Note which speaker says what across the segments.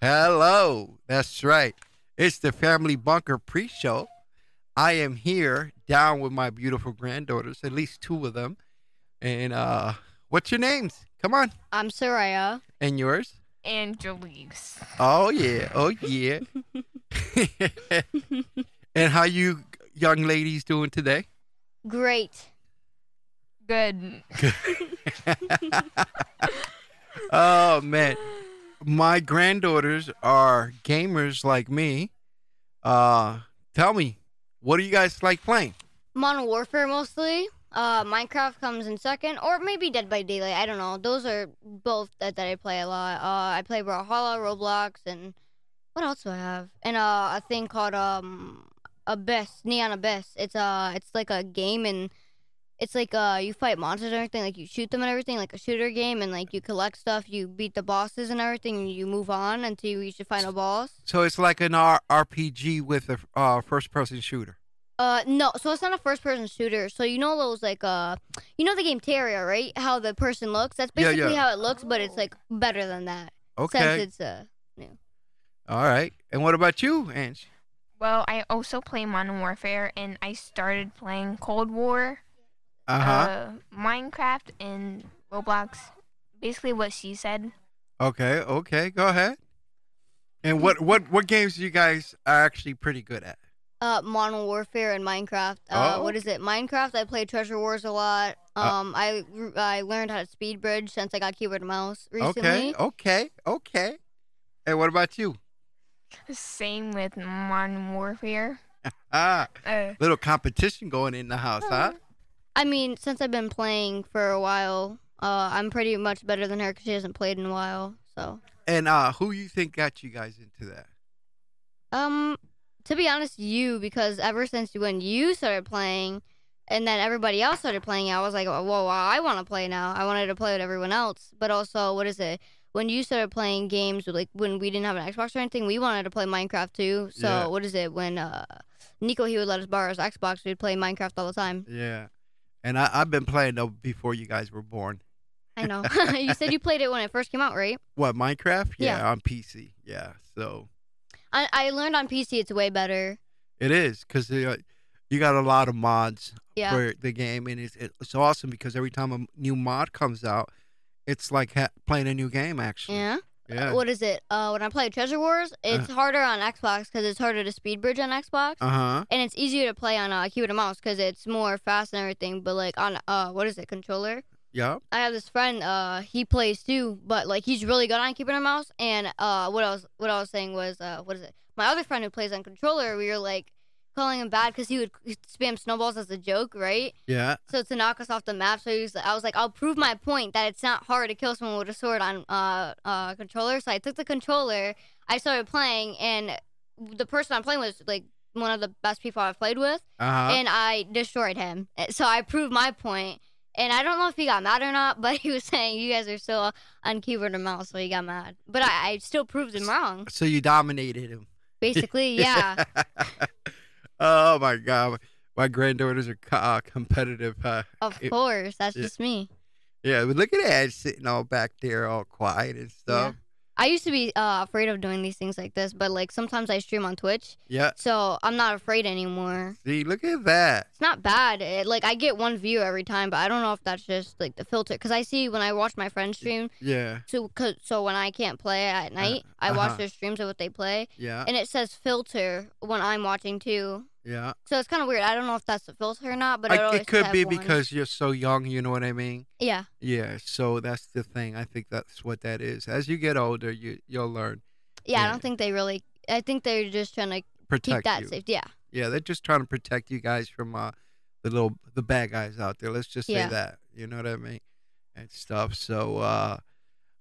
Speaker 1: Hello. That's right. It's the Family Bunker pre show. I am here down with my beautiful granddaughters, at least two of them. And uh what's your names? Come on.
Speaker 2: I'm Soraya.
Speaker 1: And yours?
Speaker 3: and Jalees.
Speaker 1: Oh yeah. Oh yeah. and how you young ladies doing today?
Speaker 2: Great.
Speaker 3: Good.
Speaker 1: oh man. my granddaughters are gamers like me. Uh, tell me, what do you guys like playing?
Speaker 2: Modern Warfare mostly. Uh, Minecraft comes in second, or maybe Dead by Daylight. I don't know. Those are both that, that I play a lot. Uh, I play Brawlhalla, Roblox, and what else do I have? And uh, a thing called um Abyss, Neon Abyss. It's uh, it's like a game, and it's like uh, you fight monsters and everything. Like you shoot them and everything, like a shooter game, and like you collect stuff, you beat the bosses and everything, and you move on until you reach the final boss.
Speaker 1: So it's like an R- RPG with a uh, first-person shooter.
Speaker 2: Uh, no. So it's not a first-person shooter. So you know those like uh, you know the game Terraria, right? How the person looks. That's
Speaker 1: Yeah,
Speaker 2: basically
Speaker 1: yeah.
Speaker 2: how it looks, but it's like better than that. Since
Speaker 1: Okay,
Speaker 2: it's uh,
Speaker 1: all right. And what about you, Ange?
Speaker 3: Well, I also play Modern Warfare, and I started playing Cold War,
Speaker 1: Uh-huh.
Speaker 3: uh, Minecraft, and Roblox. Basically, what she said.
Speaker 1: Okay, okay. Go ahead. And what what what games you guys are actually pretty good at?
Speaker 2: uh, Modern Warfare and Minecraft. Uh,
Speaker 1: Oh,
Speaker 2: what is it? Minecraft. I play Treasure Wars a lot.
Speaker 1: Uh,
Speaker 2: Um, I I learned how to speed bridge since I got keyboard and mouse
Speaker 1: Okay,
Speaker 2: recently.
Speaker 1: okay, okay. And what about you?
Speaker 3: Same with Modern Warfare.
Speaker 1: Ah,
Speaker 3: Uh,
Speaker 1: little competition going in the house, huh?
Speaker 2: Uh-huh. I mean, since I've been playing for a while, uh, I'm pretty much better than her because she hasn't played in a while. So,
Speaker 1: And uh, who you think got you guys into that?
Speaker 2: Um, to be honest, you because ever since when you started playing, and then everybody else started playing, I was like, "Whoa, wow, I want to play now." I wanted to play with everyone else, but also, what is it? When you started playing games, like when we didn't have an Xbox or anything, we wanted to play Minecraft too. So
Speaker 1: Yeah.
Speaker 2: what is it? When uh, Nico he would let us borrow his Xbox, we'd play Minecraft all the time.
Speaker 1: Yeah. And I, I've been playing though before you guys were born.
Speaker 2: I know. you said you played it when it first came out, right?
Speaker 1: What, Minecraft? Yeah,
Speaker 2: Yeah.
Speaker 1: on PC. Yeah. So
Speaker 2: I, I learned on PC it's way better.
Speaker 1: it is because you got a lot of mods
Speaker 2: Yeah.
Speaker 1: for the game. And it's, it's awesome because every time a new mod comes out, it's like ha- playing a new game, actually.
Speaker 2: Yeah.
Speaker 1: Yeah.
Speaker 2: what is it? Uh, when I play Treasure Wars, it's harder on Xbox because it's harder to speed bridge on Xbox,
Speaker 1: Uh huh.
Speaker 2: and it's easier to play on uh, keyboard and mouse because it's more fast and everything. But like on uh, what is it, controller?
Speaker 1: Yeah.
Speaker 2: I have this friend. Uh, he plays too, but like he's really good on keyboard and mouse. And uh, what I was what I was saying was uh, what is it? My other friend who plays on controller, we were like calling him bad because he would spam snowballs as a joke, right?
Speaker 1: Yeah.
Speaker 2: So to knock us off the map, so he was, I was like, I'll prove my point that it's not hard to kill someone with a sword on uh, uh controller. So I took the controller, I started playing, and the person I'm playing was like one of the best people I've played with,
Speaker 1: Uh huh.
Speaker 2: and I destroyed him. Eh, So I proved my point, and I don't know if he got mad or not, but he was saying you guys are still on keyboard and mouse, so he got mad. But I, I still proved him wrong,
Speaker 1: So you dominated him.
Speaker 2: basically. Yeah.
Speaker 1: oh, my God. My granddaughters are co- uh, competitive. Huh?
Speaker 2: Of
Speaker 1: It-
Speaker 2: course, that's
Speaker 1: yeah.
Speaker 2: just me.
Speaker 1: Yeah. But look at Ed sitting all back there, all quiet and stuff.
Speaker 2: I used to be uh, afraid of doing these things like this, but like sometimes I stream on Twitch,
Speaker 1: yeah.
Speaker 2: So I'm not afraid anymore.
Speaker 1: See, look at that.
Speaker 2: It's not bad. It, like I get one view every time, but I don't know if that's just like the filter. Cause I see when I watch my friends stream,
Speaker 1: Yeah,
Speaker 2: so 'cause- so when I can't play at night, I
Speaker 1: uh-huh. Uh.
Speaker 2: watch their streams of what they play,
Speaker 1: yeah,
Speaker 2: and it says filter when I'm watching too.
Speaker 1: yeah.
Speaker 2: So it's kind of weird. I don't know if that's the filter or not, but
Speaker 1: I-
Speaker 2: it, always
Speaker 1: it could
Speaker 2: have
Speaker 1: be
Speaker 2: one.
Speaker 1: because you're so young. You know what I mean?
Speaker 2: yeah,
Speaker 1: Yeah. So that's the thing. I think that's what that is. As you get older, you you'll learn
Speaker 2: yeah.
Speaker 1: Yeah.
Speaker 2: I don't think they really. I think they're just trying to keep
Speaker 1: protect
Speaker 2: that
Speaker 1: you.
Speaker 2: safe. Yeah,
Speaker 1: Yeah, they're just trying to protect you guys from uh, the little the bad guys out there. Let's just say
Speaker 2: Yeah.
Speaker 1: that. You know what I mean? And stuff. So, uh,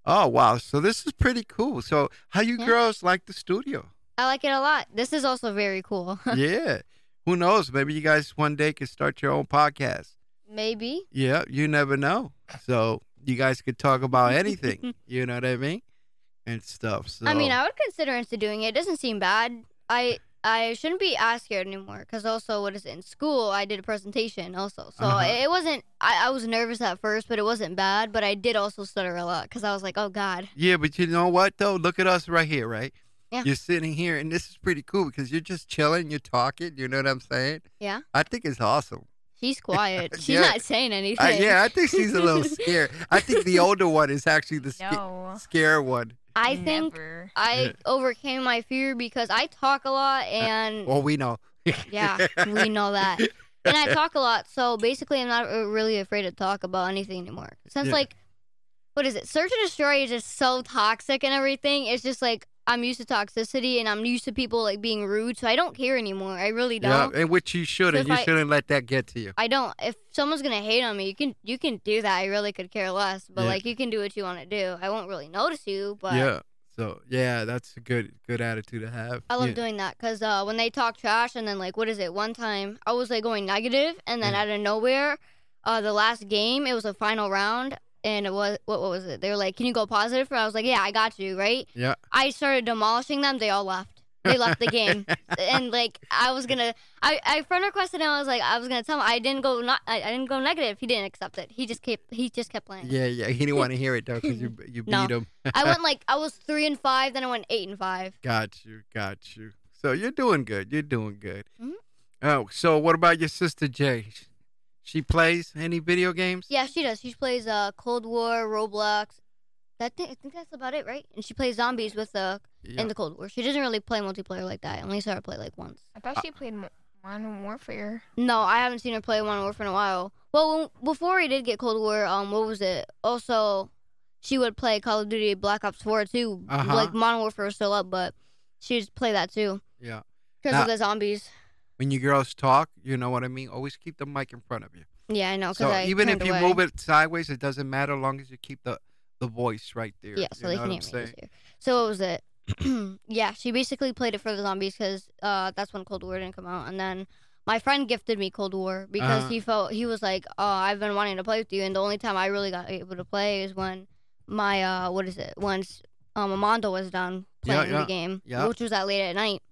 Speaker 1: oh wow. So this is pretty cool. So how you
Speaker 2: Yeah.
Speaker 1: girls like the studio?
Speaker 2: I like it a lot. This is also very cool.
Speaker 1: yeah. Who knows? Maybe you guys one day can start your own podcast.
Speaker 2: Maybe.
Speaker 1: Yeah, you never know. So you guys could talk about anything. you know what I mean? And stuff. So
Speaker 2: I mean, I would consider into doing it. It doesn't seem bad. I I shouldn't be asked here anymore because also what is it in school I did a presentation also so
Speaker 1: Uh-huh.
Speaker 2: it, it wasn't I, I was nervous at first but it wasn't bad but I did also stutter a lot because I was like oh god
Speaker 1: Yeah, but you know what though? Look at us right here, right?
Speaker 2: Yeah.
Speaker 1: You're sitting here, and this is pretty cool because you're just chilling, you're talking. You know what I'm saying?
Speaker 2: Yeah.
Speaker 1: I think it's awesome.
Speaker 2: she's quiet she's
Speaker 1: Yeah.
Speaker 2: not saying anything
Speaker 1: I, yeah, I think she's a little scared. I think the older one is actually the sca-
Speaker 3: No.
Speaker 1: scare one.
Speaker 2: I think
Speaker 3: never.
Speaker 2: I overcame my fear because I talk a lot
Speaker 1: Uh,
Speaker 2: and
Speaker 1: Well, we know.
Speaker 2: yeah we know that and I talk a lot, so basically, I'm not uh, really afraid to talk about anything anymore. Since
Speaker 1: Yeah.
Speaker 2: like, what is it? Search and destroy is just so toxic and everything. It's just like I'm used to toxicity and I'm used to people like being rude, so I don't care anymore. I really
Speaker 1: Yeah,
Speaker 2: don't.
Speaker 1: and which you shouldn't.
Speaker 2: if
Speaker 1: You
Speaker 2: I-
Speaker 1: shouldn't let that get to you.
Speaker 2: I don't. If someone's gonna hate on me, you can you can do that. I really could care less. But
Speaker 1: Yeah.
Speaker 2: like, you can do what you want to do. I won't really notice you. But
Speaker 1: yeah. So yeah, that's a good good attitude to have.
Speaker 2: I love
Speaker 1: yeah.
Speaker 2: doing that because uh, when they talk trash and then like what is it? One time I was like going negative, and then
Speaker 1: Yeah.
Speaker 2: out of nowhere, uh, the last game it was a final round, and it was what, what was it? They were like, "Can you go positive?" And I was like, "Yeah, I got you." Right?
Speaker 1: Yeah.
Speaker 2: I started demolishing them. They all left. They left the game, and like I was gonna, I, I friend requested, and I was like, I was gonna tell him I didn't go not, I, I didn't go negative. He didn't accept it. He just kept, he just kept playing.
Speaker 1: Yeah, yeah. He didn't want to hear it though because you you beat
Speaker 2: No.
Speaker 1: him.
Speaker 2: I went like I was three and five, then I went eight and five.
Speaker 1: Got you, got you. So you're doing good. You're doing good.
Speaker 2: Mhm.
Speaker 1: Oh, so what about your sister Jay? Sh- She plays any video games?
Speaker 2: Yeah, she does. She plays uh Cold War, Roblox. That thing, I think that's about it, right? And she plays zombies with the
Speaker 1: Yeah.
Speaker 2: in the Cold War. She doesn't really play multiplayer like that. I only saw her play like once.
Speaker 3: I thought she played Mo- Modern Warfare.
Speaker 2: No, I haven't seen her play Modern Warfare in a while. Well, when- before we did get Cold War, um, what was it? Also, she would play Call of Duty Black Ops 4 too.
Speaker 1: Uh-huh.
Speaker 2: Like Modern Warfare was still up, but she would play that too
Speaker 1: Yeah.
Speaker 2: because
Speaker 1: Now-
Speaker 2: of the zombies.
Speaker 1: When you girls talk, you know what I mean. Always keep the mic in front of you.
Speaker 2: Yeah, I know. Oh, Cause
Speaker 1: So
Speaker 2: I
Speaker 1: even if
Speaker 2: turned
Speaker 1: you
Speaker 2: away.
Speaker 1: move it sideways, it doesn't matter as long as you keep the the voice right there.
Speaker 2: Yeah,
Speaker 1: you
Speaker 2: so they
Speaker 1: know
Speaker 2: can
Speaker 1: what
Speaker 2: hear
Speaker 1: I'm
Speaker 2: me
Speaker 1: saying?
Speaker 2: easier. So what was it? yeah, she basically played it for the zombies because uh, that's when Cold War didn't come out, and then my friend gifted me Cold War because
Speaker 1: Uh-huh.
Speaker 2: he felt he was like, "Oh, I've been wanting to play with you," and the only time I really got able to play is when my uh, what is it? Once um, Amanda was done
Speaker 1: Yeah,
Speaker 2: playing
Speaker 1: yeah,
Speaker 2: the game,
Speaker 1: yeah.
Speaker 2: which was at late at night.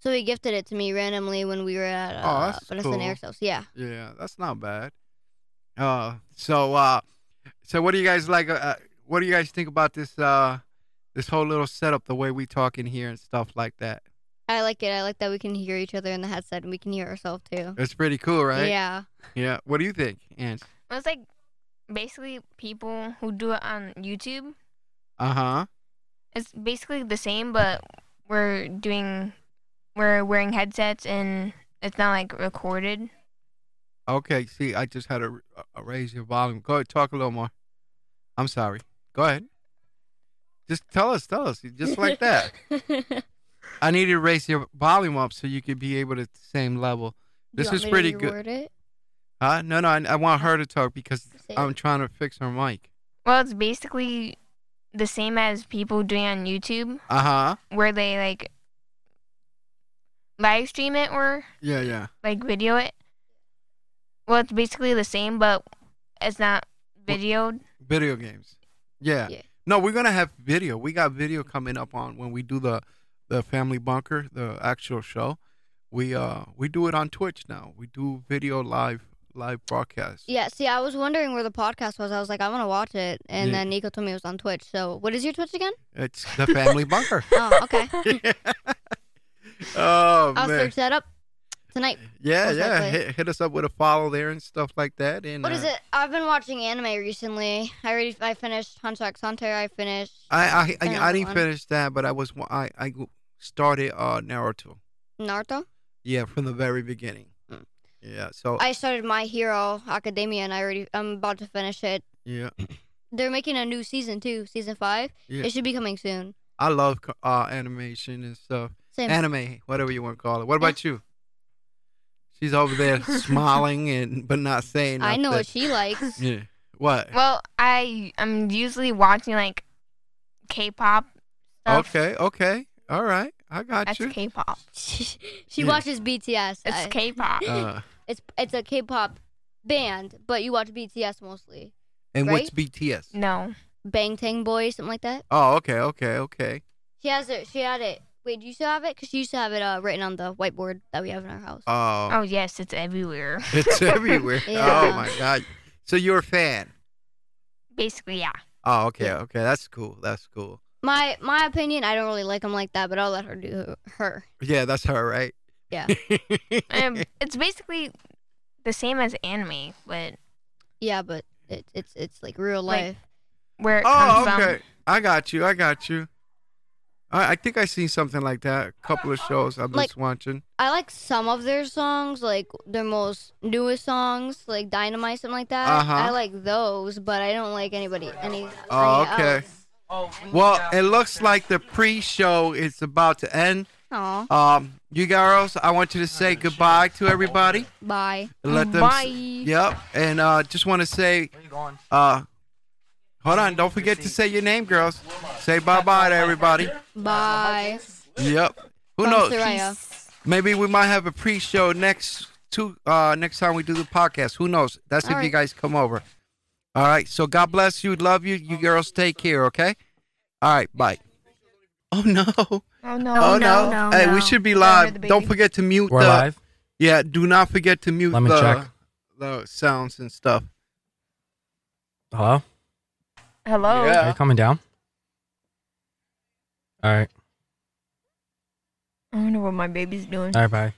Speaker 2: So he gifted it to me randomly when we were at
Speaker 1: Oh,
Speaker 2: uh,
Speaker 1: that's
Speaker 2: Vanessa
Speaker 1: cool.
Speaker 2: and Eric's house. Yeah.
Speaker 1: Yeah, that's not bad. Uh, so uh, so what do you guys like? Uh, what do you guys think about this uh, this whole little setup, the way we talk in here and stuff like that?
Speaker 2: I like it. I like that we can hear each other in the headset and we can hear ourselves too.
Speaker 1: It's pretty cool, right?
Speaker 2: Yeah.
Speaker 1: Yeah. What do you think, Ange?
Speaker 3: It was like basically people who do it on YouTube.
Speaker 1: Uh huh.
Speaker 3: It's basically the same, but we're doing, we're wearing headsets and it's not like recorded.
Speaker 1: Okay. See, I just had to r- uh, raise your volume. Go ahead, talk a little more. I'm sorry. Go ahead. Just tell us, tell us, just like that. I need to raise your volume up so you could be able to the same level.
Speaker 2: You
Speaker 1: This
Speaker 2: want
Speaker 1: is
Speaker 2: me to
Speaker 1: pretty good.
Speaker 2: reword it?
Speaker 1: Huh? No, no, I, I want her to talk because
Speaker 2: Say it.
Speaker 1: I'm trying to fix her mic.
Speaker 3: Well, it's basically the same as people doing on YouTube,
Speaker 1: Uh huh.
Speaker 3: where they like live stream it or
Speaker 1: Yeah, yeah.
Speaker 3: like video it. Well, it's basically the same, but it's not
Speaker 1: Well-
Speaker 3: videoed.
Speaker 1: Video games. Yeah.
Speaker 2: Yeah.
Speaker 1: No, we're gonna have video. We got video coming up on when we do the the family bunker, the actual show. We uh we do it on Twitch now. We do video live live broadcasts.
Speaker 2: Yeah, see, I was wondering where the podcast was. I was like, I want to watch it. And
Speaker 1: Yeah.
Speaker 2: then Nico told me it was on Twitch. So, what is your Twitch again?
Speaker 1: It's the family bunker.
Speaker 2: Oh, okay.
Speaker 1: oh
Speaker 2: I'll
Speaker 1: man.
Speaker 2: search that up tonight.
Speaker 1: Yeah,
Speaker 2: most
Speaker 1: yeah.
Speaker 2: likely.
Speaker 1: Hit, hit us up with a follow there and stuff like that. And
Speaker 2: What
Speaker 1: uh,
Speaker 2: is it? I've been watching anime recently. I already I finished Hunter x Hunter. I finished.
Speaker 1: I I, I, I
Speaker 2: Another
Speaker 1: didn't
Speaker 2: one.
Speaker 1: finish that, but I was wa- I I started uh Naruto.
Speaker 2: Naruto.
Speaker 1: Yeah, from the very beginning.
Speaker 2: Mm.
Speaker 1: Yeah. So
Speaker 2: I started My Hero Academia, and I already I'm about to finish it.
Speaker 1: yeah,
Speaker 2: They're making a new season too, season five.
Speaker 1: Yeah.
Speaker 2: It should be coming soon.
Speaker 1: I love co- uh animation and stuff.
Speaker 2: Same.
Speaker 1: Anime, whatever you want to call it. What about you? She's over there smiling and but not saying.
Speaker 2: I know what
Speaker 1: nothing.
Speaker 2: she likes.
Speaker 1: Yeah. What?
Speaker 3: Well, I I'm usually watching like K-pop. Stuff.
Speaker 1: Okay. Okay. All right. I got
Speaker 3: That's
Speaker 1: you.
Speaker 3: K-pop.
Speaker 2: she she
Speaker 1: Yeah.
Speaker 2: watches BTS. I-
Speaker 3: It's K-pop.
Speaker 1: Uh,
Speaker 2: It's it's a K-pop band, but you watch BTS mostly.
Speaker 1: and
Speaker 2: Right?
Speaker 1: what's BTS?
Speaker 3: No.
Speaker 2: Bangtan Boys, something like that.
Speaker 1: Oh, okay. Okay. Okay.
Speaker 2: She has it. She had it. Wait, do you still have it? Because you used to have it uh, written on the whiteboard that we have in our house.
Speaker 1: Oh,
Speaker 3: Oh yes, it's everywhere.
Speaker 1: it's everywhere.
Speaker 2: Yeah.
Speaker 1: Oh my god. So you're a fan.
Speaker 3: Basically, yeah.
Speaker 1: Oh, okay, okay. That's cool. That's cool.
Speaker 2: my my opinion, I don't really like them like that, but I'll let her do her.
Speaker 1: Yeah, that's her, right?
Speaker 2: Yeah.
Speaker 3: Um, it's basically the same as anime, but
Speaker 2: Yeah, but it, it's it's like real
Speaker 3: Like-
Speaker 2: life.
Speaker 3: where it
Speaker 1: oh,
Speaker 3: comes
Speaker 1: okay. I got you. I got you. I, I think I seen something like that. A couple of shows I've been
Speaker 2: Like-
Speaker 1: watching.
Speaker 2: I like some of their songs, like their most newest songs, like Dynamite, something like that.
Speaker 1: Uh-huh.
Speaker 2: I like those, but I don't like anybody any.
Speaker 1: Oh,
Speaker 2: any
Speaker 1: okay.
Speaker 2: Else.
Speaker 1: Well, it looks like the pre-show is about to end.
Speaker 2: Aw,
Speaker 1: Um, you girls, I want you to say goodbye to everybody.
Speaker 2: bye.
Speaker 1: and Let them.
Speaker 3: Bye.
Speaker 1: Yep. And uh, just want to say,
Speaker 4: Where you going?
Speaker 1: uh, hold on. Don't forget to say your name, girls. Say bye bye to everybody.
Speaker 2: Bye.
Speaker 1: Yep. Who
Speaker 2: From
Speaker 1: knows?
Speaker 2: Soraya.
Speaker 1: Maybe we might have a pre-show next to uh next time we do the podcast. Who knows? That's if
Speaker 2: All
Speaker 1: you
Speaker 2: right.
Speaker 1: guys come over. All right. So God bless you. Love you. You girls take care. Okay. All right. Bye. Oh no. Oh,
Speaker 3: From. Oh no!
Speaker 1: no. hey, we should be live. Don't forget to mute
Speaker 4: We're
Speaker 1: the.
Speaker 4: live.
Speaker 1: Yeah. Do not forget to mute
Speaker 4: Let me
Speaker 1: the
Speaker 4: check.
Speaker 1: the sounds and stuff.
Speaker 4: Hello.
Speaker 3: Hello.
Speaker 1: Yeah.
Speaker 4: Are you coming down? All right.
Speaker 1: Mm-hmm.
Speaker 3: I wonder what my baby's doing.
Speaker 4: All right. Bye.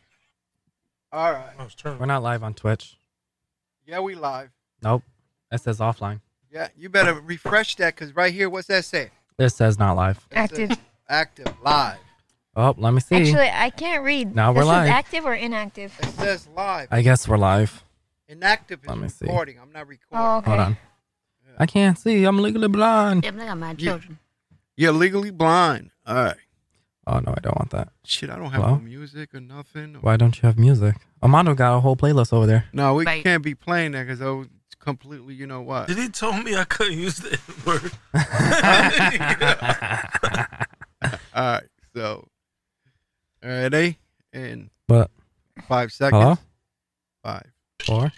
Speaker 1: All right.
Speaker 4: We're not live on Twitch.
Speaker 1: Yeah, we live.
Speaker 4: Nope. That says offline.
Speaker 1: Yeah, you better refresh that because right here, what's that say?
Speaker 4: This says not live.
Speaker 1: It says
Speaker 3: Active.
Speaker 1: Active live.
Speaker 4: Oh, let me see.
Speaker 3: Actually, I can't read.
Speaker 4: Now we're
Speaker 3: this
Speaker 4: live.
Speaker 3: Is active or inactive?
Speaker 1: It says live.
Speaker 4: I guess we're live.
Speaker 1: Inactive
Speaker 4: Let me
Speaker 1: is
Speaker 4: see.
Speaker 1: recording. I'm not recording.
Speaker 3: Oh, okay.
Speaker 4: Hold on. I can't see. I'm legally blind.
Speaker 5: Yep, they got my
Speaker 1: You-
Speaker 5: children.
Speaker 1: You're legally blind. All right.
Speaker 4: Oh no, I don't want that.
Speaker 1: Shit, I don't have
Speaker 4: Hello?
Speaker 1: no music or nothing.
Speaker 4: Why don't you have music? Amado got a whole playlist over there.
Speaker 1: No, we
Speaker 5: Right.
Speaker 1: can't be playing that because I was completely, you know what?
Speaker 6: Did he tell me I couldn't use the word?
Speaker 1: All right. So, all right, eh? In
Speaker 4: But
Speaker 1: five seconds.
Speaker 4: hello,
Speaker 1: Five,
Speaker 4: four,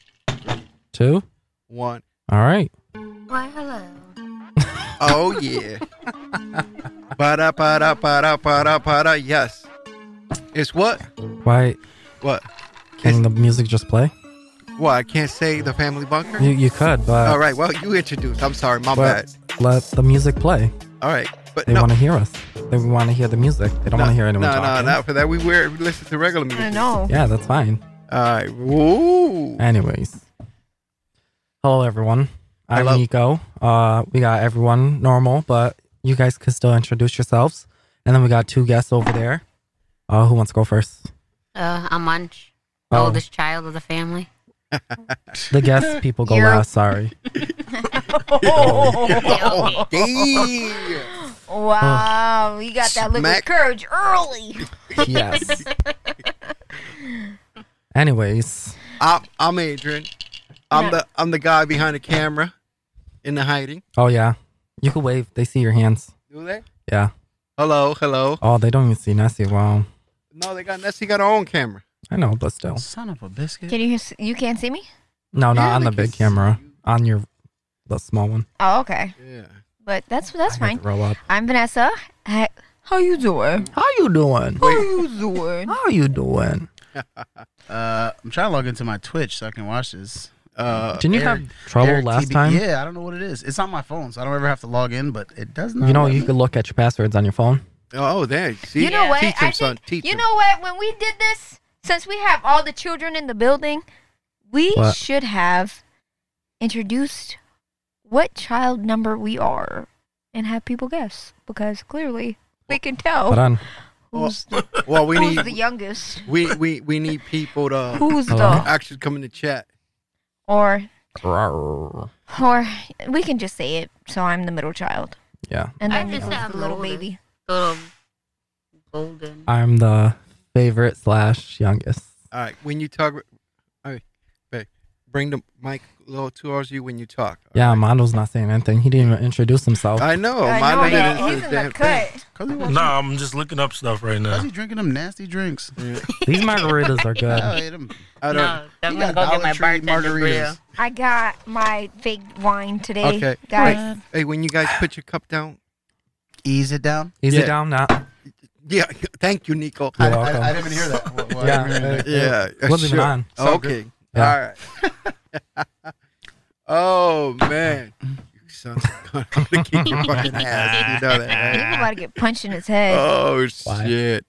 Speaker 4: two.
Speaker 1: one.
Speaker 4: All right.
Speaker 5: Why, hello.
Speaker 1: Oh, yeah. ba da ba da ba da ba da ba da. Yes. It's what?
Speaker 4: Why
Speaker 1: What?
Speaker 4: can the music just play?
Speaker 1: What? I can't say the family bunker?
Speaker 4: You you could, but
Speaker 1: All right. Well, you introduced. I'm sorry. My
Speaker 4: but
Speaker 1: bad.
Speaker 4: let the music play.
Speaker 1: All right. But
Speaker 4: They
Speaker 1: no.
Speaker 4: want to hear us. They want to hear the music. They don't want to hear anyone
Speaker 1: No,
Speaker 4: talking.
Speaker 1: no, not for that. We wear we listen to regular
Speaker 3: I
Speaker 1: music.
Speaker 3: know.
Speaker 4: Yeah, that's fine.
Speaker 1: All right. Woo.
Speaker 4: Anyways, hello everyone. I'm
Speaker 1: Hello.
Speaker 4: Nico. Uh, we got everyone normal, but you guys could still introduce yourselves. And then we got two guests over there. Uh, who wants to go first?
Speaker 5: Uh, I'm Munch, the
Speaker 4: Oh,
Speaker 5: oldest child of the family.
Speaker 4: the guest people go
Speaker 3: You're-
Speaker 4: last. Sorry.
Speaker 1: Oh, damn.
Speaker 3: Wow, you got that liquid
Speaker 1: Smack.
Speaker 3: courage early.
Speaker 4: yes. Anyways,
Speaker 1: I'm, I'm Adrian. I'm
Speaker 3: Yeah.
Speaker 1: the I'm the guy behind the camera, in the hiding.
Speaker 4: oh yeah, you could wave. They see your hands.
Speaker 1: Do they?
Speaker 4: Yeah.
Speaker 1: Hello, hello.
Speaker 4: Oh, they don't even see Nessie. Wow.
Speaker 1: No, they got Nessie got her own camera.
Speaker 4: I know, but still,
Speaker 6: Son of a biscuit.
Speaker 3: Can you hear- you can't see me?
Speaker 4: no, not
Speaker 1: Yeah,
Speaker 4: on the
Speaker 1: they
Speaker 4: big
Speaker 1: can
Speaker 4: camera.
Speaker 1: see you.
Speaker 4: On your, the small one.
Speaker 3: Oh, okay.
Speaker 1: Yeah.
Speaker 3: But that's that's
Speaker 4: I had
Speaker 3: fine.
Speaker 4: to Roll up.
Speaker 3: I'm Vanessa. Hi. How you doing?
Speaker 4: How you doing?
Speaker 3: How you doing?
Speaker 4: How you doing?
Speaker 7: Uh, I'm trying to log into my Twitch so I can watch this. Uh,
Speaker 4: Didn't you
Speaker 7: Eric-
Speaker 4: have trouble
Speaker 7: Eric
Speaker 4: last
Speaker 7: TB
Speaker 4: time?
Speaker 7: Yeah, I don't know what it is. It's on my phone, so I don't ever have to log in, but it does not.
Speaker 4: You know,
Speaker 7: let
Speaker 4: you
Speaker 7: me.
Speaker 4: could look at your passwords on your phone.
Speaker 1: Oh, there. See,
Speaker 3: You know what?
Speaker 1: Teach him,
Speaker 3: I
Speaker 1: son.
Speaker 3: think,
Speaker 1: Teach
Speaker 3: you
Speaker 1: him.
Speaker 3: know what? When we did this, since we have all the children in the building, we
Speaker 4: What?
Speaker 3: should have introduced what child number we are and have people guess because clearly we can
Speaker 4: But
Speaker 3: tell
Speaker 4: on.
Speaker 3: who's, the,
Speaker 1: Oh, Well, we
Speaker 3: who's the
Speaker 1: need
Speaker 3: youngest,
Speaker 1: we, we we need people to
Speaker 3: who's
Speaker 4: Hello?
Speaker 3: the
Speaker 1: actually come in the chat.
Speaker 3: or
Speaker 4: Rawr.
Speaker 3: or we can just say it. So I'm the middle child,
Speaker 4: Yeah.
Speaker 3: and
Speaker 5: I
Speaker 3: then
Speaker 5: just
Speaker 3: Nico's
Speaker 5: have
Speaker 3: the little
Speaker 5: older.
Speaker 3: baby.
Speaker 5: Little golden.
Speaker 4: I'm the favorite slash youngest.
Speaker 1: All right. When you talk, all right, babe, bring the mic a little towards you when you talk.
Speaker 4: Yeah, Mondo's not saying anything. He didn't even introduce himself.
Speaker 1: I know.
Speaker 3: I
Speaker 1: Oh, my
Speaker 3: know
Speaker 1: lady
Speaker 3: that
Speaker 1: is
Speaker 3: he's
Speaker 1: a
Speaker 3: in
Speaker 1: damn
Speaker 3: the
Speaker 1: thing.
Speaker 3: cut.
Speaker 7: Cause he watching-
Speaker 6: Nah, I'm just looking up stuff right
Speaker 7: cause
Speaker 6: now.
Speaker 7: he drinking them nasty drinks.
Speaker 4: These margaritas are
Speaker 7: I
Speaker 4: good.
Speaker 7: ate them.
Speaker 1: I don't.
Speaker 5: No, I'm
Speaker 7: You
Speaker 5: gonna
Speaker 7: got
Speaker 5: go get
Speaker 7: Dollar
Speaker 5: my
Speaker 7: Tree
Speaker 5: bartender
Speaker 7: margaritas.
Speaker 5: grill.
Speaker 3: I got my fake wine today,
Speaker 1: Okay.
Speaker 3: guys.
Speaker 1: Hey, when you guys put your cup down,
Speaker 7: Ease it down.
Speaker 4: Easy
Speaker 1: Yeah. Uh,
Speaker 4: down, not.
Speaker 1: Yeah. Thank you, Nico.
Speaker 4: You're
Speaker 7: I, I-
Speaker 4: welcome.
Speaker 7: I didn't even hear that. Well, well, I
Speaker 4: Yeah.
Speaker 7: didn't hear that.
Speaker 1: Yeah.
Speaker 4: We'll leave it
Speaker 1: sure. Oh.
Speaker 4: on.
Speaker 7: So
Speaker 1: okay.
Speaker 4: Yeah.
Speaker 1: All right. oh man. You son of a gun. I'm gonna kick your fucking ass. You know that.
Speaker 3: He's
Speaker 1: right?
Speaker 3: about to get punched in his head.
Speaker 1: Oh
Speaker 4: Why?
Speaker 1: shit.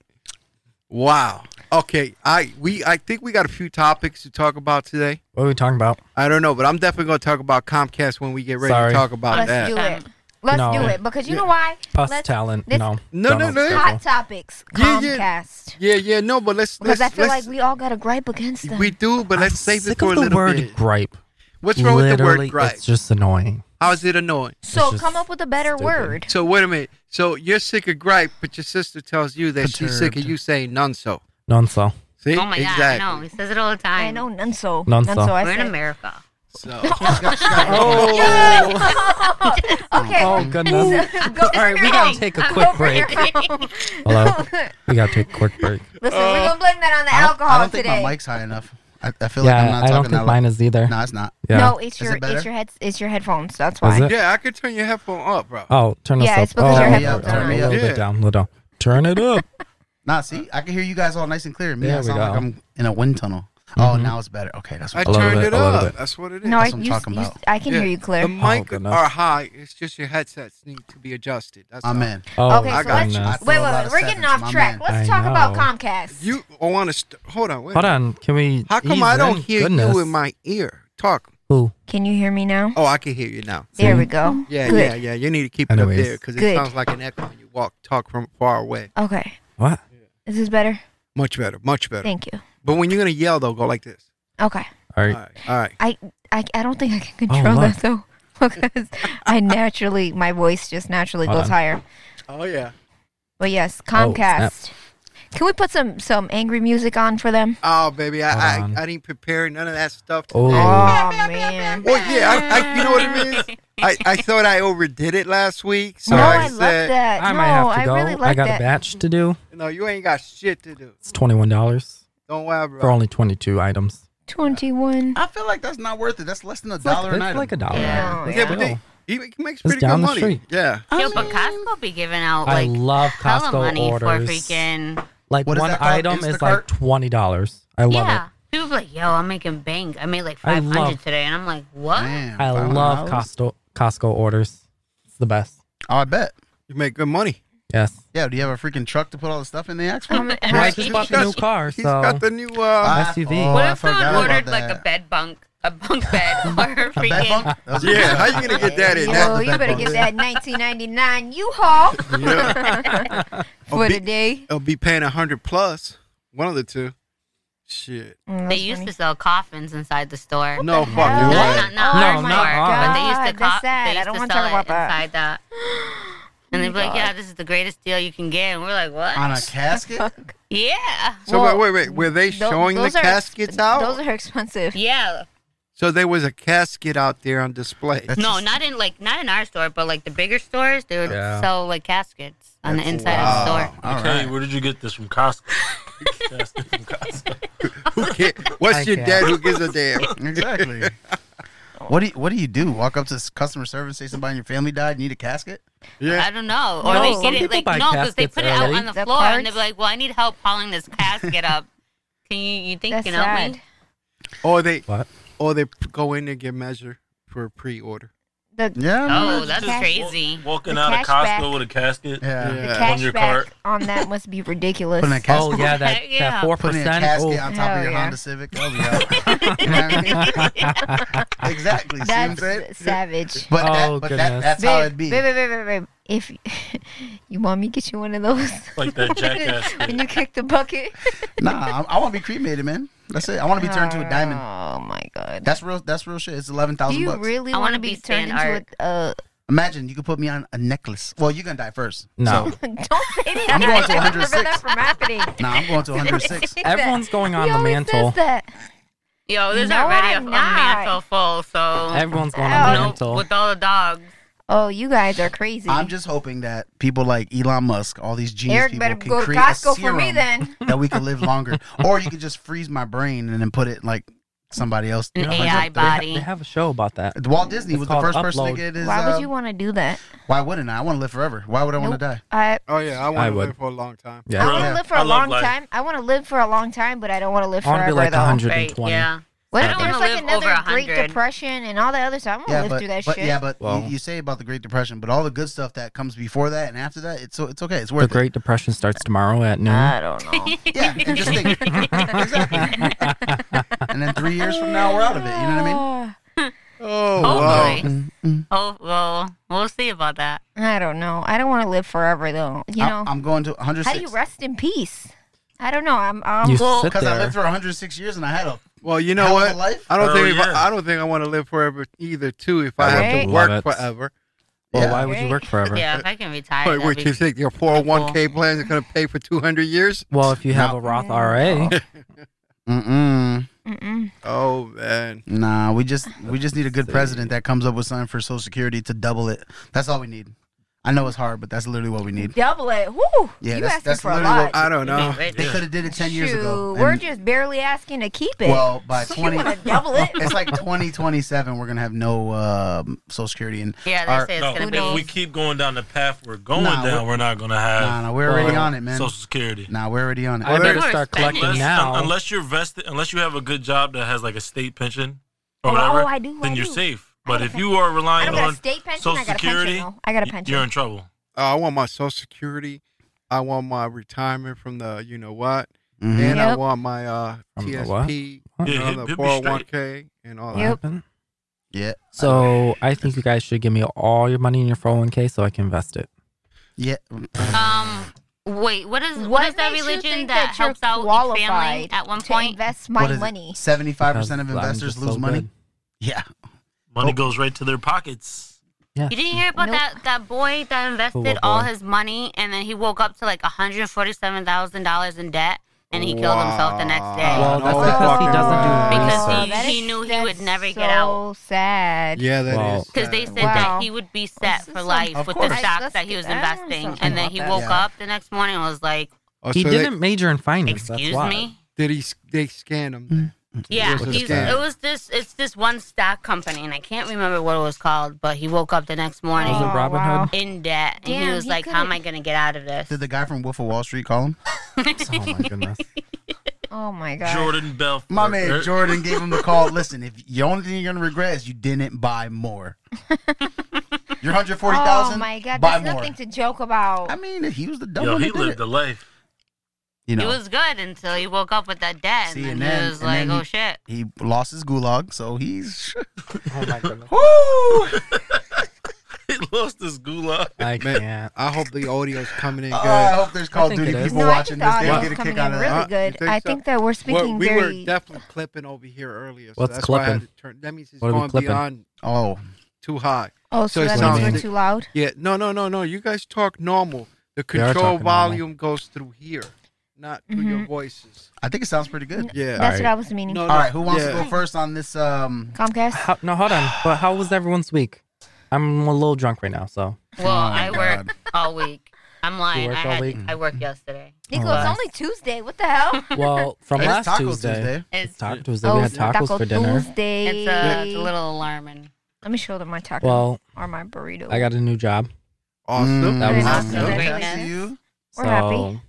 Speaker 1: Wow. Okay. I we I think we got a few topics to talk about today.
Speaker 4: What are we talking about?
Speaker 1: I don't know, but I'm definitely gonna talk about Comcast when we get ready
Speaker 4: Sorry.
Speaker 1: to talk about
Speaker 3: Let's
Speaker 1: that.
Speaker 3: do it.
Speaker 4: Um,
Speaker 3: Let's
Speaker 4: No.
Speaker 3: do it because you know why?
Speaker 4: Us
Speaker 3: Let's-
Speaker 4: talent.
Speaker 3: this-
Speaker 4: no.
Speaker 1: No,
Speaker 4: Don't
Speaker 1: no,
Speaker 4: know.
Speaker 1: no.
Speaker 3: Hot topics.
Speaker 1: Yeah, yeah.
Speaker 3: Comcast.
Speaker 1: Yeah, yeah, no, but let's
Speaker 3: Because
Speaker 1: let's,
Speaker 3: I feel like
Speaker 1: let's
Speaker 3: we all got a gripe against them.
Speaker 1: we do, but let's
Speaker 4: I'm
Speaker 1: save it
Speaker 4: sick
Speaker 1: for
Speaker 4: of
Speaker 1: a
Speaker 4: the
Speaker 1: little
Speaker 4: word
Speaker 1: bit.
Speaker 4: gripe.
Speaker 1: What's wrong with the
Speaker 4: Literally,
Speaker 1: word gripe?
Speaker 4: It's just annoying.
Speaker 1: How is it annoying?
Speaker 3: so
Speaker 4: just
Speaker 3: come up with a better
Speaker 4: stupid.
Speaker 3: word.
Speaker 1: So wait a minute. So you're sick of gripe, but your sister tells you that she's sick of
Speaker 7: Perturbed.
Speaker 1: you saying none so.
Speaker 4: None so.
Speaker 1: See?
Speaker 5: Oh my
Speaker 1: exactly.
Speaker 5: god, I know. He says it all the time.
Speaker 3: I know none so.
Speaker 4: None so.
Speaker 3: I
Speaker 5: We're in
Speaker 3: said.
Speaker 5: America.
Speaker 1: So
Speaker 4: Oh.
Speaker 3: Okay.
Speaker 4: oh goodness.
Speaker 3: Go
Speaker 4: All right, we gotta take a quick break. Hello. We gotta take a quick break.
Speaker 3: Listen, we're gonna blame that on the
Speaker 7: Uh, I don't,
Speaker 3: alcohol
Speaker 7: I don't think
Speaker 3: today.
Speaker 7: my mic's high enough. I, I feel like I'm
Speaker 4: Yeah,
Speaker 7: not
Speaker 4: I don't
Speaker 7: talking
Speaker 4: think
Speaker 7: that
Speaker 4: mine is either.
Speaker 7: loud. No, it's not.
Speaker 4: Yeah.
Speaker 3: No, it's
Speaker 7: Is
Speaker 3: your
Speaker 7: it better?
Speaker 3: it's your heads it's your headphones. That's
Speaker 4: Is
Speaker 3: why.
Speaker 4: it?
Speaker 1: yeah, I could turn your headphone up, bro.
Speaker 4: Oh, turn this
Speaker 3: Yeah,
Speaker 4: up.
Speaker 3: it's because
Speaker 4: oh,
Speaker 3: your
Speaker 4: a
Speaker 7: headphones
Speaker 4: little-
Speaker 7: are
Speaker 4: a little
Speaker 7: on.
Speaker 1: Yeah.
Speaker 4: bit down, a little down. Turn it up.
Speaker 7: Nah, see, I can hear you guys all nice and clear. Me,
Speaker 4: There
Speaker 7: I
Speaker 4: we
Speaker 7: sound
Speaker 4: go. Mm-hmm.
Speaker 7: like I'm in a wind tunnel. Oh, now it's better. Okay, that's
Speaker 1: I
Speaker 7: what
Speaker 4: A little
Speaker 1: turned
Speaker 4: bit,
Speaker 1: it
Speaker 4: a little
Speaker 1: up.
Speaker 4: bit.
Speaker 1: That's what it is.
Speaker 3: No, I,
Speaker 7: That's what I'm
Speaker 3: you,
Speaker 7: talking
Speaker 3: you-
Speaker 7: about.
Speaker 3: I can
Speaker 1: Yeah.
Speaker 3: hear you
Speaker 1: The
Speaker 3: clear.
Speaker 1: mic
Speaker 4: goodness.
Speaker 1: are high. It's just your headsets need to be adjusted. That's
Speaker 7: I'm
Speaker 1: all.
Speaker 7: in.
Speaker 4: Oh,
Speaker 3: okay,
Speaker 1: I
Speaker 3: so
Speaker 1: got
Speaker 3: let's
Speaker 1: you.
Speaker 4: goodness.
Speaker 7: I
Speaker 3: wait, wait,
Speaker 7: throw a lot
Speaker 3: wait.
Speaker 7: of
Speaker 3: We're getting
Speaker 7: seconds,
Speaker 3: off
Speaker 7: my
Speaker 3: track.
Speaker 7: man.
Speaker 3: Let's
Speaker 4: I
Speaker 3: talk about
Speaker 4: know.
Speaker 3: Comcast.
Speaker 1: You want to st- hold on? Wait.
Speaker 4: Hold on. Can we?
Speaker 1: How come
Speaker 4: ease
Speaker 1: I don't
Speaker 4: in?
Speaker 1: hear
Speaker 4: goodness.
Speaker 1: you in my ear? Talk.
Speaker 4: Who?
Speaker 3: can you hear me now?
Speaker 1: Oh, I can hear you now.
Speaker 3: There
Speaker 4: See?
Speaker 3: we go.
Speaker 1: Yeah,
Speaker 3: Good.
Speaker 1: yeah, yeah. You need to keep it up
Speaker 4: Anyways.
Speaker 1: there because it
Speaker 3: Good.
Speaker 1: sounds like an echo when you walk talk from far away.
Speaker 3: Okay.
Speaker 4: What?
Speaker 3: Is this better?
Speaker 1: Much better, much better.
Speaker 3: Thank you.
Speaker 1: But when you're gonna yell though, go like this.
Speaker 3: Okay.
Speaker 1: All
Speaker 4: All right.
Speaker 1: right, all right.
Speaker 3: I I, I don't think I can control
Speaker 4: Oh, look.
Speaker 3: that though. Because I naturally my voice just naturally
Speaker 4: Hold
Speaker 3: goes
Speaker 4: on.
Speaker 3: higher.
Speaker 1: Oh yeah.
Speaker 3: But yes,
Speaker 4: Oh, snap.
Speaker 3: Comcast. Can we put some some angry music on for them?
Speaker 1: Oh baby, I
Speaker 4: Hold
Speaker 1: I,
Speaker 4: on.
Speaker 1: I didn't prepare none of that stuff.
Speaker 4: Oh.
Speaker 1: today.
Speaker 3: Oh man.
Speaker 1: Well, yeah. I, I, you know what it is. I, I thought I overdid it last week, so
Speaker 3: no,
Speaker 1: I,
Speaker 3: I
Speaker 1: said,
Speaker 3: love that.
Speaker 4: I
Speaker 3: no,
Speaker 4: might have to
Speaker 3: I
Speaker 4: go.
Speaker 3: really like
Speaker 4: I got
Speaker 3: that.
Speaker 4: a batch to do.
Speaker 1: "No, you ain't got shit to do.
Speaker 4: It's twenty-one dollars
Speaker 1: Don't worry, bro."
Speaker 4: for only twenty-two items.
Speaker 3: Twenty one.
Speaker 7: I feel like that's not worth it. That's less than a
Speaker 4: It's like-
Speaker 7: dollar
Speaker 4: it's
Speaker 7: an item.
Speaker 4: like a dollar.
Speaker 5: Yeah.
Speaker 4: It's
Speaker 1: yeah, but
Speaker 4: still-
Speaker 1: they, he, he makes
Speaker 4: It's
Speaker 1: pretty good
Speaker 4: down the
Speaker 1: money.
Speaker 4: street.
Speaker 1: Yeah.
Speaker 5: Yo, but Costco be giving out
Speaker 4: I
Speaker 5: like
Speaker 4: love
Speaker 5: hella
Speaker 4: Costco
Speaker 5: money
Speaker 4: orders.
Speaker 5: for freaking.
Speaker 4: Like
Speaker 7: What is
Speaker 4: one
Speaker 7: that called?
Speaker 4: item is
Speaker 7: Instacart?
Speaker 4: like twenty dollars. I love
Speaker 5: yeah.
Speaker 4: it.
Speaker 5: People be like, yo, I'm making bank. I made like
Speaker 4: I
Speaker 5: 500
Speaker 4: love-
Speaker 5: today. And I'm like, what?
Speaker 7: Damn,
Speaker 4: I
Speaker 7: $500?
Speaker 4: love Costco Costco orders. It's the best.
Speaker 7: Oh, I bet.
Speaker 1: You make good money.
Speaker 4: Yes.
Speaker 7: Yeah, do you have a freaking truck to put all the stuff in the ask for?
Speaker 3: How many-
Speaker 4: Well, I
Speaker 3: how-
Speaker 4: just bought the new car,
Speaker 1: He's
Speaker 4: so
Speaker 1: got the new. Uh,
Speaker 7: Ah,
Speaker 4: SUV.
Speaker 7: oh,
Speaker 5: what
Speaker 7: I
Speaker 5: if someone
Speaker 7: forgot
Speaker 5: ordered
Speaker 7: about
Speaker 5: like a
Speaker 7: that.
Speaker 5: bed bunk, a bunk bed, or a
Speaker 7: A bed
Speaker 5: freaking
Speaker 7: bunk? That was a good
Speaker 1: yeah.
Speaker 7: one.
Speaker 1: How you gonna get that in?
Speaker 3: Yo,
Speaker 1: That,
Speaker 3: Oh, you better get that 1999 U-Haul for
Speaker 1: I'll Oh, be-
Speaker 3: the day.
Speaker 1: I'll be paying a hundred plus. One of the two. Shit.
Speaker 3: Mm,
Speaker 5: They
Speaker 3: that's
Speaker 5: used
Speaker 3: funny.
Speaker 5: to sell coffins inside the store.
Speaker 1: No fucking
Speaker 3: hell?
Speaker 1: way.
Speaker 5: Not, not, not
Speaker 4: No,
Speaker 5: our
Speaker 4: not
Speaker 5: store,
Speaker 4: ours.
Speaker 5: but they used
Speaker 3: God,
Speaker 5: to, co-
Speaker 3: that's sad.
Speaker 5: they
Speaker 3: I
Speaker 5: used
Speaker 3: don't
Speaker 5: to
Speaker 3: wanna
Speaker 5: sell
Speaker 3: talk about
Speaker 5: it
Speaker 3: that.
Speaker 5: inside that. And they'd be like,
Speaker 3: God.
Speaker 5: yeah, this is the greatest deal you can get. And we're like, what?
Speaker 7: On a casket?
Speaker 5: yeah.
Speaker 1: So
Speaker 3: Well,
Speaker 1: wait, wait, wait. Were they
Speaker 3: Tho-
Speaker 1: showing the
Speaker 3: those are ex-
Speaker 1: caskets out?
Speaker 3: Those are expensive.
Speaker 5: Yeah.
Speaker 1: so there was a casket out there on display.
Speaker 7: That's
Speaker 5: No,
Speaker 7: just-
Speaker 5: not in like not in our store, but like the bigger stores, they would
Speaker 4: Yeah.
Speaker 5: sell like caskets on the inside
Speaker 7: Wow.
Speaker 5: of the store.
Speaker 7: All
Speaker 6: okay,
Speaker 7: right.
Speaker 6: where did you get this from Costco? Casket from Costco.
Speaker 1: Who ca- What's
Speaker 4: I
Speaker 1: your
Speaker 4: can't.
Speaker 1: dad? Who gives a damn?
Speaker 7: Exactly. What do you What do you do? Walk up to s- customer service, say somebody in your family died, need a casket?
Speaker 1: Yeah.
Speaker 5: I don't know. Or
Speaker 4: No,
Speaker 5: they
Speaker 4: some
Speaker 5: get it
Speaker 4: people
Speaker 5: like
Speaker 4: buy
Speaker 5: no, because they
Speaker 4: caskets
Speaker 5: put it out
Speaker 4: early.
Speaker 5: on the,
Speaker 3: The
Speaker 5: floor and they're
Speaker 3: parts?
Speaker 5: like, "Well, I need help hauling this casket up. Can you you think
Speaker 3: That's
Speaker 5: you know
Speaker 3: sad.
Speaker 5: me?"
Speaker 1: Or they,
Speaker 4: What?
Speaker 1: or they p- go in and get measure for pre-order.
Speaker 3: The,
Speaker 7: Yeah. man.
Speaker 5: Oh, that's
Speaker 3: Just
Speaker 5: crazy.
Speaker 6: Walk- walking
Speaker 3: The
Speaker 6: out
Speaker 3: cash
Speaker 6: of Costco
Speaker 3: back.
Speaker 6: with a casket.
Speaker 7: Yeah.
Speaker 3: the
Speaker 1: Yeah.
Speaker 6: On your
Speaker 3: cashback
Speaker 6: cart.
Speaker 3: on that must be ridiculous.
Speaker 7: Putting a casket,
Speaker 4: Oh yeah, that
Speaker 5: Yeah.
Speaker 4: that four
Speaker 7: putting a
Speaker 4: percent.
Speaker 7: casket on top
Speaker 3: Hell
Speaker 7: of your
Speaker 3: Oh, yeah.
Speaker 7: Honda Civic. That'll be out. you know what I mean? exactly. See what I'm saying?
Speaker 3: That's savage.
Speaker 7: But,
Speaker 4: Oh,
Speaker 7: that, but that,
Speaker 4: goodness.
Speaker 7: that's how it'd be.
Speaker 3: Babe, babe, babe, babe, babe. If you want me to get you one of those
Speaker 6: Like that jackass.
Speaker 3: when
Speaker 6: did.
Speaker 3: you kick the bucket.
Speaker 7: Nah, I, I want to be cremated, man. That's it. I want to be turned to a diamond.
Speaker 3: Oh my god.
Speaker 7: That's real. That's real shit. It's eleven
Speaker 3: Do
Speaker 7: thousand
Speaker 3: you
Speaker 7: bucks.
Speaker 3: really
Speaker 5: I
Speaker 3: want to
Speaker 5: wanna
Speaker 3: be
Speaker 5: be
Speaker 3: turned
Speaker 5: fan
Speaker 3: into a? Uh,
Speaker 7: Imagine you could put me on a necklace. Well, you're gonna die first.
Speaker 4: No.
Speaker 7: So,
Speaker 3: don't say that.
Speaker 7: I'm going to
Speaker 3: I remember
Speaker 7: 106.
Speaker 3: that from happening.
Speaker 7: nah, I'm going to 106.
Speaker 4: Everyone's going on
Speaker 3: he
Speaker 4: the
Speaker 3: always
Speaker 4: mantle.
Speaker 3: Says that.
Speaker 5: Yo, there's
Speaker 3: No,
Speaker 5: already a, a
Speaker 3: I'm not.
Speaker 5: mantle full, so
Speaker 4: Everyone's going
Speaker 3: Oh.
Speaker 4: on the
Speaker 5: Nope,
Speaker 4: mantle.
Speaker 5: with all the dogs.
Speaker 3: Oh, you guys are crazy.
Speaker 7: I'm just hoping that people like Elon Musk, all these genius
Speaker 3: Eric
Speaker 7: people,
Speaker 3: better
Speaker 7: can
Speaker 3: go to
Speaker 7: create a
Speaker 3: Costco for me
Speaker 7: serum
Speaker 3: then.
Speaker 7: that we can live longer. or you could just freeze my brain and then put it like somebody else.
Speaker 5: An
Speaker 4: You know,
Speaker 5: AI
Speaker 4: they ha-
Speaker 5: body.
Speaker 4: They have a show about that.
Speaker 7: Walt Disney
Speaker 4: It's
Speaker 7: was the
Speaker 4: called
Speaker 7: first person
Speaker 4: Upload.
Speaker 7: to get his.
Speaker 3: Why
Speaker 7: uh,
Speaker 3: would you want to do that?
Speaker 7: Why wouldn't I? I want to live forever. Why would I want
Speaker 3: Nope.
Speaker 7: to die?
Speaker 3: I
Speaker 1: Oh yeah, I
Speaker 4: I
Speaker 1: want to
Speaker 4: would.
Speaker 1: live for a long time.
Speaker 3: I
Speaker 4: Yeah.
Speaker 3: want
Speaker 7: Yeah.
Speaker 3: to live for a
Speaker 6: I love
Speaker 3: long
Speaker 6: life.
Speaker 3: time. I want to live for a long time, but I don't want to live
Speaker 4: I want
Speaker 3: forever
Speaker 4: to be like
Speaker 3: though.
Speaker 5: Right,
Speaker 4: 120.
Speaker 5: yeah.
Speaker 3: What if
Speaker 5: I don't
Speaker 3: there's
Speaker 5: wanna
Speaker 3: like
Speaker 5: live over
Speaker 3: another Great
Speaker 5: 100.
Speaker 3: Depression and all that other stuff? I'm gonna
Speaker 7: Yeah,
Speaker 3: live
Speaker 7: but,
Speaker 3: through that
Speaker 7: but
Speaker 3: shit.
Speaker 7: yeah, but
Speaker 4: Well-
Speaker 7: you, you say about the Great Depression, but all the good stuff that comes before that and after that, it's so it's okay. It's
Speaker 4: The
Speaker 7: worth
Speaker 4: Great Depression starts tomorrow at noon.
Speaker 3: I don't know.
Speaker 7: it. Yeah, and just think, exactly. and then three years from now, we're out of it. You know what I mean?
Speaker 1: Oh, wow.
Speaker 5: Hopefully. Oh well, we'll see about that.
Speaker 3: I don't know. I don't want to live forever though. You
Speaker 7: I-
Speaker 3: know,
Speaker 7: I'm going to
Speaker 3: how do you
Speaker 7: 106
Speaker 3: rest in peace? I don't know. I'm. um, I'm
Speaker 4: You
Speaker 5: Well,
Speaker 4: sit
Speaker 7: because I
Speaker 4: there.
Speaker 7: lived for 106 years and I had a
Speaker 1: Well, you know
Speaker 7: hell
Speaker 1: what?
Speaker 7: of a life.
Speaker 1: I don't
Speaker 6: Oh,
Speaker 1: think if
Speaker 6: yeah.
Speaker 1: I, I don't think I want to live forever either. Too, if I have
Speaker 3: Right.
Speaker 1: to work
Speaker 4: Love it.
Speaker 1: forever.
Speaker 4: Well,
Speaker 7: Yeah.
Speaker 4: why would you work forever?
Speaker 5: Yeah, if I can retire.
Speaker 1: But
Speaker 5: that'd
Speaker 1: what
Speaker 5: be-
Speaker 1: you think your four hundred one k plans are going to pay for two hundred years?
Speaker 4: Well, if you have
Speaker 7: No.
Speaker 4: a Roth IRA,
Speaker 7: Mm-mm.
Speaker 3: Mm-mm.
Speaker 1: Oh man,
Speaker 7: Nah, we just we just need a good
Speaker 4: Let's see.
Speaker 7: president that comes up with something for Social Security to double it. That's all we need. I know it's hard, but that's literally what we need.
Speaker 3: Double it. Woo! you
Speaker 7: Yeah, that's-
Speaker 3: asking
Speaker 7: that's
Speaker 3: for a
Speaker 7: literally
Speaker 3: lot.
Speaker 7: what-
Speaker 1: I don't know. Uh,
Speaker 5: Right.
Speaker 7: They could have did it 10 years ago.
Speaker 3: Shoot, We're
Speaker 7: and-
Speaker 3: just barely asking to keep it.
Speaker 7: well, by
Speaker 3: So
Speaker 7: 20
Speaker 3: You want to double it?
Speaker 7: It's like 2027 we're going to have no um, Social Security and
Speaker 5: Yeah,
Speaker 7: Our-
Speaker 5: they say it's
Speaker 6: No,
Speaker 5: gonna
Speaker 3: Who
Speaker 6: if we
Speaker 5: be.
Speaker 6: keep going down the path we're going
Speaker 7: Nah,
Speaker 6: down,
Speaker 7: we're-
Speaker 6: we're, not gonna have
Speaker 7: Nah, nah, we're already
Speaker 4: Well,
Speaker 7: on it, man.
Speaker 6: Uh, Social Security.
Speaker 7: Nah, we're already on it.
Speaker 4: I better
Speaker 5: Well,
Speaker 4: start
Speaker 5: they're
Speaker 4: collecting
Speaker 6: Unless,
Speaker 4: now.
Speaker 6: un- unless you're vested, unless you have a good job that has like a state pension or
Speaker 3: Oh,
Speaker 6: whatever,
Speaker 3: oh, I do,
Speaker 6: then
Speaker 3: I
Speaker 6: you're
Speaker 3: do.
Speaker 6: safe.
Speaker 3: I
Speaker 6: But
Speaker 3: got
Speaker 6: if
Speaker 3: a
Speaker 6: you are
Speaker 3: I
Speaker 6: relying
Speaker 3: don't got
Speaker 6: on
Speaker 3: a state pension.
Speaker 6: Social
Speaker 3: I got a
Speaker 6: Security,
Speaker 3: pension. Though. I got a
Speaker 6: y-
Speaker 3: pension.
Speaker 6: you're in trouble.
Speaker 1: Uh, I want my Social Security. I want my retirement from the you know what,
Speaker 7: Mhm.
Speaker 1: and I
Speaker 3: Yep.
Speaker 1: want my uh,
Speaker 4: Mm-hmm. From the what?
Speaker 1: TSP,
Speaker 4: Huh?
Speaker 1: you
Speaker 6: Yeah,
Speaker 1: know,
Speaker 6: he'll-
Speaker 1: the
Speaker 6: he'll
Speaker 1: four
Speaker 6: be
Speaker 1: hundred
Speaker 6: straight.
Speaker 1: one k, and all
Speaker 4: What
Speaker 1: that.
Speaker 3: Yep.
Speaker 4: happened?
Speaker 7: Yeah.
Speaker 4: So I think you guys should give me all your money in your 401k so I can invest it.
Speaker 7: Yeah.
Speaker 5: Um, wait, what is what,
Speaker 3: What
Speaker 5: what is that
Speaker 3: makes you
Speaker 5: religion
Speaker 3: think
Speaker 5: that,
Speaker 3: that you're
Speaker 5: helps out each family
Speaker 3: qualified
Speaker 5: at one
Speaker 3: to
Speaker 5: point?
Speaker 3: invest
Speaker 7: What
Speaker 3: my
Speaker 7: is it?
Speaker 3: money.
Speaker 7: 75% of
Speaker 4: Because I'm
Speaker 7: investors
Speaker 4: just
Speaker 7: lose
Speaker 4: so
Speaker 7: money.
Speaker 4: good.
Speaker 7: Yeah.
Speaker 6: Money
Speaker 7: Oh.
Speaker 6: goes right to their pockets.
Speaker 4: Yeah.
Speaker 5: You didn't hear about
Speaker 3: Nope.
Speaker 5: that that boy that invested
Speaker 4: Poor
Speaker 5: all
Speaker 4: boy.
Speaker 5: his money and then he woke up to like hundred forty seven thousand dollars in debt and he killed himself the next day.
Speaker 4: Well, that's because he doesn't do
Speaker 1: Wow.
Speaker 5: Because he-
Speaker 3: that
Speaker 5: he knew he would
Speaker 3: that's
Speaker 5: never get
Speaker 3: so
Speaker 5: out.
Speaker 3: sad.
Speaker 1: Yeah, that is
Speaker 4: Wow.
Speaker 5: Because they said
Speaker 1: sad.
Speaker 3: Wow.
Speaker 5: that he would be set
Speaker 3: This
Speaker 5: for
Speaker 3: is
Speaker 5: life
Speaker 7: Of
Speaker 5: with
Speaker 7: course.
Speaker 5: the stocks
Speaker 3: Let's
Speaker 5: that he was
Speaker 3: get- I don't know
Speaker 5: investing,
Speaker 3: something
Speaker 5: and then
Speaker 3: about
Speaker 5: he
Speaker 3: that.
Speaker 5: woke
Speaker 7: Yeah.
Speaker 5: up the next morning and was like,
Speaker 1: Oh,
Speaker 4: He
Speaker 1: so they-
Speaker 4: didn't major in finance.
Speaker 5: "Excuse
Speaker 4: that's why.
Speaker 5: me."
Speaker 1: Did he? s- They scanned him.
Speaker 4: Mm.
Speaker 1: then?
Speaker 7: Hmm.
Speaker 5: Yeah,
Speaker 1: It was a
Speaker 5: he's,
Speaker 1: scam.
Speaker 5: it was this. It's this one stock company, and I can't remember what it was called. But he woke up the next morning
Speaker 4: Was it
Speaker 3: Oh,
Speaker 4: Robin
Speaker 3: wow.
Speaker 5: in debt, and
Speaker 3: Damn,
Speaker 5: he was
Speaker 3: he
Speaker 5: like, "How am I gonna get out of this?"
Speaker 7: Did the guy from Wolf of Wall Street call him?
Speaker 4: Hood? Oh my goodness.
Speaker 3: Oh my god.
Speaker 6: Jordan Belfort.
Speaker 7: My man
Speaker 6: Er-
Speaker 7: Jordan gave him the call. Listen, if the only thing you're gonna regret is you didn't buy more. Your hundred forty thousand.
Speaker 3: Oh my god,
Speaker 7: Buy
Speaker 3: that's
Speaker 7: more.
Speaker 3: nothing to joke about.
Speaker 7: I mean, if he was the dumb
Speaker 6: Yo,
Speaker 7: one,
Speaker 6: he
Speaker 7: he did
Speaker 6: lived
Speaker 7: it.
Speaker 6: the life.
Speaker 7: You know,
Speaker 5: It was good until he woke up with that debt,
Speaker 7: See,
Speaker 5: and
Speaker 7: and
Speaker 5: then,
Speaker 7: then-
Speaker 5: he was
Speaker 7: and
Speaker 5: like,
Speaker 7: then
Speaker 5: "Oh
Speaker 7: he-
Speaker 5: shit."
Speaker 7: he lost his gulag, so he's.
Speaker 4: Oh my goodness.
Speaker 7: Woo!
Speaker 6: He lost his gulag.
Speaker 4: I
Speaker 1: Man,
Speaker 4: can't.
Speaker 1: I hope the audio's coming in good.
Speaker 7: Uh, I hope there's Call of
Speaker 4: think
Speaker 7: Duty
Speaker 4: it is.
Speaker 7: people
Speaker 4: No,
Speaker 3: I
Speaker 7: watching
Speaker 3: think
Speaker 7: this.
Speaker 3: the
Speaker 7: They'll
Speaker 3: audio's
Speaker 7: get a kick
Speaker 3: coming
Speaker 7: out
Speaker 3: in
Speaker 7: of
Speaker 1: Uh,
Speaker 3: Oh, really
Speaker 7: that.
Speaker 1: you
Speaker 3: good.
Speaker 1: think
Speaker 3: I
Speaker 1: so?
Speaker 3: think that we're speaking
Speaker 1: Well, we were
Speaker 3: very.
Speaker 1: definitely clipping over here earlier. So
Speaker 4: What's
Speaker 1: that's why I had to
Speaker 4: clipping?
Speaker 1: turn. That means it's
Speaker 4: What are we
Speaker 1: going
Speaker 4: clipping?
Speaker 1: beyond
Speaker 7: Oh,
Speaker 1: too high.
Speaker 3: oh, so
Speaker 1: so it
Speaker 3: that
Speaker 4: sounds
Speaker 3: means we're
Speaker 4: like-
Speaker 3: too loud.
Speaker 1: Yeah, no, no, no, no. You guys talk normal. The
Speaker 4: We
Speaker 1: control
Speaker 4: are talking normal.
Speaker 1: volume goes through here, not through
Speaker 3: Mm-hmm.
Speaker 1: your voices.
Speaker 7: I think it sounds pretty good.
Speaker 1: Yeah.
Speaker 3: That's
Speaker 4: Alright.
Speaker 3: what I was meaning.
Speaker 1: No,
Speaker 7: All right, who wants
Speaker 1: yeah.
Speaker 7: to go first on this? Um,
Speaker 5: Oh,
Speaker 3: Comcast.
Speaker 4: How, no, hold on. But how was everyone's week? I'm a little drunk right now, so
Speaker 5: Well, I
Speaker 7: God.
Speaker 5: worked all week. I'm lying.
Speaker 4: worked
Speaker 5: I
Speaker 4: all
Speaker 5: had
Speaker 4: week?
Speaker 5: I worked yesterday.
Speaker 3: Nico,
Speaker 4: Alright.
Speaker 3: it's only Tuesday. What the hell?
Speaker 4: well from
Speaker 7: It is
Speaker 4: last
Speaker 7: Taco
Speaker 4: Tuesday,
Speaker 7: Tuesday.
Speaker 5: It's
Speaker 4: Taco Tuesday we
Speaker 3: Oh,
Speaker 4: had
Speaker 3: it's
Speaker 4: tacos
Speaker 3: Taco
Speaker 4: for dinner.
Speaker 3: Tuesday.
Speaker 5: it's, uh, it's a little alarming.
Speaker 3: Let me show them my taco
Speaker 4: Well,
Speaker 3: or my burrito.
Speaker 4: I got a new job.
Speaker 1: Awesome.
Speaker 4: That was
Speaker 7: Mm,
Speaker 4: awesome.
Speaker 7: Congratulations to you.
Speaker 4: So
Speaker 3: We're happy.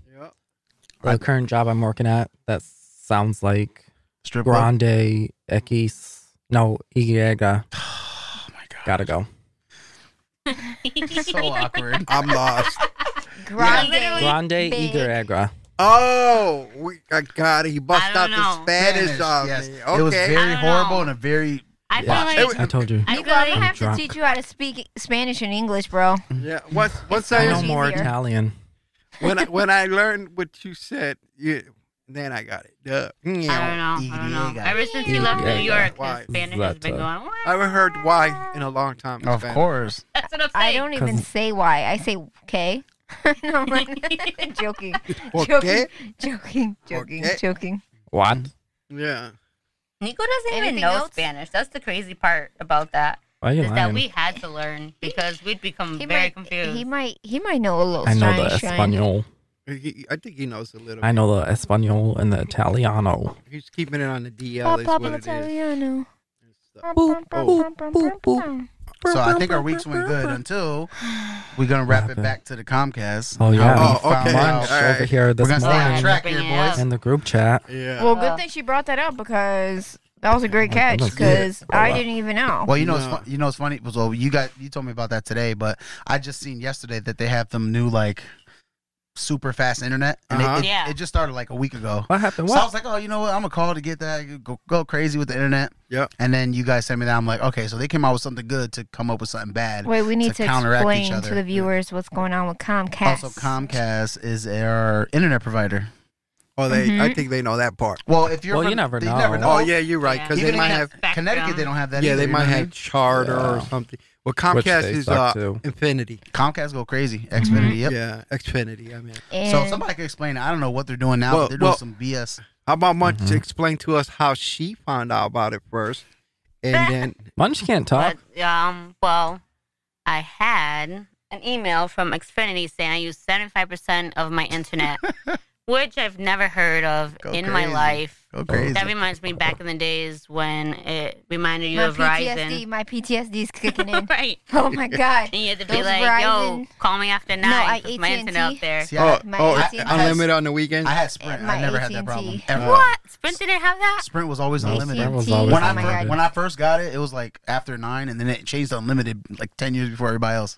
Speaker 1: Yeah.
Speaker 4: the current job I'm working at that sounds like
Speaker 7: Strip club.
Speaker 4: Grande X. No, Igega.
Speaker 7: Oh my god,
Speaker 4: Gotta go.
Speaker 7: so awkward.
Speaker 1: I'm lost.
Speaker 3: Grande.
Speaker 5: Yeah.
Speaker 4: Grande
Speaker 3: big.
Speaker 4: Igega.
Speaker 1: Oh, we, I got it. He
Speaker 5: I
Speaker 1: bust out
Speaker 5: don't
Speaker 1: the
Speaker 5: know.
Speaker 1: Spanish,
Speaker 7: Spanish,
Speaker 1: on
Speaker 7: yes.
Speaker 1: me.
Speaker 7: It was
Speaker 1: Okay.
Speaker 7: very
Speaker 5: I don't
Speaker 7: horrible
Speaker 5: know.
Speaker 7: and a very
Speaker 5: I
Speaker 7: Yeah.
Speaker 5: feel like
Speaker 4: I told you.
Speaker 5: I
Speaker 3: Nico,
Speaker 5: feel
Speaker 3: I'm gonna
Speaker 5: like
Speaker 3: have
Speaker 4: drunk.
Speaker 3: to teach you how to speak Spanish and English, bro.
Speaker 1: yeah. Once, once
Speaker 4: I
Speaker 1: I,
Speaker 4: know
Speaker 3: much
Speaker 4: more
Speaker 3: easier.
Speaker 4: Italian.
Speaker 1: when I, when I learned what you said, yeah, then I got it. Duh.
Speaker 5: I don't know. I
Speaker 7: EDA
Speaker 5: don't know.
Speaker 7: guy.
Speaker 5: Ever since he left
Speaker 4: EDA
Speaker 5: New
Speaker 4: guy.
Speaker 5: York,
Speaker 1: Why?
Speaker 5: his Spanish has been
Speaker 4: Zlatan.
Speaker 5: going.
Speaker 1: I haven't heard why in a long time. in
Speaker 7: Of
Speaker 1: Spanish.
Speaker 7: course.
Speaker 5: That's what I'm saying.
Speaker 3: I don't even
Speaker 4: 'Cause-
Speaker 3: say why. I say okay. No, I'm like- joking,
Speaker 1: Okay.
Speaker 3: joking, joking, joking,
Speaker 1: Okay.
Speaker 3: joking.
Speaker 4: What?
Speaker 1: Yeah.
Speaker 5: Nico doesn't
Speaker 3: Anything
Speaker 5: even know
Speaker 3: else?
Speaker 5: Spanish. That's the crazy part about that
Speaker 4: Why are you
Speaker 5: is that
Speaker 4: lying?
Speaker 5: we had to learn because we'd become
Speaker 3: He
Speaker 5: very
Speaker 3: might,
Speaker 5: confused. Oh,
Speaker 3: he might, he might know a little
Speaker 4: I know the
Speaker 3: Spanish. right?
Speaker 4: Espanol.
Speaker 1: He- I think he knows a little.
Speaker 4: I know the Espanol and the Italiano.
Speaker 1: bit. He's keeping it on the DL.
Speaker 3: Pop,
Speaker 1: Is
Speaker 3: pop,
Speaker 1: what it is.
Speaker 3: Italiano.
Speaker 1: and stuff.
Speaker 3: Boop,
Speaker 1: boop,
Speaker 3: boop, boop, boop.
Speaker 7: So I think our weeks went good Um, until we're gonna wrap it
Speaker 4: happened?
Speaker 7: back to the Comcast.
Speaker 4: Oh,
Speaker 7: How
Speaker 4: yeah.
Speaker 7: we
Speaker 1: Oh,
Speaker 7: found
Speaker 1: okay.
Speaker 7: out.
Speaker 4: Lunch
Speaker 1: All right.
Speaker 4: over here
Speaker 7: We're
Speaker 4: this
Speaker 7: gonna stay on
Speaker 5: Yeah,
Speaker 4: morning
Speaker 7: track
Speaker 5: bring
Speaker 7: here,
Speaker 5: it up.
Speaker 7: boys.
Speaker 4: in the group chat.
Speaker 1: Yeah.
Speaker 3: Well,
Speaker 5: Uh,
Speaker 3: good thing she brought that up because that was a great
Speaker 4: Oh,
Speaker 3: catch
Speaker 4: that's
Speaker 3: because
Speaker 4: good.
Speaker 3: I didn't even know.
Speaker 7: Well, you know, it's
Speaker 1: No.
Speaker 7: fun, you know, it's funny. So you got you told me about that today, but I just seen yesterday that they have them new like super fast internet, and
Speaker 1: Uh-huh.
Speaker 7: it, it,
Speaker 5: Yeah.
Speaker 7: it just started like a week ago.
Speaker 4: What happened?
Speaker 7: So I was
Speaker 4: What?
Speaker 7: like, oh, you know what? I'm gonna call to get that go, go crazy with the internet.
Speaker 1: Yep.
Speaker 7: And then you guys sent me that. I'm like, okay, so they came out with something good to come up with something bad.
Speaker 3: Wait, we need
Speaker 7: to
Speaker 3: to,
Speaker 7: counteract each
Speaker 3: explain
Speaker 7: other.
Speaker 3: to the viewers what's going on with Comcast.
Speaker 7: Also, Comcast is our internet provider.
Speaker 1: Oh, they. I
Speaker 3: Mhm.
Speaker 1: think they know that part.
Speaker 7: Well, if you're
Speaker 4: Well,
Speaker 7: from-
Speaker 4: you never
Speaker 7: they
Speaker 4: know.
Speaker 7: never know.
Speaker 1: Oh yeah, you're right.
Speaker 5: Yeah.
Speaker 1: Because
Speaker 7: Even
Speaker 1: they
Speaker 7: in
Speaker 1: might
Speaker 7: Ca-
Speaker 1: have.
Speaker 7: Connecticut, they don't have that.
Speaker 1: Yeah,
Speaker 7: either,
Speaker 1: they
Speaker 7: you know
Speaker 1: might
Speaker 7: what I
Speaker 1: have
Speaker 7: mean?
Speaker 1: Charter or
Speaker 4: Yeah.
Speaker 1: something. Well,
Speaker 4: Which
Speaker 1: Comcast
Speaker 4: they
Speaker 1: is
Speaker 4: suck,
Speaker 1: uh,
Speaker 4: too.
Speaker 1: Infinity.
Speaker 7: Comcast go crazy.
Speaker 1: Mm-hmm.
Speaker 7: Xfinity. Yep.
Speaker 1: Yeah, Xfinity. I mean,
Speaker 3: and
Speaker 7: So if somebody could explain it. I don't know what they're doing now.
Speaker 1: Well-
Speaker 7: but they're doing
Speaker 1: well-
Speaker 7: some BS.
Speaker 1: how about Munch
Speaker 7: Mm-hmm.
Speaker 4: Mhm.
Speaker 1: explain to us how she found out about it first, and then
Speaker 4: Munch can't talk.
Speaker 5: But, um, well, I had an email from Xfinity saying I use 75% of my internet, which I've never heard of
Speaker 7: Go
Speaker 5: in my
Speaker 7: crazy.
Speaker 5: life.
Speaker 4: Oh.
Speaker 7: Go crazy.
Speaker 5: That reminds me back in the days when it reminded you
Speaker 3: my
Speaker 5: of
Speaker 3: PTSD,
Speaker 5: Verizon.
Speaker 3: my PTSD's kicking in.
Speaker 5: right.
Speaker 3: Oh my god.
Speaker 5: And you had to be
Speaker 3: Those
Speaker 5: like, yo,
Speaker 3: Verizon-
Speaker 5: call me after
Speaker 3: No, I-
Speaker 5: nine because my
Speaker 3: AT&T.
Speaker 5: internet out there.
Speaker 7: See, I,
Speaker 3: My
Speaker 1: oh,
Speaker 3: AT&T.
Speaker 1: unlimited on the weekend.
Speaker 7: I had Sprint.
Speaker 3: My
Speaker 7: I never had that
Speaker 3: AT&T.
Speaker 7: problem. Ever.
Speaker 5: What? Sprint didn't have that?
Speaker 7: uh, Sprint was always
Speaker 4: No,
Speaker 7: unlimited.
Speaker 4: Sprint was
Speaker 3: AT&T.
Speaker 4: always
Speaker 7: When
Speaker 3: oh
Speaker 7: I,
Speaker 3: my
Speaker 7: first,
Speaker 3: god.
Speaker 7: when I first got it, it was like after nine, and then it changed to unlimited like ten years before everybody else.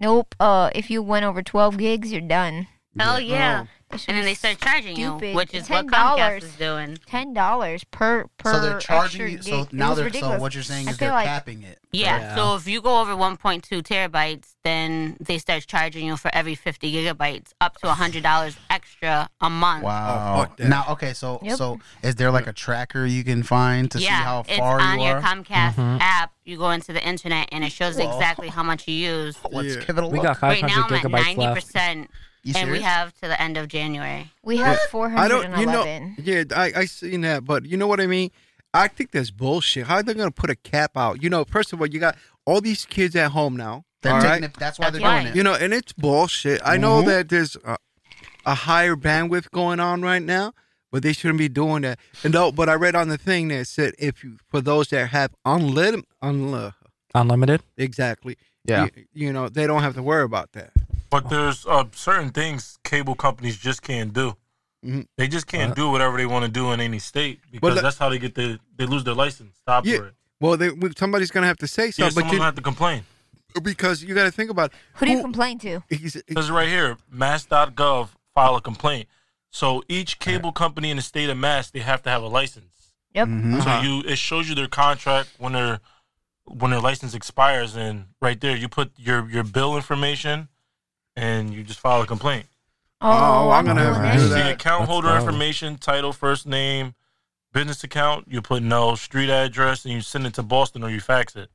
Speaker 3: Nope. Uh, if you went over 12 gigs, you're done.
Speaker 5: Hell yeah.
Speaker 3: That shit
Speaker 5: And then they
Speaker 3: is
Speaker 5: start charging you,
Speaker 3: stupid.
Speaker 5: which is what
Speaker 3: $10.
Speaker 5: Comcast is doing.
Speaker 7: Oh,
Speaker 3: ten dollars per per.
Speaker 7: so they're charging
Speaker 3: extra
Speaker 7: you. So
Speaker 3: gig. It
Speaker 7: now
Speaker 3: was
Speaker 7: they're
Speaker 3: ridiculous.
Speaker 7: so what you're saying
Speaker 3: I
Speaker 7: is
Speaker 3: feel
Speaker 7: they're
Speaker 3: like-
Speaker 7: capping it.
Speaker 5: Yeah,
Speaker 4: Yeah.
Speaker 5: so if you go over 1.2 terabytes, then they start charging you for every 50 gigabytes up to $100 extra a month.
Speaker 1: Oh,
Speaker 7: Wow.
Speaker 1: fuck that.
Speaker 7: now okay, so
Speaker 3: Yep.
Speaker 7: so is there like a tracker you can find to see
Speaker 5: yeah,
Speaker 7: how
Speaker 5: it's
Speaker 7: far
Speaker 5: on
Speaker 7: you
Speaker 5: your
Speaker 7: are? Mm-hmm.
Speaker 5: Comcast
Speaker 4: Mhm.
Speaker 5: app. You go into the internet and it shows
Speaker 7: Whoa.
Speaker 5: exactly how much you use.
Speaker 7: Let's
Speaker 1: Yeah.
Speaker 7: give it a
Speaker 4: We
Speaker 7: look.
Speaker 4: got
Speaker 5: Right
Speaker 4: 500
Speaker 5: now I'm at
Speaker 4: gigabytes left.
Speaker 5: 90%,
Speaker 7: you
Speaker 5: and
Speaker 7: serious?
Speaker 5: we have to the end of January.
Speaker 3: we have
Speaker 1: I
Speaker 3: 411.
Speaker 1: don't, you know, yeah, I, I seen that, but you know what I mean? I think that's bullshit. How are they going to put a cap out? You know, first of all, you got all these kids at home now.
Speaker 7: They're
Speaker 1: all
Speaker 7: taking
Speaker 1: right?
Speaker 7: it- that's why
Speaker 5: That's
Speaker 7: they're
Speaker 5: why.
Speaker 7: doing it.
Speaker 1: You know, and it's bullshit. I know that there's a, a higher bandwidth going on right now, but they shouldn't be doing that. And no, but I read on the thing that said if you, for those that have unlimited, unli-
Speaker 4: Unlimited?
Speaker 1: exactly,
Speaker 4: Yeah.
Speaker 1: you, you know, they don't have to worry about that.
Speaker 6: But there's uh, certain things cable companies just can't do.
Speaker 1: Mhm.
Speaker 6: They just can't
Speaker 4: Uh,
Speaker 6: do whatever they want to do in any state because
Speaker 1: le-
Speaker 6: that's how they get the they lose their license to
Speaker 1: Yeah,
Speaker 6: operate.
Speaker 1: Well, they, somebody's going to have to say
Speaker 6: yeah,
Speaker 1: something,
Speaker 6: someone
Speaker 1: but
Speaker 6: have to complain.
Speaker 1: you, because you got to think about it.
Speaker 3: Who do you complain to?
Speaker 1: he's-
Speaker 6: It says right here, mass.gov file a complaint. So each cable company in the state of Mass, they have to have a license.
Speaker 3: Yep.
Speaker 7: Mhm.
Speaker 1: Uh-huh.
Speaker 6: So you it shows you their contract when their when their license expires, and right there you put your your bill information, and you just file a complaint.
Speaker 1: Oh, I'm gonna have
Speaker 3: doing
Speaker 1: to
Speaker 3: that
Speaker 1: do
Speaker 3: shit.
Speaker 1: that.
Speaker 6: The account
Speaker 4: That's
Speaker 6: holder
Speaker 4: valid.
Speaker 6: information, title, first name, business account. You put no street address, and you send it to Boston or you fax it.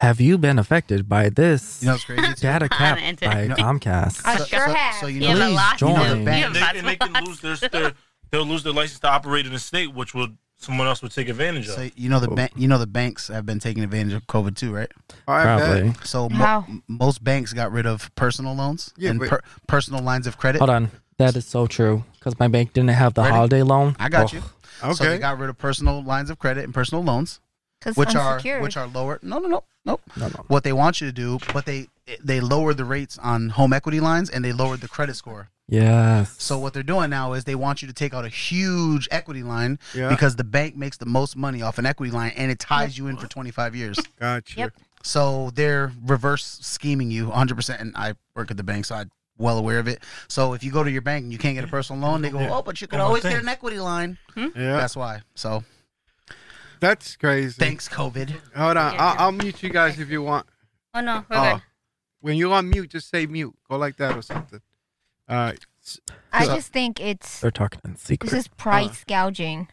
Speaker 4: Have you been affected by this
Speaker 7: You know, it's crazy. too?
Speaker 4: data cap
Speaker 5: On the
Speaker 4: by
Speaker 7: internet.
Speaker 4: Comcast?
Speaker 3: I
Speaker 7: So-
Speaker 3: sure
Speaker 7: so-
Speaker 3: have.
Speaker 7: So you
Speaker 5: You have
Speaker 7: know,
Speaker 5: a lot to
Speaker 4: join.
Speaker 5: do.
Speaker 4: You know,
Speaker 5: You
Speaker 4: the
Speaker 5: have
Speaker 6: And they,
Speaker 5: lots
Speaker 6: and they can
Speaker 5: of
Speaker 6: lose
Speaker 5: lots.
Speaker 6: their, their they'll lose their license to operate in the state, which will someone else would take advantage of.
Speaker 7: so you know the
Speaker 4: Oh.
Speaker 7: bank. You know the banks have been taking advantage of COVID too, right?
Speaker 1: all right, man.
Speaker 4: Probably.
Speaker 7: So
Speaker 3: How?
Speaker 7: mo- m- most banks got rid of personal loans
Speaker 1: Yeah,
Speaker 7: and
Speaker 1: but-
Speaker 7: per- personal lines of credit.
Speaker 4: Hold on. That is so true. Because my bank didn't have the
Speaker 7: Ready?
Speaker 4: holiday loan.
Speaker 7: I got
Speaker 4: Oh,
Speaker 7: you.
Speaker 1: Okay.
Speaker 7: So they got rid of personal lines of credit and personal loans,
Speaker 3: 'Cause
Speaker 7: which
Speaker 3: unsecured.
Speaker 7: are which are lower. No, no, no, no.
Speaker 4: No, no.
Speaker 7: What they want you to do, but they they lowered the rates on home equity lines and they lowered the credit score.
Speaker 4: Yes.
Speaker 7: So what they're doing now is they want you to take out a huge equity line
Speaker 1: Yeah.
Speaker 7: because the bank makes the most money off an equity line and it ties you in for 25 years.
Speaker 1: Gotcha.
Speaker 3: Yep.
Speaker 7: So they're reverse scheming you 100%. And I work at the bank, so I'm well aware of it. So if you go to your bank and you can't get a personal loan, they go, oh, but you could
Speaker 6: One more
Speaker 7: always
Speaker 6: thing.
Speaker 7: get an equity line.
Speaker 1: Yeah. That's,
Speaker 7: That's why. So
Speaker 1: crazy.
Speaker 7: thanks, COVID.
Speaker 1: Hold on.
Speaker 5: Yeah.
Speaker 1: I'll, I'll mute you guys if you want.
Speaker 5: Oh, no, we're
Speaker 1: Oh.
Speaker 5: good.
Speaker 1: When you're on mute, just say mute. Go like that or something. All right. S-
Speaker 3: I
Speaker 1: so-
Speaker 3: just think it's
Speaker 4: They're talking in
Speaker 3: this
Speaker 4: secret.
Speaker 3: is price gouging.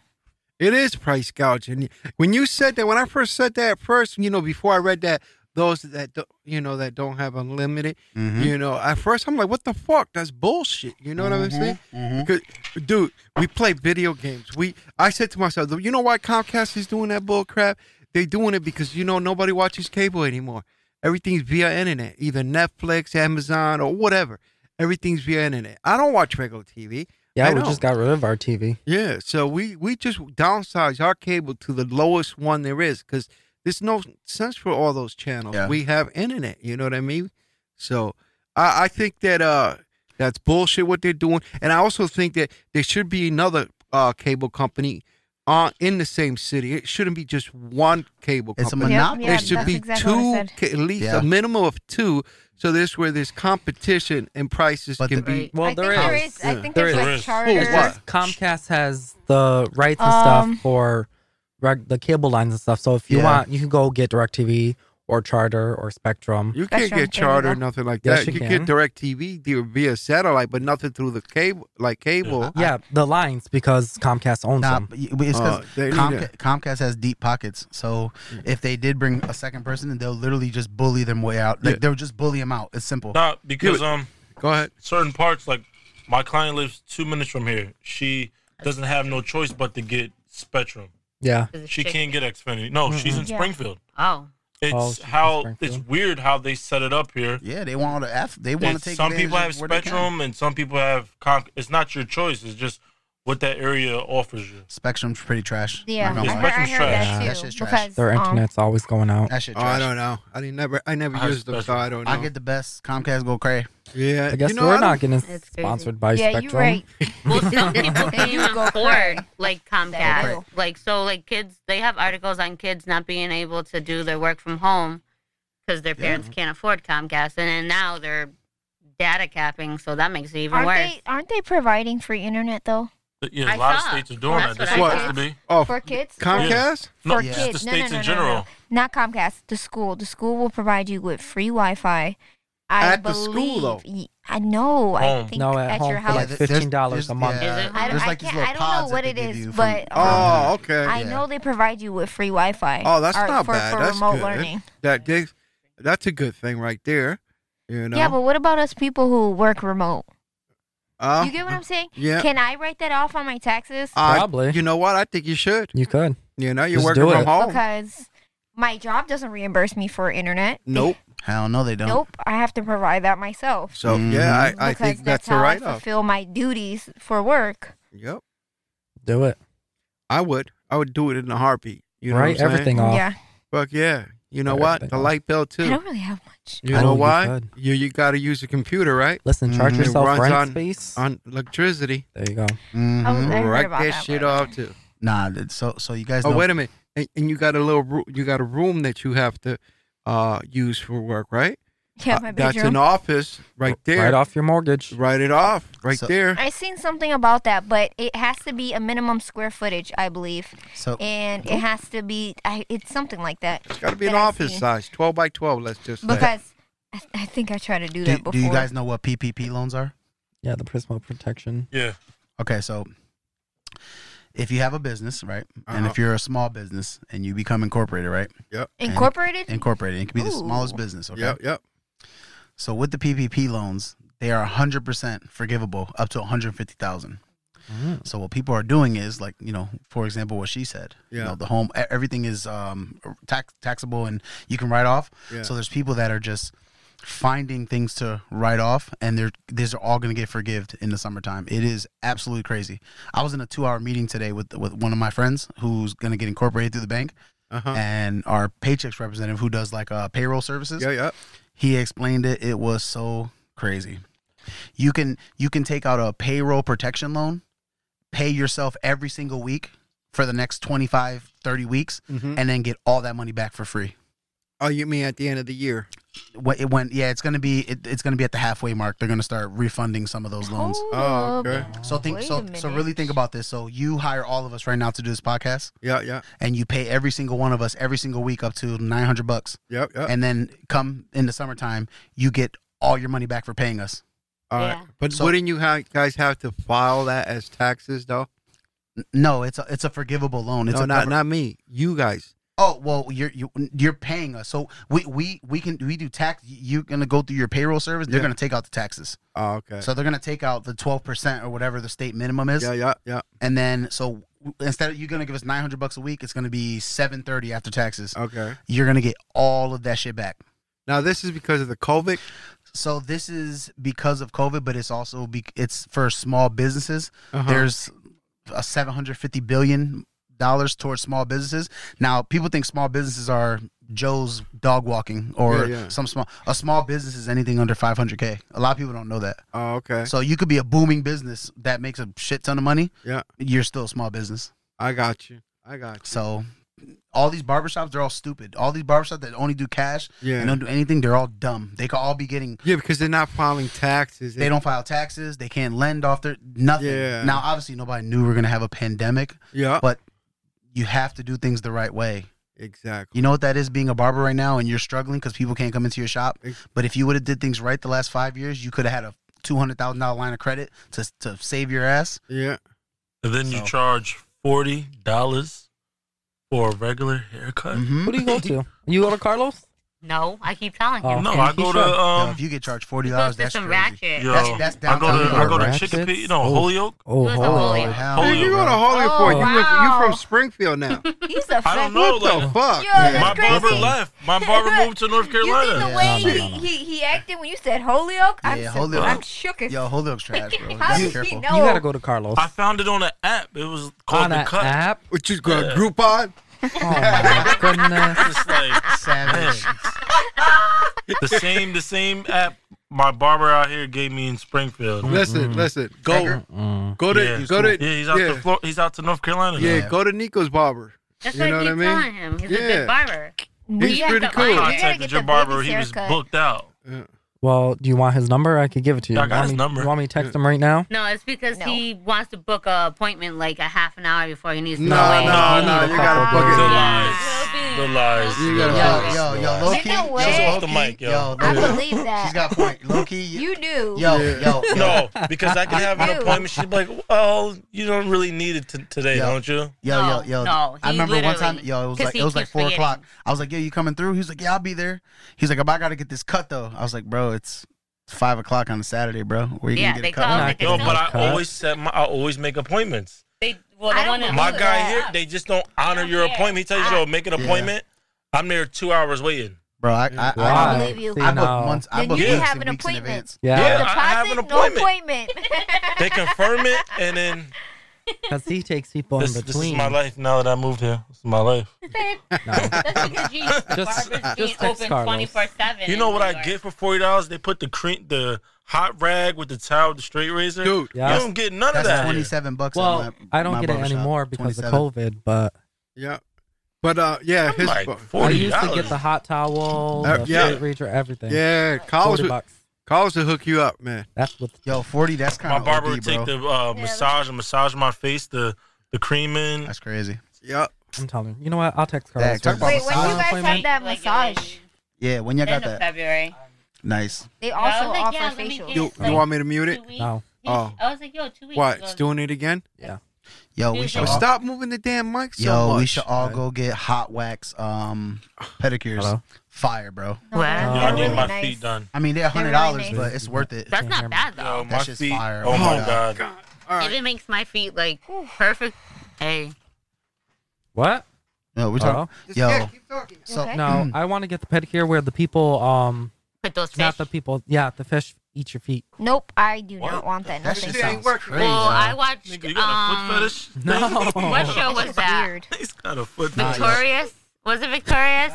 Speaker 1: It is price gouging. When you said that, when I first said that at first, you know, before I read that, those that do, you know that don't have unlimited, you know, at first I'm like, what the fuck? That's bullshit. You know what I'm
Speaker 7: Mm-hmm.
Speaker 1: saying? Because,
Speaker 4: Mm-hmm.
Speaker 1: dude, we play video games. We, I said to myself, you know why Comcast is doing that bull crap? They doing it because you know nobody watches cable anymore. Everything's via internet, either Netflix, Amazon, or whatever. Everything's via internet. I don't watch regular TV.
Speaker 4: Yeah,
Speaker 1: I
Speaker 4: we
Speaker 1: know.
Speaker 4: just got rid of our TV.
Speaker 1: Yeah, so we we just downsize our cable to the lowest one there is because there's no sense for all those channels.
Speaker 7: Yeah.
Speaker 1: We have internet, you know what I mean? So I, I think that uh that's bullshit what they're doing, and I also think that there should be another uh cable company uh in the same city. It shouldn't be just one cable
Speaker 7: It's a
Speaker 1: company.
Speaker 7: But
Speaker 3: Yep,
Speaker 7: not-
Speaker 3: yeah,
Speaker 1: there should
Speaker 3: that's
Speaker 1: be
Speaker 3: exactly what I
Speaker 1: two,
Speaker 3: said.
Speaker 1: ca- at least
Speaker 7: Yeah.
Speaker 1: a minimum of two. So this where there's competition and prices
Speaker 7: But
Speaker 1: can
Speaker 7: the-
Speaker 1: be.
Speaker 4: Well,
Speaker 3: I
Speaker 4: there
Speaker 3: think there
Speaker 4: is.
Speaker 3: is. I think
Speaker 4: There
Speaker 3: there's
Speaker 4: is.
Speaker 6: There
Speaker 3: like
Speaker 6: is.
Speaker 3: charter.
Speaker 1: Who, what?
Speaker 4: Comcast has the rights and
Speaker 3: Um,
Speaker 4: stuff for reg- the cable lines and stuff. So if you
Speaker 7: Yeah.
Speaker 4: want, you can go get DirecTV or Charter or Spectrum.
Speaker 1: You
Speaker 3: That's
Speaker 1: can't
Speaker 3: right,
Speaker 1: get
Speaker 3: there you
Speaker 1: charter,
Speaker 3: go.
Speaker 1: nothing like
Speaker 4: Yes,
Speaker 1: that.
Speaker 4: you
Speaker 1: You,
Speaker 4: can.
Speaker 1: get direct TV via satellite, but nothing through the cable, like cable.
Speaker 4: yeah, the lines because Comcast owns
Speaker 7: Nah,
Speaker 4: them.
Speaker 7: but you- but it's 'cause
Speaker 1: Uh, they need
Speaker 7: Comca- Comcast has deep pockets. So if they did bring a second person, they'll literally just bully them way out. Like
Speaker 1: Yeah.
Speaker 7: they'll just bully them out. It's simple.
Speaker 6: Nah, because um,
Speaker 1: Go ahead.
Speaker 6: certain parts, like my client lives two minutes from here. She doesn't have no choice but to get Spectrum.
Speaker 4: Yeah,
Speaker 5: Is it
Speaker 6: She
Speaker 5: chick-
Speaker 6: can't get Xfinity. No, she's in
Speaker 3: Yeah.
Speaker 6: Springfield.
Speaker 5: Oh,
Speaker 6: It's
Speaker 4: Oh, she's in
Speaker 6: how it's
Speaker 4: Springfield.
Speaker 6: weird how they set it up here.
Speaker 7: Yeah, they want all the F. They want
Speaker 6: It's-
Speaker 7: to take
Speaker 6: some
Speaker 7: advantage
Speaker 6: people
Speaker 7: of
Speaker 6: have
Speaker 7: where they can.
Speaker 6: Spectrum and some people have. Con- it's not your choice. It's just what that area offers you.
Speaker 7: Spectrum's pretty trash.
Speaker 3: Yeah,
Speaker 7: Not
Speaker 3: I
Speaker 7: gonna
Speaker 6: It's
Speaker 3: heard,
Speaker 7: lie.
Speaker 3: I
Speaker 6: Spectrum's
Speaker 3: heard
Speaker 6: trash.
Speaker 3: that too.
Speaker 7: That shit's trash.
Speaker 3: Because
Speaker 4: their
Speaker 3: um,
Speaker 4: internet's always going out.
Speaker 7: That shit
Speaker 1: Oh,
Speaker 7: trash.
Speaker 1: I don't know. I didn't never. I never
Speaker 6: I heard
Speaker 1: used them, so
Speaker 6: special.
Speaker 1: I don't know.
Speaker 7: I get the best. Comcast go cray.
Speaker 1: yeah,
Speaker 4: I guess
Speaker 1: you know,
Speaker 4: we're
Speaker 1: I
Speaker 4: not getting
Speaker 5: It's crazy.
Speaker 4: sponsored by
Speaker 3: yeah,
Speaker 4: Spectrum.
Speaker 3: you're right.
Speaker 5: well, some people
Speaker 3: They
Speaker 5: can't
Speaker 3: do
Speaker 5: even
Speaker 3: go
Speaker 5: afford
Speaker 3: cray.
Speaker 5: like
Speaker 3: They
Speaker 5: Comcast.
Speaker 3: do.
Speaker 5: Like so, like kids, they have articles on kids not being able to do their work from home because their
Speaker 7: Yeah.
Speaker 5: parents can't afford Comcast, and then now they're data capping, so that makes it even
Speaker 3: Aren't
Speaker 5: worse.
Speaker 3: they aren't they providing free internet though
Speaker 6: But Yeah,
Speaker 5: I
Speaker 6: a lot
Speaker 5: saw.
Speaker 6: of states are doing
Speaker 5: That's
Speaker 6: that. They're
Speaker 1: what I
Speaker 6: supposed to be.
Speaker 1: Oh,
Speaker 3: for kids?
Speaker 1: Comcast.
Speaker 6: No,
Speaker 3: For
Speaker 6: just
Speaker 3: kids.
Speaker 6: the
Speaker 3: No, no, no,
Speaker 6: states
Speaker 3: no,
Speaker 6: in general.
Speaker 3: no. Not Comcast. The school. The school will provide you with free Wi-Fi. I
Speaker 1: At the
Speaker 3: believe,
Speaker 1: school, though.
Speaker 3: y- I know. I
Speaker 6: Home.
Speaker 3: think
Speaker 4: No, at home
Speaker 3: your
Speaker 4: for, like,
Speaker 3: house.
Speaker 7: th-
Speaker 4: $15
Speaker 7: there's-
Speaker 4: a month.
Speaker 7: yeah,
Speaker 5: Is it?
Speaker 3: I don't-
Speaker 7: there's
Speaker 3: I
Speaker 7: like these
Speaker 3: can't-
Speaker 7: little
Speaker 3: I don't know
Speaker 7: pods that
Speaker 3: what
Speaker 7: they
Speaker 3: it
Speaker 7: give
Speaker 3: is,
Speaker 7: you from-
Speaker 3: but,
Speaker 7: from
Speaker 3: um,
Speaker 1: Oh,
Speaker 7: the-
Speaker 1: okay.
Speaker 3: I know they provide you with free Wi-Fi.
Speaker 1: oh, that's
Speaker 3: or
Speaker 1: not
Speaker 3: for,
Speaker 1: bad.
Speaker 3: for
Speaker 1: that's
Speaker 3: remote
Speaker 1: good.
Speaker 3: learning.
Speaker 1: That they, that's a good thing right there. You know.
Speaker 3: Yeah, but what about us people who work remote?
Speaker 1: Uh,
Speaker 3: you get what I'm saying?
Speaker 1: yeah. Uh,
Speaker 3: Can I write that off on my taxes?
Speaker 1: I-
Speaker 4: Probably.
Speaker 1: You know what? I think you should.
Speaker 4: You could.
Speaker 1: You know, you're
Speaker 4: Just
Speaker 1: working
Speaker 4: do
Speaker 1: from
Speaker 4: it.
Speaker 1: home.
Speaker 3: Because my job doesn't reimburse me for internet.
Speaker 1: Nope.
Speaker 7: Hell no, they don't.
Speaker 3: Nope, I have to provide that myself.
Speaker 1: So yeah, I, I
Speaker 3: because
Speaker 1: think that's,
Speaker 3: how
Speaker 1: a
Speaker 3: I
Speaker 1: write-off.
Speaker 3: fulfill my duties for work.
Speaker 1: Yep.
Speaker 4: Do it.
Speaker 1: I would. I would do it in a heartbeat. You know
Speaker 4: Write
Speaker 1: what I'm
Speaker 4: everything off.
Speaker 3: Yeah,
Speaker 1: Saying? Fuck yeah. You know
Speaker 4: Write
Speaker 1: what?
Speaker 4: everything
Speaker 1: The
Speaker 4: off.
Speaker 1: light bill
Speaker 3: I
Speaker 1: too.
Speaker 3: don't really have much.
Speaker 1: You
Speaker 4: Oh,
Speaker 1: know
Speaker 4: you
Speaker 1: why?
Speaker 4: could.
Speaker 1: You you got to use a computer, right?
Speaker 4: Listen, charge
Speaker 7: Mhm. It
Speaker 4: yourself
Speaker 1: Mm, runs
Speaker 4: rent
Speaker 1: on-
Speaker 4: space.
Speaker 1: On electricity.
Speaker 4: there you go.
Speaker 7: Mhm.
Speaker 3: I was I heard
Speaker 1: Write
Speaker 3: about
Speaker 1: that,
Speaker 3: that,
Speaker 1: shit
Speaker 3: but-
Speaker 1: off too.
Speaker 7: Nah, that- so so you guys
Speaker 1: Oh
Speaker 7: know.
Speaker 1: wait a minute. And, and you got a little. ru- You got a room that you have to uh use for work, right?
Speaker 3: Yeah,
Speaker 1: Uh,
Speaker 3: my
Speaker 1: that's an
Speaker 3: bedroom.
Speaker 1: office right there.
Speaker 4: Right off your mortgage.
Speaker 1: Write it off right
Speaker 7: So-
Speaker 1: there.
Speaker 3: I seen something about that, but it has to be a minimum square footage, I believe,
Speaker 7: so
Speaker 3: and it has to be. I, it's something like that.
Speaker 1: It's got to be an
Speaker 3: that I
Speaker 1: office
Speaker 3: see.
Speaker 1: size, twelve by twelve. Let's just say.
Speaker 3: Because I, I think I tried to do
Speaker 7: do,
Speaker 3: that before.
Speaker 7: do you guys know what PPP loans are?
Speaker 4: Yeah, the personal protection.
Speaker 6: Yeah.
Speaker 7: Okay, so if you have a business, right, and
Speaker 1: Uh-huh.
Speaker 7: if you're a small business and you become incorporated, right,
Speaker 3: incorporated?
Speaker 7: incorporated, it could be the
Speaker 3: Ooh.
Speaker 7: smallest business. Okay,
Speaker 1: Yep, yep.
Speaker 7: so with the PPP loans, they are 100% forgivable up to 150,000.
Speaker 4: Mm.
Speaker 7: So what people are doing is like you know, for example, what she said. You
Speaker 1: Yeah.
Speaker 7: know, the home e- everything is um tax taxable and you can write off.
Speaker 1: Yeah.
Speaker 7: So there's people that are just finding things to write off, and they're these are all going to get forgived in the summertime. It is absolutely crazy. I was in a two hour meeting today with with one of my friends who's going to get incorporated through the bank,
Speaker 1: Uh-huh.
Speaker 7: and our paychecks representative who does like uh, payroll services.
Speaker 1: Yeah, yeah.
Speaker 7: He explained it. It was so crazy. You can you can take out a payroll protection loan, pay yourself every single week for the next 25, 30 weeks,
Speaker 1: hmm
Speaker 3: Mm-hmm.
Speaker 7: and then get all that money back for free.
Speaker 1: Oh, you mean at the end of the year?
Speaker 7: What it went, yeah, it's gonna be it, it's gonna be at the halfway mark. They're gonna start refunding some of those loans.
Speaker 1: Oh,
Speaker 3: Hold up.
Speaker 1: okay.
Speaker 7: So think
Speaker 3: Wait
Speaker 7: so
Speaker 3: a
Speaker 7: so
Speaker 3: minute.
Speaker 7: really think about this. So you hire all of us right now to do this podcast,
Speaker 1: Yeah, yeah,
Speaker 7: and you pay every single one of us every single week up to nine hundred bucks,
Speaker 1: yep,
Speaker 3: Uh.
Speaker 1: yep.
Speaker 7: and then come in the summertime, you get all your money back for paying us.
Speaker 1: All right.
Speaker 5: Yeah.
Speaker 1: But
Speaker 7: So-
Speaker 1: wouldn't you ha- guys have to file that as taxes though?
Speaker 7: N- No, it's a it's a forgivable loan. It's
Speaker 1: no,
Speaker 7: a
Speaker 1: not
Speaker 7: cover-
Speaker 1: not me. You guys.
Speaker 7: Oh well, you're you, you're paying us, so we we we can we do tax. You're gonna go through your payroll service. They're
Speaker 1: Yeah.
Speaker 7: gonna take out the taxes,
Speaker 1: Oh, okay.
Speaker 7: so they're gonna take out the twelve percent or whatever the state minimum is,
Speaker 1: yeah, yeah, yeah.
Speaker 7: and then so w- instead of you're gonna give us nine hundred bucks a week, it's gonna be seven thirty after taxes.
Speaker 1: Okay.
Speaker 7: You're gonna get all of that shit back.
Speaker 1: Now this is because of the COVID.
Speaker 7: So this is because of COVID, but it's also be, it's for small businesses.
Speaker 1: Uh-huh.
Speaker 7: There's a 750 billion dollars towards small businesses. Now, people think small businesses are Joe's dog walking or
Speaker 1: Yeah, yeah.
Speaker 7: some small a small business is anything under 500k. A lot of people don't know that.
Speaker 1: Oh, okay.
Speaker 7: So you could be a booming business that makes a shit ton of money.
Speaker 1: Yeah.
Speaker 7: You're still a small business.
Speaker 1: I got you. I got
Speaker 7: So all these barbershops, they're all stupid. All these barbershops that only do cash
Speaker 1: you. Yeah.
Speaker 7: and don't do anything, they're all dumb. They could all be getting
Speaker 1: yeah, because they're not filing taxes.
Speaker 7: they don't file taxes. They can't lend off their nothing.
Speaker 1: Yeah.
Speaker 7: Now, obviously, nobody knew we we're gonna have a pandemic,
Speaker 1: Yeah.
Speaker 7: but you have to do things the right way.
Speaker 1: Exactly.
Speaker 7: You know what that is? Being a barber right now, and you're struggling because people can't come into your shop.
Speaker 1: Ex-
Speaker 7: But if you would have did things right the last five years, you could have had a two hundred thousand dollar line of credit to to save your ass.
Speaker 1: Yeah.
Speaker 6: And then you
Speaker 7: So-
Speaker 6: charge forty dollars for a regular haircut.
Speaker 7: Mm-hmm.
Speaker 4: Who do you go to? You go to Carlos?
Speaker 5: No, I keep telling
Speaker 4: Oh.
Speaker 5: him.
Speaker 6: No,
Speaker 4: Okay,
Speaker 6: I go
Speaker 4: he
Speaker 6: to
Speaker 4: should.
Speaker 7: Yo,
Speaker 6: um,
Speaker 7: if you get charged forty
Speaker 5: He
Speaker 7: dollars,
Speaker 5: goes to
Speaker 7: that's
Speaker 5: some
Speaker 7: crazy.
Speaker 5: ratchet.
Speaker 6: yo,
Speaker 7: That's- that's
Speaker 6: I go
Speaker 7: downtown
Speaker 6: to I go to
Speaker 4: Ratchets.
Speaker 6: Chicopee, no
Speaker 4: Oh.
Speaker 6: Holyoke.
Speaker 4: Oh,
Speaker 5: He goes to
Speaker 4: hold
Speaker 5: Holy-
Speaker 4: on.
Speaker 7: Oh, hell
Speaker 6: Holy-
Speaker 1: Dude, you go to
Speaker 7: no.
Speaker 1: Hollywood.
Speaker 5: Oh,
Speaker 1: you,
Speaker 5: wow.
Speaker 1: you from Springfield now.
Speaker 3: He's a
Speaker 6: I
Speaker 3: fan.
Speaker 6: don't know,
Speaker 1: what the
Speaker 6: like
Speaker 1: fuck?
Speaker 3: Yo, that's
Speaker 6: my barber
Speaker 3: crazy.
Speaker 6: left. My barber moved to North
Speaker 3: You see
Speaker 6: Carolina.
Speaker 3: the way
Speaker 4: No, no, no, no.
Speaker 3: He, he he acted when you said Holyoke? I'm,
Speaker 7: Yeah,
Speaker 3: so-
Speaker 7: Holyoke.
Speaker 3: I'm shook as
Speaker 7: Yo, Holyoke's trash, bro. You
Speaker 3: How
Speaker 7: gotta be
Speaker 3: does he
Speaker 7: careful.
Speaker 3: know?
Speaker 4: You gotta go to Carlos.
Speaker 6: I found it on an app. It was
Speaker 4: On
Speaker 6: called the
Speaker 4: an
Speaker 6: Cut.
Speaker 4: app.
Speaker 1: What you got? Groupon?
Speaker 4: Oh my goodness.
Speaker 6: It's like
Speaker 7: Savage.
Speaker 6: the same the same app my barber out here gave me in Springfield.
Speaker 1: Listen, listen. Go,
Speaker 4: Mm.
Speaker 1: go to,
Speaker 6: yeah,
Speaker 1: go to,
Speaker 6: yeah, he's out
Speaker 1: yeah,
Speaker 6: to Flor- he's out to North Carolina. now.
Speaker 1: yeah, go to Nico's barber.
Speaker 5: That's
Speaker 1: You
Speaker 5: what
Speaker 1: know
Speaker 5: I
Speaker 1: what
Speaker 5: keep
Speaker 1: I mean?
Speaker 5: telling him. He's a
Speaker 1: Yeah.
Speaker 5: good barber.
Speaker 1: He's
Speaker 3: We gotta
Speaker 1: pretty
Speaker 3: get
Speaker 1: cool.
Speaker 3: the- we
Speaker 6: I
Speaker 3: gotta
Speaker 6: contacted
Speaker 3: get
Speaker 6: your
Speaker 3: the
Speaker 6: barber.
Speaker 3: baby's
Speaker 6: He was
Speaker 3: haircut.
Speaker 6: booked out.
Speaker 1: Yeah.
Speaker 4: Well, do you want his number? I could give it to you.
Speaker 6: I got
Speaker 4: want
Speaker 6: his
Speaker 4: me,
Speaker 6: number.
Speaker 4: You want me to text him right now?
Speaker 5: No, it's because
Speaker 3: No.
Speaker 5: he wants to book a appointment like a half an hour before he needs to
Speaker 1: No,
Speaker 5: go
Speaker 1: Oh, no,
Speaker 5: in.
Speaker 1: no, You gotta book it.
Speaker 6: The
Speaker 1: Yeah.
Speaker 6: lies. The lies.
Speaker 1: You
Speaker 6: The
Speaker 1: gotta
Speaker 6: lies.
Speaker 7: Yo, yo,
Speaker 6: The
Speaker 7: yo,
Speaker 6: lies.
Speaker 7: low
Speaker 3: You
Speaker 7: key.
Speaker 3: know
Speaker 7: yo,
Speaker 3: what?
Speaker 7: low
Speaker 6: Off the
Speaker 7: key,
Speaker 6: mic, yo.
Speaker 7: low
Speaker 3: I
Speaker 7: key.
Speaker 3: believe that.
Speaker 7: She's got a point. Low key.
Speaker 3: You do.
Speaker 1: Yeah.
Speaker 7: Yo, yo, yo,
Speaker 6: No, because I can have an
Speaker 3: Ew.
Speaker 6: appointment. She'd be like, "Oh, you don't really need it t- today,
Speaker 7: Yeah.
Speaker 6: don't you?"
Speaker 7: yo,
Speaker 5: No,
Speaker 7: yo, yo.
Speaker 5: no,
Speaker 7: I
Speaker 5: he
Speaker 7: remember one time,
Speaker 5: literally-
Speaker 7: yo, it was
Speaker 5: 'cause
Speaker 7: like
Speaker 5: he
Speaker 7: it was like
Speaker 5: keeps
Speaker 7: four
Speaker 5: forgetting.
Speaker 7: o'clock. I was like, yo, you coming through? He was like, yeah, I'll be there. He's like, but I gotta get this cut though. I was like, bro, it's five o'clock on a Saturday, bro. Where you
Speaker 5: Yeah,
Speaker 7: gonna
Speaker 5: they
Speaker 7: get a cut?
Speaker 5: call
Speaker 7: from?
Speaker 5: it-
Speaker 6: No, but I
Speaker 4: Cut.
Speaker 6: always set my. I always make appointments.
Speaker 5: They, well,
Speaker 3: I
Speaker 5: they
Speaker 3: don't
Speaker 5: want to.
Speaker 3: know.
Speaker 6: My
Speaker 3: Look
Speaker 6: guy
Speaker 3: that
Speaker 6: here,
Speaker 3: up.
Speaker 6: they just don't honor your
Speaker 5: don't care.
Speaker 6: appointment. He tells you,
Speaker 5: I-
Speaker 6: "Yo, make an
Speaker 7: Yeah.
Speaker 6: appointment." I'm there two hours waiting.
Speaker 7: bro, I, I, I,
Speaker 4: Wow.
Speaker 3: believe you.
Speaker 4: See,
Speaker 7: I booked
Speaker 4: now-
Speaker 7: once. I
Speaker 3: Then
Speaker 7: booked
Speaker 3: you
Speaker 7: weeks
Speaker 3: have
Speaker 7: and
Speaker 3: an
Speaker 7: weeks in
Speaker 3: appointment.
Speaker 7: advance.
Speaker 4: Yeah,
Speaker 6: Yeah, I have an
Speaker 3: Deposit,
Speaker 6: appointment.
Speaker 3: No appointment.
Speaker 6: They confirm it, and then
Speaker 4: because he takes people
Speaker 6: this,
Speaker 4: in
Speaker 6: this is
Speaker 4: between.
Speaker 6: my life. Now that I moved here, this is my life.
Speaker 5: That's because you
Speaker 4: Just-
Speaker 5: barbers being
Speaker 4: just text
Speaker 5: open
Speaker 4: Carlos.
Speaker 5: twenty four seven.
Speaker 6: You know what I get for forty dollars? They put the cre- the hot rag with the towel, the straight razor.
Speaker 1: Dude,
Speaker 6: you
Speaker 4: Yeah.
Speaker 6: don't get none of
Speaker 7: That's
Speaker 6: that. here.
Speaker 7: twenty-seven bucks. at
Speaker 4: Well,
Speaker 7: my-
Speaker 4: I don't
Speaker 7: my
Speaker 4: get it
Speaker 7: barbershop.
Speaker 4: anymore because of
Speaker 7: 27.
Speaker 4: COVID, but
Speaker 1: yeah. But, uh, yeah,
Speaker 6: I'm
Speaker 1: his
Speaker 6: like
Speaker 1: bar-
Speaker 4: I
Speaker 6: forty
Speaker 4: used to
Speaker 6: dollars.
Speaker 4: get the hot towel,
Speaker 1: Uh,
Speaker 4: the
Speaker 1: yeah.
Speaker 4: straight razor, everything.
Speaker 1: Yeah, college
Speaker 4: Forty
Speaker 1: would,
Speaker 4: bucks.
Speaker 1: college would hook you up, man.
Speaker 4: That's what.
Speaker 7: Yo, forty. That's kind
Speaker 6: my
Speaker 7: of
Speaker 6: barber
Speaker 7: OD,
Speaker 6: would take
Speaker 7: bro.
Speaker 6: the uh,
Speaker 3: Yeah.
Speaker 6: massage and massage my face, the the cream in.
Speaker 7: That's crazy.
Speaker 1: Yep.
Speaker 4: I'm telling you. You know what? I'll text
Speaker 7: Yeah,
Speaker 4: Carlos.
Speaker 7: talk about
Speaker 3: Wait, when
Speaker 7: massage.
Speaker 3: you guys have that massage,
Speaker 7: Yeah, when y'all got
Speaker 5: End of
Speaker 7: that,
Speaker 5: February.
Speaker 7: nice.
Speaker 3: they
Speaker 5: I was
Speaker 3: also
Speaker 5: like,
Speaker 3: offer
Speaker 5: yeah, let me
Speaker 3: facials.
Speaker 5: get
Speaker 1: You,
Speaker 5: Like-
Speaker 1: you want me to mute it?
Speaker 5: Two weeks.
Speaker 4: No.
Speaker 5: Yeah,
Speaker 1: Oh.
Speaker 5: I was like, yo, two weeks.
Speaker 1: What?
Speaker 5: ago.
Speaker 1: It's doing it again?
Speaker 7: Yo, we
Speaker 5: Dude,
Speaker 7: should
Speaker 5: yo,
Speaker 7: all-
Speaker 1: Stop moving the damn mic so
Speaker 7: Yo,
Speaker 1: much.
Speaker 7: we should all go get hot wax um pedicures.
Speaker 4: Hello?
Speaker 7: Fire, bro.
Speaker 3: No,
Speaker 5: What?
Speaker 4: Oh,
Speaker 6: Yo,
Speaker 3: they're
Speaker 6: I need
Speaker 4: really
Speaker 6: my
Speaker 3: nice.
Speaker 6: feet done.
Speaker 7: I mean, they're hundred
Speaker 3: really
Speaker 7: dollars,
Speaker 3: nice.
Speaker 7: but it's worth it.
Speaker 5: That's not
Speaker 4: Can't
Speaker 5: bad though.
Speaker 6: Yo, my
Speaker 7: shit's
Speaker 6: feet.
Speaker 7: fire.
Speaker 6: Oh
Speaker 7: Oh
Speaker 6: my
Speaker 7: my
Speaker 6: god.
Speaker 1: All
Speaker 5: If
Speaker 1: right.
Speaker 5: it makes my feet like perfect, hey,
Speaker 4: What?
Speaker 7: No, we're
Speaker 4: Hello?
Speaker 7: talking. Yo,
Speaker 1: keep talking.
Speaker 7: so
Speaker 3: Okay.
Speaker 4: No, I want to get the pedicure where the people, um,
Speaker 5: put those fish.
Speaker 4: not the people, yeah, the fish eat your feet.
Speaker 3: Nope, I do not
Speaker 6: What?
Speaker 3: want that.
Speaker 7: that
Speaker 3: Nothing.
Speaker 7: shit
Speaker 1: It ain't
Speaker 7: sounds
Speaker 1: working.
Speaker 7: crazy.
Speaker 5: well, I watched.
Speaker 6: Nigga, you got a foot
Speaker 5: um,
Speaker 6: fetish?
Speaker 4: No.
Speaker 5: what show was that?
Speaker 3: Weird.
Speaker 6: He's got a foot
Speaker 7: Nah,
Speaker 6: fetish.
Speaker 7: yo.
Speaker 5: Victorious? Was it Victorious?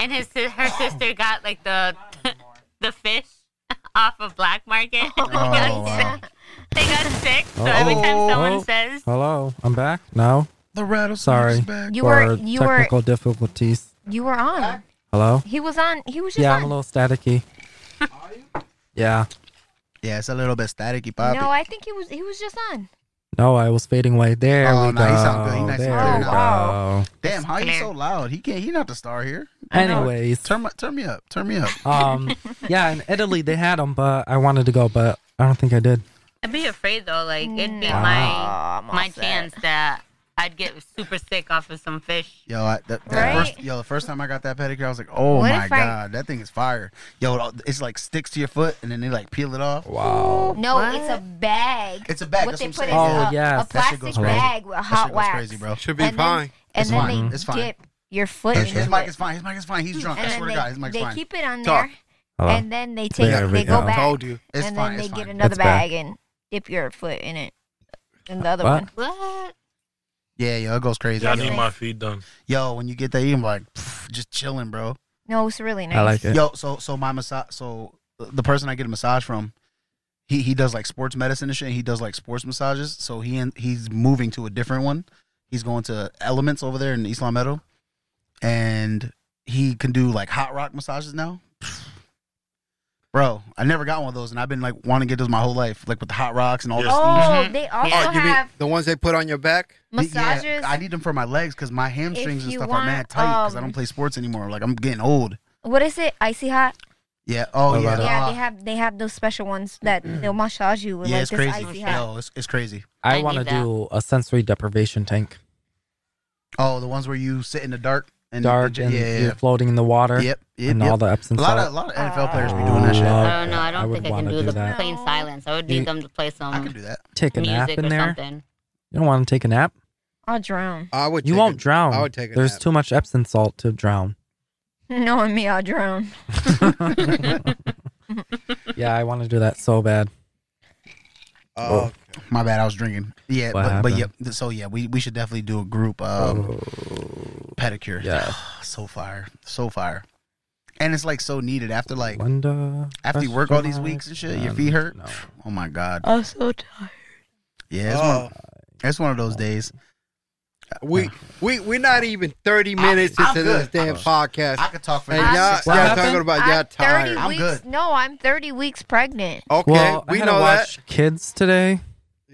Speaker 5: And his si- her sister got like the the fish off of black market. they, got
Speaker 7: Oh, wow.
Speaker 5: sick. they got sick. So every time someone
Speaker 4: Oh.
Speaker 5: says,
Speaker 4: Hello, I'm back. No,
Speaker 7: the rattlesnake
Speaker 4: Sorry.
Speaker 7: is back.
Speaker 3: You
Speaker 4: for
Speaker 3: were you were
Speaker 4: technical difficulties.
Speaker 3: you were on.
Speaker 4: Hello.
Speaker 3: He was on. He was just
Speaker 4: Yeah, I'm a
Speaker 3: on.
Speaker 4: little staticky. Yeah.
Speaker 7: Yeah, it's a little bit staticky, poppy.
Speaker 3: No, I think he was he was just on.
Speaker 4: No, I was fading away. There
Speaker 7: Oh,
Speaker 4: we
Speaker 7: no,
Speaker 4: go.
Speaker 7: he sound good. He nice and
Speaker 4: there
Speaker 7: clear
Speaker 4: we
Speaker 7: now.
Speaker 4: go.
Speaker 7: Damn, how you so loud? He can't. He not the star here.
Speaker 4: Anyways,
Speaker 7: Turn my, turn me up. Turn me up.
Speaker 4: um, yeah, in Italy they had them, but I wanted to go, but I don't think I did.
Speaker 5: I'd be afraid though. Like it'd be
Speaker 3: No,
Speaker 5: my
Speaker 3: I'm
Speaker 5: my
Speaker 3: all set.
Speaker 5: chance that I'd get super sick off of some fish.
Speaker 7: Yo, I, that, that
Speaker 3: Right?
Speaker 7: first, yo, the first time I got that pedicure, I was like, oh
Speaker 3: What
Speaker 7: my
Speaker 3: if I-
Speaker 7: god, that thing is fire. Yo, it's like sticks to your foot, and then they like peel it off.
Speaker 4: Wow.
Speaker 3: No, it's a bag.
Speaker 7: It's a bag.
Speaker 3: What
Speaker 7: that's
Speaker 3: they
Speaker 7: what
Speaker 3: put
Speaker 7: I'm
Speaker 3: in
Speaker 7: saying.
Speaker 4: Oh,
Speaker 3: a,
Speaker 4: yes.
Speaker 3: a
Speaker 7: That shit goes
Speaker 3: plastic bag with
Speaker 7: That
Speaker 3: hot
Speaker 7: shit goes
Speaker 3: wax.
Speaker 7: crazy, bro.
Speaker 1: Should be
Speaker 3: and
Speaker 1: fine.
Speaker 3: Then, and
Speaker 7: It's
Speaker 3: then
Speaker 7: fine.
Speaker 3: they
Speaker 7: It's fine.
Speaker 3: dip your foot
Speaker 7: His
Speaker 3: into
Speaker 7: mic
Speaker 3: it.
Speaker 7: is fine. His mic is fine. He's drunk.
Speaker 3: And
Speaker 7: I
Speaker 3: then
Speaker 7: swear
Speaker 3: they,
Speaker 7: to God, his mic's
Speaker 3: they
Speaker 7: fine.
Speaker 3: keep it on
Speaker 1: Talk.
Speaker 3: there.
Speaker 4: Hello?
Speaker 3: and then they take
Speaker 4: There we
Speaker 3: they go
Speaker 4: go.
Speaker 3: back
Speaker 1: Told you.
Speaker 7: It's
Speaker 3: and
Speaker 7: fine.
Speaker 3: then they
Speaker 7: it's
Speaker 3: get
Speaker 7: fine.
Speaker 3: another
Speaker 4: It's bad.
Speaker 3: bag and dip your foot in it in the other
Speaker 4: What?
Speaker 3: one.
Speaker 5: What?
Speaker 7: yeah, yo, it goes crazy.
Speaker 6: Yeah, I
Speaker 3: Yeah.
Speaker 6: need my feet done.
Speaker 7: Yo, when you get that, you can be like, pff, just chilling, bro.
Speaker 3: No, it's really nice.
Speaker 4: I like it.
Speaker 7: Yo, so so my massage, so the person I get a massage from, he he does like sports medicine and shit. He does like sports massages. So he and he's moving to a different one. He's going to Elements over there in Islam Meadow, and he can do like hot rock massages now. Bro, I never got one of those, and I've been like wanting to get those my whole life, like with the hot rocks and all this.
Speaker 6: Yeah.
Speaker 3: Oh,
Speaker 5: Mhm.
Speaker 3: they also
Speaker 1: Oh, you mean
Speaker 3: have
Speaker 1: the ones they put on your back?
Speaker 3: massages.
Speaker 7: Yeah, I need them for my legs because my hamstrings and
Speaker 3: you
Speaker 7: stuff
Speaker 3: want,
Speaker 7: are mad tight because I
Speaker 3: um,
Speaker 7: don't play sports anymore. Like I'm getting old.
Speaker 3: what is it? Icy hot?
Speaker 7: Yeah. Oh,
Speaker 4: What
Speaker 7: yeah.
Speaker 4: about
Speaker 3: Yeah,
Speaker 7: uh,
Speaker 3: they have they have those special ones that they'll massage you with
Speaker 7: yeah,
Speaker 3: like
Speaker 7: it's
Speaker 3: this
Speaker 7: crazy.
Speaker 3: icy hot.
Speaker 7: Yo, it's, it's crazy.
Speaker 4: I
Speaker 5: I
Speaker 4: want to
Speaker 5: need that.
Speaker 4: do a sensory deprivation tank.
Speaker 7: Oh, the ones where you sit in the dark and
Speaker 4: Dark
Speaker 7: yeah,
Speaker 4: and
Speaker 7: yeah,
Speaker 4: you're floating in the water
Speaker 7: yeah. Yep, yep,
Speaker 4: and all
Speaker 7: yep.
Speaker 4: the Epsom
Speaker 7: A lot
Speaker 4: salt.
Speaker 7: of a lot of NFL players be doing that shit.
Speaker 4: Oh,
Speaker 5: oh,
Speaker 4: okay.
Speaker 5: no, I
Speaker 4: I
Speaker 5: don't
Speaker 4: would
Speaker 5: think I can
Speaker 4: wanna
Speaker 5: do,
Speaker 4: do
Speaker 5: the
Speaker 4: that.
Speaker 5: plain
Speaker 3: No.
Speaker 5: silence. I would need
Speaker 4: You-
Speaker 5: them to play some
Speaker 7: I can do that.
Speaker 4: Take a nap
Speaker 5: music
Speaker 4: in
Speaker 5: or
Speaker 4: there.
Speaker 5: something.
Speaker 4: You don't want to take a nap?
Speaker 3: I'll drown.
Speaker 1: I would.
Speaker 4: you
Speaker 1: take
Speaker 4: won't
Speaker 1: it.
Speaker 4: drown.
Speaker 1: I would take a
Speaker 4: There's
Speaker 1: nap.
Speaker 4: too much Epsom salt to drown.
Speaker 3: Knowing me, I'll drown.
Speaker 4: yeah, I want to do that so bad.
Speaker 1: Oh, okay.
Speaker 7: My bad, I was drinking. Yeah,
Speaker 4: What
Speaker 7: but, but
Speaker 4: happened? Oh.
Speaker 7: yeah, so yeah, we, we should definitely do a group um, pedicure.
Speaker 4: Yeah.
Speaker 7: so fire, so fire, and it's like so needed after like
Speaker 4: Wonder
Speaker 7: after you work all these
Speaker 4: question
Speaker 7: weeks and shit, your
Speaker 4: mark.
Speaker 7: feet hurt.
Speaker 4: No.
Speaker 7: Oh my god,
Speaker 3: I'm so tired.
Speaker 7: yeah, it's,
Speaker 1: Oh.
Speaker 7: one, it's one of those days.
Speaker 1: We we we're not even thirty
Speaker 7: I-
Speaker 1: minutes
Speaker 7: I'm
Speaker 1: into this
Speaker 7: good.
Speaker 1: damn podcast.
Speaker 7: I could talk for
Speaker 1: and
Speaker 3: I'm-
Speaker 1: y'all,
Speaker 7: six
Speaker 1: y'all
Speaker 7: hours.
Speaker 1: talking about y'all
Speaker 3: I'm 30
Speaker 1: tired.
Speaker 7: I'm
Speaker 3: weeks.
Speaker 7: good.
Speaker 3: No, I'm 30 weeks pregnant.
Speaker 1: Okay,
Speaker 4: well,
Speaker 1: we
Speaker 4: I had
Speaker 1: know
Speaker 4: to
Speaker 1: that.
Speaker 4: watch kids today.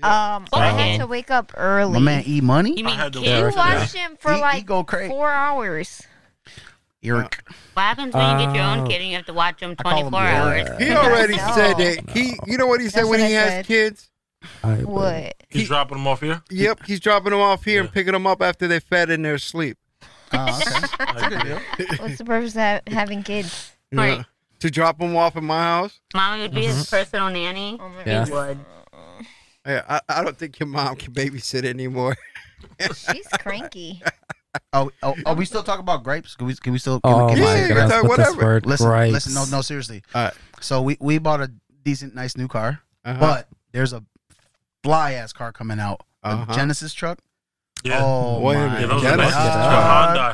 Speaker 3: Um, I
Speaker 5: Okay.
Speaker 3: had to wake up early.
Speaker 7: My man, E Money,
Speaker 5: You
Speaker 6: I
Speaker 5: mean
Speaker 6: had to
Speaker 5: kids?
Speaker 3: you
Speaker 6: Yeah.
Speaker 3: watched him for
Speaker 7: He- he
Speaker 3: like
Speaker 7: go cra-
Speaker 3: four hours.
Speaker 7: Eric.
Speaker 5: What happens when you get your own
Speaker 4: Oh.
Speaker 5: kid and you have to watch them
Speaker 7: I call 'em
Speaker 5: 24 hours?
Speaker 4: Lord.
Speaker 1: He already
Speaker 3: No.
Speaker 1: said that. He, you know what he said
Speaker 3: That's
Speaker 1: when
Speaker 3: what
Speaker 1: he
Speaker 3: I
Speaker 1: has
Speaker 3: said.
Speaker 1: kids.
Speaker 4: I would-
Speaker 3: What?
Speaker 6: He's
Speaker 1: He-
Speaker 6: dropping them off here.
Speaker 1: Yep, he's dropping them off here and
Speaker 6: Yeah.
Speaker 1: picking them up after they're fed in their sleep.
Speaker 7: Oh, okay.
Speaker 6: Like, yeah.
Speaker 3: What's the purpose of ha- having kids?
Speaker 1: You know,
Speaker 5: Right.
Speaker 1: To drop them off at my house.
Speaker 5: Mommy would be his personal nanny.
Speaker 3: Oh my
Speaker 4: Yeah.
Speaker 5: He would.
Speaker 1: Yeah, I, I don't think your mom can babysit anymore.
Speaker 3: She's cranky.
Speaker 7: oh, oh, are we still talking about grapes? Can we can we still? Can,
Speaker 4: Oh
Speaker 7: we- can
Speaker 1: Yeah,
Speaker 7: we
Speaker 4: my
Speaker 7: say
Speaker 1: you can
Speaker 4: goodness,
Speaker 1: talk
Speaker 4: with this
Speaker 1: whatever.
Speaker 4: word,
Speaker 7: Listen,
Speaker 4: gripes.
Speaker 7: listen, no, no, seriously.
Speaker 1: All right.
Speaker 7: So we we bought a decent, nice new car,
Speaker 1: Uh-huh.
Speaker 7: but there's a fly ass car coming out, a
Speaker 1: Uh-huh.
Speaker 7: Genesis truck.
Speaker 6: yeah.
Speaker 7: Oh
Speaker 1: Wait a
Speaker 7: my
Speaker 1: minute,
Speaker 6: yeah, those are
Speaker 1: Genesis.
Speaker 6: nice.
Speaker 7: God.
Speaker 6: The Hyundai,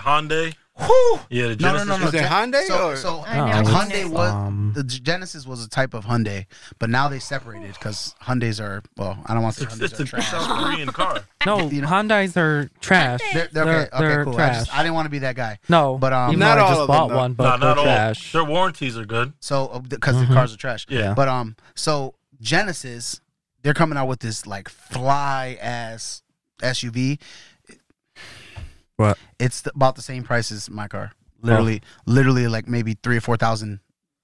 Speaker 6: Hyundai.
Speaker 7: Whew.
Speaker 6: Yeah,
Speaker 7: No,
Speaker 6: the
Speaker 7: no,
Speaker 6: Genesis.
Speaker 7: no, no.
Speaker 1: Is it
Speaker 7: Gen-
Speaker 1: Hyundai
Speaker 7: So,
Speaker 1: or-
Speaker 7: so
Speaker 3: I know.
Speaker 4: it's-
Speaker 7: Hyundai was
Speaker 4: um,
Speaker 7: the Genesis was a type of Hyundai, but now they separated because Hyundais are well, I don't want to say
Speaker 6: It's,
Speaker 7: Hyundais
Speaker 6: it's
Speaker 7: are
Speaker 6: a
Speaker 7: trash.
Speaker 6: South Korean car.
Speaker 4: no,
Speaker 7: you know-
Speaker 4: Hondas are trash.
Speaker 7: They're, they're okay, okay,
Speaker 4: they're
Speaker 7: cool. I,
Speaker 4: trash.
Speaker 7: just, I didn't want to be that guy.
Speaker 4: no,
Speaker 7: But,
Speaker 4: but
Speaker 7: um,
Speaker 4: um, even
Speaker 1: Not
Speaker 4: though I
Speaker 1: all
Speaker 4: just
Speaker 1: of them,
Speaker 4: bought
Speaker 1: though.
Speaker 4: one,
Speaker 6: No,
Speaker 4: but
Speaker 6: not
Speaker 4: they're
Speaker 6: all.
Speaker 4: trash.
Speaker 6: Their warranties are good.
Speaker 7: So because
Speaker 4: Mhm.
Speaker 7: the cars are trash.
Speaker 6: Yeah.
Speaker 7: But um, so Genesis, they're coming out with this like fly ass SUV.
Speaker 4: What? Oh.
Speaker 7: It's th- about the same price as my car. Literally, literally like maybe three or four thousand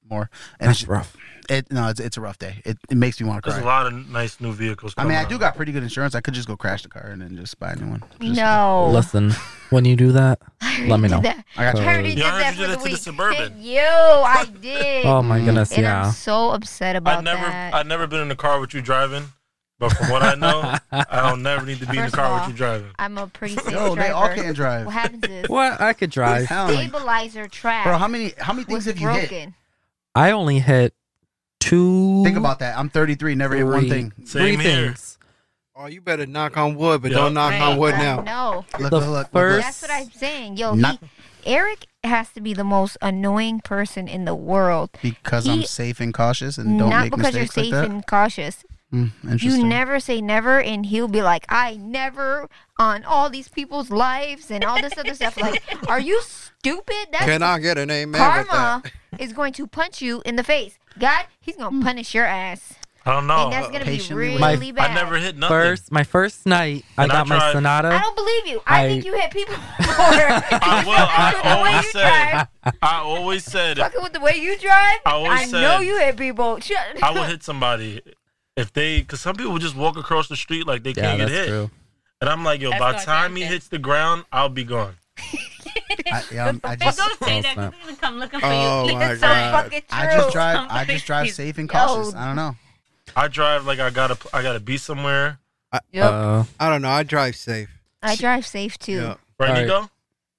Speaker 7: more. And
Speaker 4: That's
Speaker 7: it's,
Speaker 4: rough.
Speaker 7: it no, it's, it's a rough day. It, it makes me want to
Speaker 6: There's a
Speaker 7: cry.
Speaker 6: lot of nice new vehicles.
Speaker 7: I
Speaker 6: Coming
Speaker 7: mean, I do
Speaker 6: out.
Speaker 7: got pretty good insurance. I could just go crash the car and then just buy a new one. Just-
Speaker 3: No.
Speaker 4: Listen, when you do that, let me know.
Speaker 7: I got
Speaker 3: I
Speaker 7: you.
Speaker 3: already did
Speaker 6: Yeah, I
Speaker 3: that
Speaker 6: heard you
Speaker 3: for
Speaker 6: did
Speaker 3: the
Speaker 6: that to the
Speaker 3: week.
Speaker 6: Suburban.
Speaker 3: Yo, I did.
Speaker 4: Oh my goodness,
Speaker 3: and
Speaker 4: yeah.
Speaker 3: I'm so upset about
Speaker 6: I never,
Speaker 3: that.
Speaker 6: I never been in a car with you driving, but from what I know, I don't never need to be in a
Speaker 3: First
Speaker 6: car
Speaker 3: of
Speaker 6: with
Speaker 3: all,
Speaker 6: you driving.
Speaker 3: I'm a pretty safe
Speaker 7: Yo,
Speaker 3: driver.
Speaker 7: they all can't drive.
Speaker 3: What happens is
Speaker 4: What? I could drive.
Speaker 7: Hell, like-
Speaker 3: stabilizer track
Speaker 7: bro, how many how many
Speaker 3: was
Speaker 7: things have you hit?
Speaker 3: broken.
Speaker 4: I only hit two.
Speaker 7: Think about that. I'm 33, never hit one
Speaker 4: three-
Speaker 7: thing.
Speaker 4: Three
Speaker 6: Same here.
Speaker 4: things.
Speaker 1: Oh, you better knock on wood, but
Speaker 6: Yeah.
Speaker 1: don't knock on wood
Speaker 3: I
Speaker 1: now.
Speaker 3: know.
Speaker 7: Look,
Speaker 4: The
Speaker 7: look, look,
Speaker 4: first-
Speaker 7: look.
Speaker 3: That's what I'm saying. Yo,
Speaker 7: Not-
Speaker 3: he, Eric has to be the most annoying person in the world.
Speaker 7: Because
Speaker 3: He-
Speaker 7: I'm safe and cautious and don't
Speaker 3: Not
Speaker 7: make
Speaker 3: because you're
Speaker 7: mistakes
Speaker 3: safe
Speaker 7: like that.
Speaker 3: and cautious.
Speaker 7: Mm,
Speaker 3: You
Speaker 7: interesting.
Speaker 3: never say never, and he'll be like, "I never on all these people's lives and all this other stuff." Like, are you stupid? That's
Speaker 1: Can I get an amen with
Speaker 3: karma
Speaker 1: that?
Speaker 3: is going to punch you in the face. God, he's
Speaker 4: Mm.
Speaker 3: gonna punish your ass,
Speaker 6: I don't know.
Speaker 3: and that's gonna be
Speaker 7: Oh, Patiently
Speaker 3: really
Speaker 7: wait. My-
Speaker 3: bad.
Speaker 6: I never hit nothing.
Speaker 4: First, my first night, I
Speaker 6: And I
Speaker 4: got my
Speaker 6: tried-
Speaker 4: Sonata.
Speaker 3: I don't believe you. I,
Speaker 4: I-
Speaker 3: think you hit people more.
Speaker 6: I, well, I
Speaker 3: The way you
Speaker 6: always
Speaker 3: drive.
Speaker 6: said, I always said,
Speaker 3: Fucking with the way you drive,
Speaker 6: I always
Speaker 3: know
Speaker 6: said-
Speaker 3: you hit people. Shut
Speaker 6: I would hit somebody if they, because some people just walk across the street like they
Speaker 4: yeah,
Speaker 6: can't get
Speaker 4: that's
Speaker 6: hit,
Speaker 4: true.
Speaker 6: and I'm like, yo,
Speaker 5: That's
Speaker 6: by
Speaker 5: not
Speaker 6: the time he
Speaker 5: happening.
Speaker 6: hits the ground, I'll be gone.
Speaker 7: I, yeah, I'm- I
Speaker 5: Hey, don't
Speaker 7: just,
Speaker 5: say
Speaker 4: Oh,
Speaker 5: that. 'cause
Speaker 4: snap.
Speaker 5: they're gonna come looking for
Speaker 1: Oh
Speaker 5: you.
Speaker 1: my
Speaker 3: It's not
Speaker 1: God.
Speaker 3: fucking true.
Speaker 7: I just drive. I
Speaker 5: Somebody
Speaker 7: just drive
Speaker 5: please-
Speaker 7: safe and
Speaker 3: Yo.
Speaker 7: cautious. I don't know.
Speaker 6: I drive like I gotta, I gotta be somewhere.
Speaker 3: Yep.
Speaker 4: Uh,
Speaker 1: I don't know. I drive safe.
Speaker 3: I drive safe too.
Speaker 1: Yeah.
Speaker 6: Right,
Speaker 4: All right.
Speaker 6: Nico?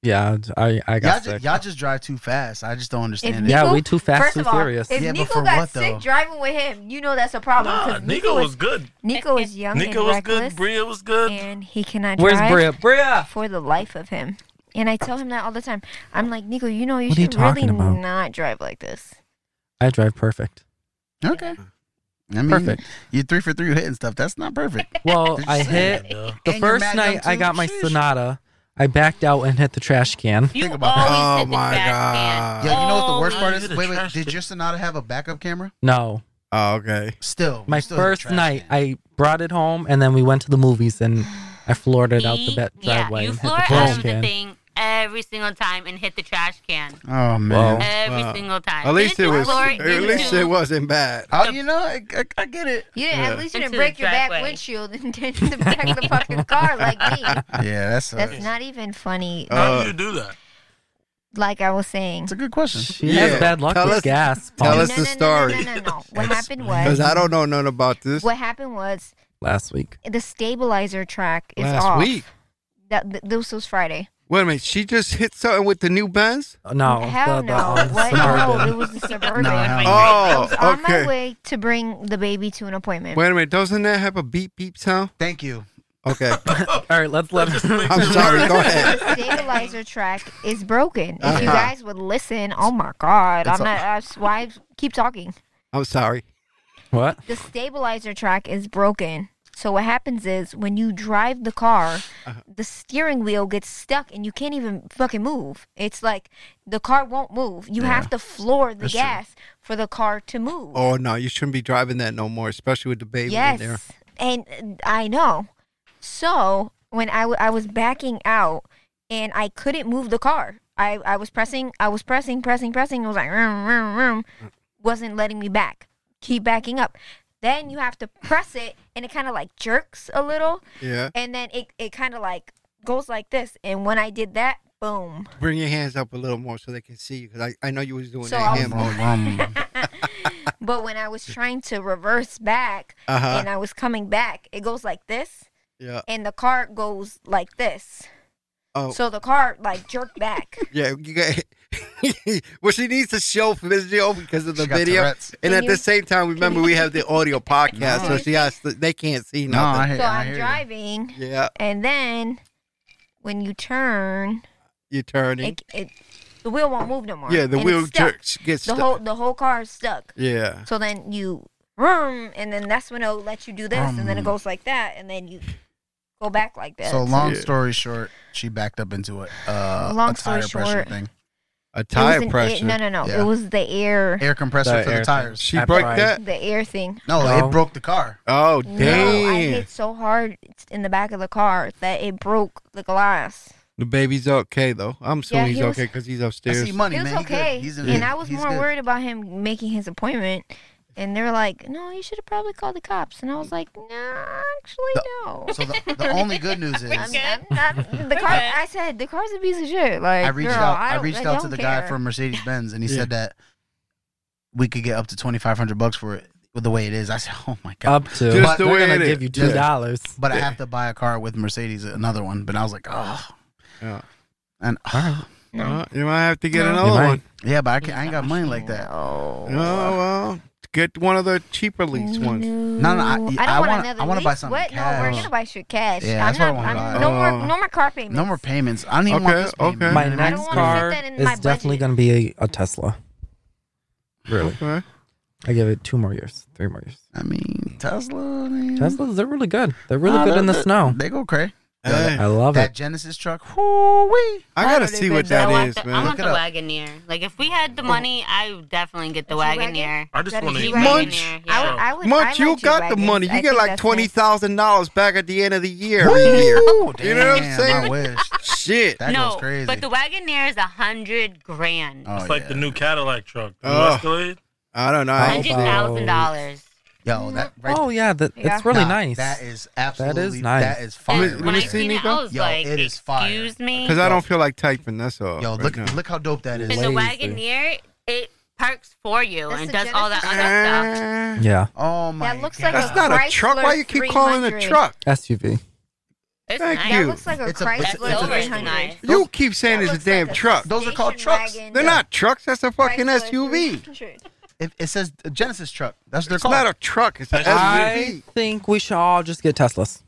Speaker 4: Yeah, I I
Speaker 7: Y'all
Speaker 4: got
Speaker 7: just,
Speaker 4: sick.
Speaker 7: y'all just drive too fast. I just don't understand it.
Speaker 3: you-
Speaker 4: yeah,
Speaker 3: Nico-
Speaker 4: we too fast,
Speaker 3: First
Speaker 4: too
Speaker 3: of all,
Speaker 4: furious.
Speaker 3: if
Speaker 7: Yeah, but
Speaker 3: Nico
Speaker 7: for
Speaker 3: got
Speaker 7: what,
Speaker 3: sick
Speaker 7: though?
Speaker 3: driving with him, you know that's a problem.
Speaker 6: Nah,
Speaker 3: 'cause
Speaker 6: Nico was good.
Speaker 3: Nico is young
Speaker 6: Nico
Speaker 3: and
Speaker 6: was
Speaker 3: reckless,
Speaker 6: good. Bria was good.
Speaker 3: and he cannot
Speaker 4: Where's
Speaker 3: drive
Speaker 4: Bria? Bria.
Speaker 3: for the life of him. And I tell him that all the time. I'm like, Nico, you know you
Speaker 4: What are you
Speaker 3: should really
Speaker 4: talking about?
Speaker 3: not drive like this.
Speaker 4: I drive perfect.
Speaker 7: Okay. I mean,
Speaker 4: Perfect.
Speaker 7: You're three for three with hitting stuff. That's not perfect.
Speaker 4: Well,
Speaker 7: Just
Speaker 4: I
Speaker 7: saying.
Speaker 4: hit
Speaker 6: Yeah.
Speaker 4: the
Speaker 7: And you're
Speaker 4: first
Speaker 7: mad
Speaker 4: night.
Speaker 7: young
Speaker 4: I
Speaker 7: too?
Speaker 4: got my
Speaker 7: Sheesh.
Speaker 4: Sonata. I backed out and hit the trash can.
Speaker 5: You
Speaker 7: Think about that.
Speaker 5: always
Speaker 1: Oh
Speaker 5: hit the
Speaker 1: my
Speaker 5: trash
Speaker 1: God.
Speaker 5: can.
Speaker 7: Yeah, you know what the worst part
Speaker 5: Always.
Speaker 7: is?
Speaker 6: Hit a
Speaker 7: Wait, wait.
Speaker 6: trash
Speaker 7: Did
Speaker 6: can.
Speaker 7: your Sonata have a backup camera?
Speaker 4: No,
Speaker 1: Oh, okay.
Speaker 7: Still.
Speaker 4: my
Speaker 7: you still hit a
Speaker 4: first
Speaker 7: trash
Speaker 4: night.
Speaker 7: can.
Speaker 4: I brought it home, and then we went to the movies, and I floored it out the
Speaker 3: Mm-hmm.
Speaker 5: Yeah,
Speaker 4: be- driveway
Speaker 5: you
Speaker 4: and hit
Speaker 5: floor
Speaker 4: the
Speaker 5: it out
Speaker 4: trash
Speaker 5: of the
Speaker 4: can.
Speaker 5: thing every single time and hit the trash can
Speaker 7: Oh man.
Speaker 4: Whoa.
Speaker 5: every
Speaker 1: Wow.
Speaker 5: single time.
Speaker 1: Uh, At least it
Speaker 5: Didn't you
Speaker 1: was.
Speaker 5: floor
Speaker 1: At
Speaker 5: it into-
Speaker 1: least it wasn't bad.
Speaker 7: Oh, you know, I, I, I get it.
Speaker 3: You didn't, at
Speaker 1: Yeah.
Speaker 3: least you didn't
Speaker 5: Into the
Speaker 3: break your back
Speaker 5: driveway.
Speaker 3: windshield and dent the back of the fucking car like me.
Speaker 7: Yeah, that's a,
Speaker 3: That's not even funny.
Speaker 1: Uh,
Speaker 6: How do you do that?
Speaker 3: like I was saying.
Speaker 7: that's a good question.
Speaker 4: She
Speaker 1: Yeah.
Speaker 4: has bad luck
Speaker 1: Tell
Speaker 4: with
Speaker 1: us-
Speaker 4: gas.
Speaker 1: tell
Speaker 4: Paul,
Speaker 1: us- the story.
Speaker 3: No, no, no, no. What
Speaker 7: That's-
Speaker 3: happened
Speaker 1: Because
Speaker 3: was
Speaker 1: I don't know nothing about this.
Speaker 3: what happened was
Speaker 4: last week.
Speaker 3: the stabilizer track is
Speaker 1: Last
Speaker 3: off.
Speaker 1: week.
Speaker 3: That th- this was Friday.
Speaker 1: Wait a minute. She just hit something with the new Benz.
Speaker 4: Uh, No,
Speaker 3: Hell
Speaker 4: the, the,
Speaker 3: no.
Speaker 4: um,
Speaker 3: what? No,
Speaker 4: Suburban.
Speaker 3: it was the suburban.
Speaker 7: No, hell no.
Speaker 5: I
Speaker 1: Oh,
Speaker 5: was
Speaker 3: On my
Speaker 1: okay.
Speaker 3: way to bring the baby to an appointment.
Speaker 1: Wait a minute. Doesn't that have a beep beep sound?
Speaker 7: Thank you.
Speaker 1: Okay.
Speaker 4: All right, let's let.
Speaker 1: I'm sorry. Go ahead.
Speaker 3: The stabilizer track is broken. If you
Speaker 1: Uh-huh.
Speaker 3: guys would listen, oh my god,
Speaker 7: It's
Speaker 3: I'm
Speaker 7: a-
Speaker 3: not. That's why I keep talking.
Speaker 1: I'm sorry.
Speaker 4: what?
Speaker 3: The stabilizer track is broken. So what happens is when you drive the car, the steering wheel gets stuck and you can't even fucking move. It's like the car won't move. You have to floor the
Speaker 7: That's true.
Speaker 3: gas for the car to move.
Speaker 1: Oh no, you shouldn't be driving that no more, especially with the baby in there.
Speaker 3: Yes, and uh, I know. So when I, w- I was backing out and I couldn't move the car, I, I was pressing, I was pressing, pressing, pressing. It was like, room, room, room. Wasn't letting me back. Keep backing up. Then you have to press it and it kind of like jerks a little.
Speaker 1: Yeah.
Speaker 3: And then it, it kind of like goes like this. And when I did that, boom.
Speaker 1: Bring your hands up a little more so they can see you, because I, I know you was doing
Speaker 3: So
Speaker 1: that
Speaker 3: I
Speaker 1: hand.
Speaker 3: was-
Speaker 1: motion.
Speaker 7: Vroom, vroom.
Speaker 3: But when I was trying to reverse back
Speaker 1: Uh-huh.
Speaker 3: and I was coming back, it goes like this.
Speaker 1: Yeah.
Speaker 3: And the car goes like this.
Speaker 1: Oh.
Speaker 3: So the car like jerked back.
Speaker 1: yeah. You got. well, she needs to show video because of the
Speaker 7: She got
Speaker 1: video,
Speaker 7: Tourette's.
Speaker 1: and
Speaker 3: Can
Speaker 1: at
Speaker 3: you-
Speaker 1: the same time, remember we have the audio podcast, so
Speaker 7: No.
Speaker 1: she has to, they can't see
Speaker 7: No, I
Speaker 1: nothing.
Speaker 7: hear,
Speaker 3: so
Speaker 7: I
Speaker 3: I'm
Speaker 7: hear you.
Speaker 3: driving,
Speaker 1: yeah,
Speaker 3: and then when you turn,
Speaker 1: you're turning.
Speaker 3: it, it the wheel won't move no more.
Speaker 1: yeah, the
Speaker 3: and
Speaker 1: wheel
Speaker 3: it's stuck.
Speaker 1: jerks gets
Speaker 3: The
Speaker 1: stuck.
Speaker 3: whole the whole car is stuck.
Speaker 1: yeah.
Speaker 3: So then you vroom, and then that's when it'll let you do this, and then it
Speaker 7: Vroom.
Speaker 3: goes like that, and then you go back like that.
Speaker 7: So long
Speaker 1: Yeah.
Speaker 7: story short, she backed up into it. Uh,
Speaker 3: Long
Speaker 7: a tire
Speaker 3: story
Speaker 7: pressure
Speaker 3: short.
Speaker 7: thing.
Speaker 1: A
Speaker 3: It was
Speaker 1: tire
Speaker 3: an air-
Speaker 1: pressure.
Speaker 3: no, no, no.
Speaker 7: Yeah.
Speaker 3: It was the air,
Speaker 7: Air compressor
Speaker 4: The
Speaker 7: for
Speaker 4: air thing.
Speaker 7: the tires.
Speaker 1: she
Speaker 4: I
Speaker 1: broke
Speaker 4: tried.
Speaker 1: that.
Speaker 3: the air thing.
Speaker 7: No,
Speaker 4: No.
Speaker 7: it broke the car.
Speaker 1: Oh damn!
Speaker 3: No, I hit so hard in the back of the car that it broke the glass.
Speaker 1: the baby's okay though. I'm assuming
Speaker 3: Yeah,
Speaker 1: he's
Speaker 3: he was-
Speaker 1: okay because he's
Speaker 7: I
Speaker 1: upstairs.
Speaker 7: see money,
Speaker 3: He was
Speaker 7: man. He good.
Speaker 3: okay,
Speaker 7: He's in-
Speaker 3: and I was
Speaker 7: he's
Speaker 3: more
Speaker 7: good.
Speaker 3: worried about him making his appointment. And they were like, "No, you should have probably called the cops." And I was like, "No, actually,
Speaker 7: The-
Speaker 3: no."
Speaker 7: So the, the only good news is
Speaker 3: I'm, I'm not, the car. I said the car's a piece of shit. Like,
Speaker 7: I reached
Speaker 3: girl,
Speaker 7: out.
Speaker 3: I,
Speaker 7: I,
Speaker 3: don't-
Speaker 7: reached
Speaker 3: I
Speaker 7: out to
Speaker 3: don't
Speaker 7: the guy
Speaker 3: care.
Speaker 7: from Mercedes Benz, and he
Speaker 1: Yeah.
Speaker 7: said that we could get up to twenty five hundred bucks for it with the way it is. I said, "Oh my god!"
Speaker 4: Up to.
Speaker 1: Just
Speaker 4: But
Speaker 1: the
Speaker 4: they're
Speaker 1: way
Speaker 4: gonna
Speaker 1: it
Speaker 4: give
Speaker 1: is.
Speaker 4: you two
Speaker 1: Yeah.
Speaker 4: dollars.
Speaker 7: But I have to buy a car with Mercedes, another one. But I was like, "Oh,"
Speaker 1: Yeah.
Speaker 7: and
Speaker 1: Uh, you might have to get
Speaker 3: No.
Speaker 1: another
Speaker 4: You might.
Speaker 1: one.
Speaker 7: yeah, but I, can't, I ain't got money like that.
Speaker 1: Oh well, get one of the cheaper lease ones.
Speaker 7: No, no, I-
Speaker 3: don't
Speaker 7: I
Speaker 3: want
Speaker 7: wanna-
Speaker 3: another
Speaker 7: I wanna buy
Speaker 3: lease.
Speaker 7: something
Speaker 3: What? No, we're
Speaker 7: cash.
Speaker 3: gonna buy shit cash.
Speaker 7: Yeah, that's
Speaker 3: I'm
Speaker 7: what
Speaker 3: not,
Speaker 7: I wanna
Speaker 3: I'm-
Speaker 7: buy.
Speaker 3: No more,
Speaker 1: Oh.
Speaker 3: no more car payments.
Speaker 7: No more payments. I don't even want
Speaker 1: Okay,
Speaker 7: this payment.
Speaker 1: okay.
Speaker 4: My
Speaker 3: don't
Speaker 4: next
Speaker 3: wanna fit
Speaker 4: car
Speaker 3: that in
Speaker 4: is
Speaker 3: my
Speaker 4: definitely
Speaker 3: budget.
Speaker 4: gonna be a, a Tesla. Really,
Speaker 1: Okay.
Speaker 4: I give it two more years, three more years.
Speaker 7: I mean, Tesla. man.
Speaker 4: Teslas, they're really good. They're really
Speaker 7: Nah,
Speaker 4: good in the
Speaker 7: they-
Speaker 4: snow.
Speaker 7: They go cray.
Speaker 1: Hey,
Speaker 4: I love
Speaker 7: Oh, That
Speaker 4: it.
Speaker 7: Genesis truck. Whoo wee.
Speaker 1: I gotta see what
Speaker 3: Oh,
Speaker 5: I
Speaker 1: that
Speaker 5: want
Speaker 1: is,
Speaker 5: the, I
Speaker 1: man.
Speaker 5: want
Speaker 7: Look
Speaker 5: the
Speaker 7: it up.
Speaker 5: Wagoneer. Like if we had the money, I would definitely get the
Speaker 3: G-Wagon?
Speaker 5: Wagoneer.
Speaker 6: I just
Speaker 3: That
Speaker 6: want
Speaker 3: is
Speaker 6: to eat.
Speaker 3: right.
Speaker 6: Wagoneer,
Speaker 1: Munch.
Speaker 3: I
Speaker 5: yeah.
Speaker 3: would, I would, I
Speaker 1: Munch,
Speaker 3: like
Speaker 1: you
Speaker 3: G
Speaker 1: got the
Speaker 3: wagons.
Speaker 1: money. You
Speaker 3: I
Speaker 1: get
Speaker 3: think
Speaker 1: like
Speaker 3: that's
Speaker 1: twenty
Speaker 3: nice.
Speaker 1: thousand dollars back at the end of the year. every year.
Speaker 7: Woo!
Speaker 1: You know what I'm
Speaker 7: Oh, Damn,
Speaker 1: saying?
Speaker 7: I wish.
Speaker 1: Shit.
Speaker 7: That
Speaker 5: no,
Speaker 7: goes crazy.
Speaker 5: but the Wagoneer is a hundred grand.
Speaker 7: Oh,
Speaker 6: It's like
Speaker 7: yeah.
Speaker 6: the new Cadillac truck. The
Speaker 1: Ugh.
Speaker 6: Escalade.
Speaker 1: I don't know.
Speaker 4: How
Speaker 5: Hundred
Speaker 1: I,
Speaker 5: thousand
Speaker 4: about-
Speaker 5: dollars.
Speaker 7: Yo, that right
Speaker 4: Oh yeah, that
Speaker 3: Yeah.
Speaker 4: it's really
Speaker 7: Nah,
Speaker 4: nice.
Speaker 7: That is absolutely
Speaker 4: nice.
Speaker 7: That is
Speaker 1: Let me-
Speaker 7: fire.
Speaker 5: When
Speaker 1: let
Speaker 7: right
Speaker 5: I
Speaker 1: me
Speaker 7: there.
Speaker 1: see,
Speaker 5: seen it,
Speaker 1: Nico.
Speaker 5: I was
Speaker 7: Yo,
Speaker 5: like,
Speaker 7: it is fire.
Speaker 5: excuse me.
Speaker 1: because I don't feel like typing. That's all.
Speaker 7: Yo,
Speaker 1: right
Speaker 7: look
Speaker 1: now.
Speaker 7: look how dope that is.
Speaker 5: And the
Speaker 4: lazy.
Speaker 5: Wagoneer, it parks for you
Speaker 3: That's
Speaker 5: and
Speaker 3: the
Speaker 5: does all that other stuff.
Speaker 1: Eh,
Speaker 4: yeah,
Speaker 7: Oh my
Speaker 3: looks like
Speaker 7: god.
Speaker 1: That's not a
Speaker 3: Chrysler
Speaker 1: truck. Why you keep calling it a
Speaker 3: 300.
Speaker 1: truck?
Speaker 4: SUV.
Speaker 5: It's
Speaker 1: Ah, Thank
Speaker 5: nice.
Speaker 3: That
Speaker 1: you.
Speaker 3: looks like a
Speaker 7: It's a-
Speaker 3: Chrysler
Speaker 7: it's
Speaker 5: a- it's a-
Speaker 3: 300.
Speaker 1: You keep saying it's a damn truck.
Speaker 7: Those are called trucks.
Speaker 1: They're not trucks. That's a fucking SUV.
Speaker 7: It, it says Genesis truck. That's what they're
Speaker 1: It's
Speaker 7: called.
Speaker 1: not a truck. It's an
Speaker 4: I
Speaker 1: SUV.
Speaker 4: think we should all just get Teslas.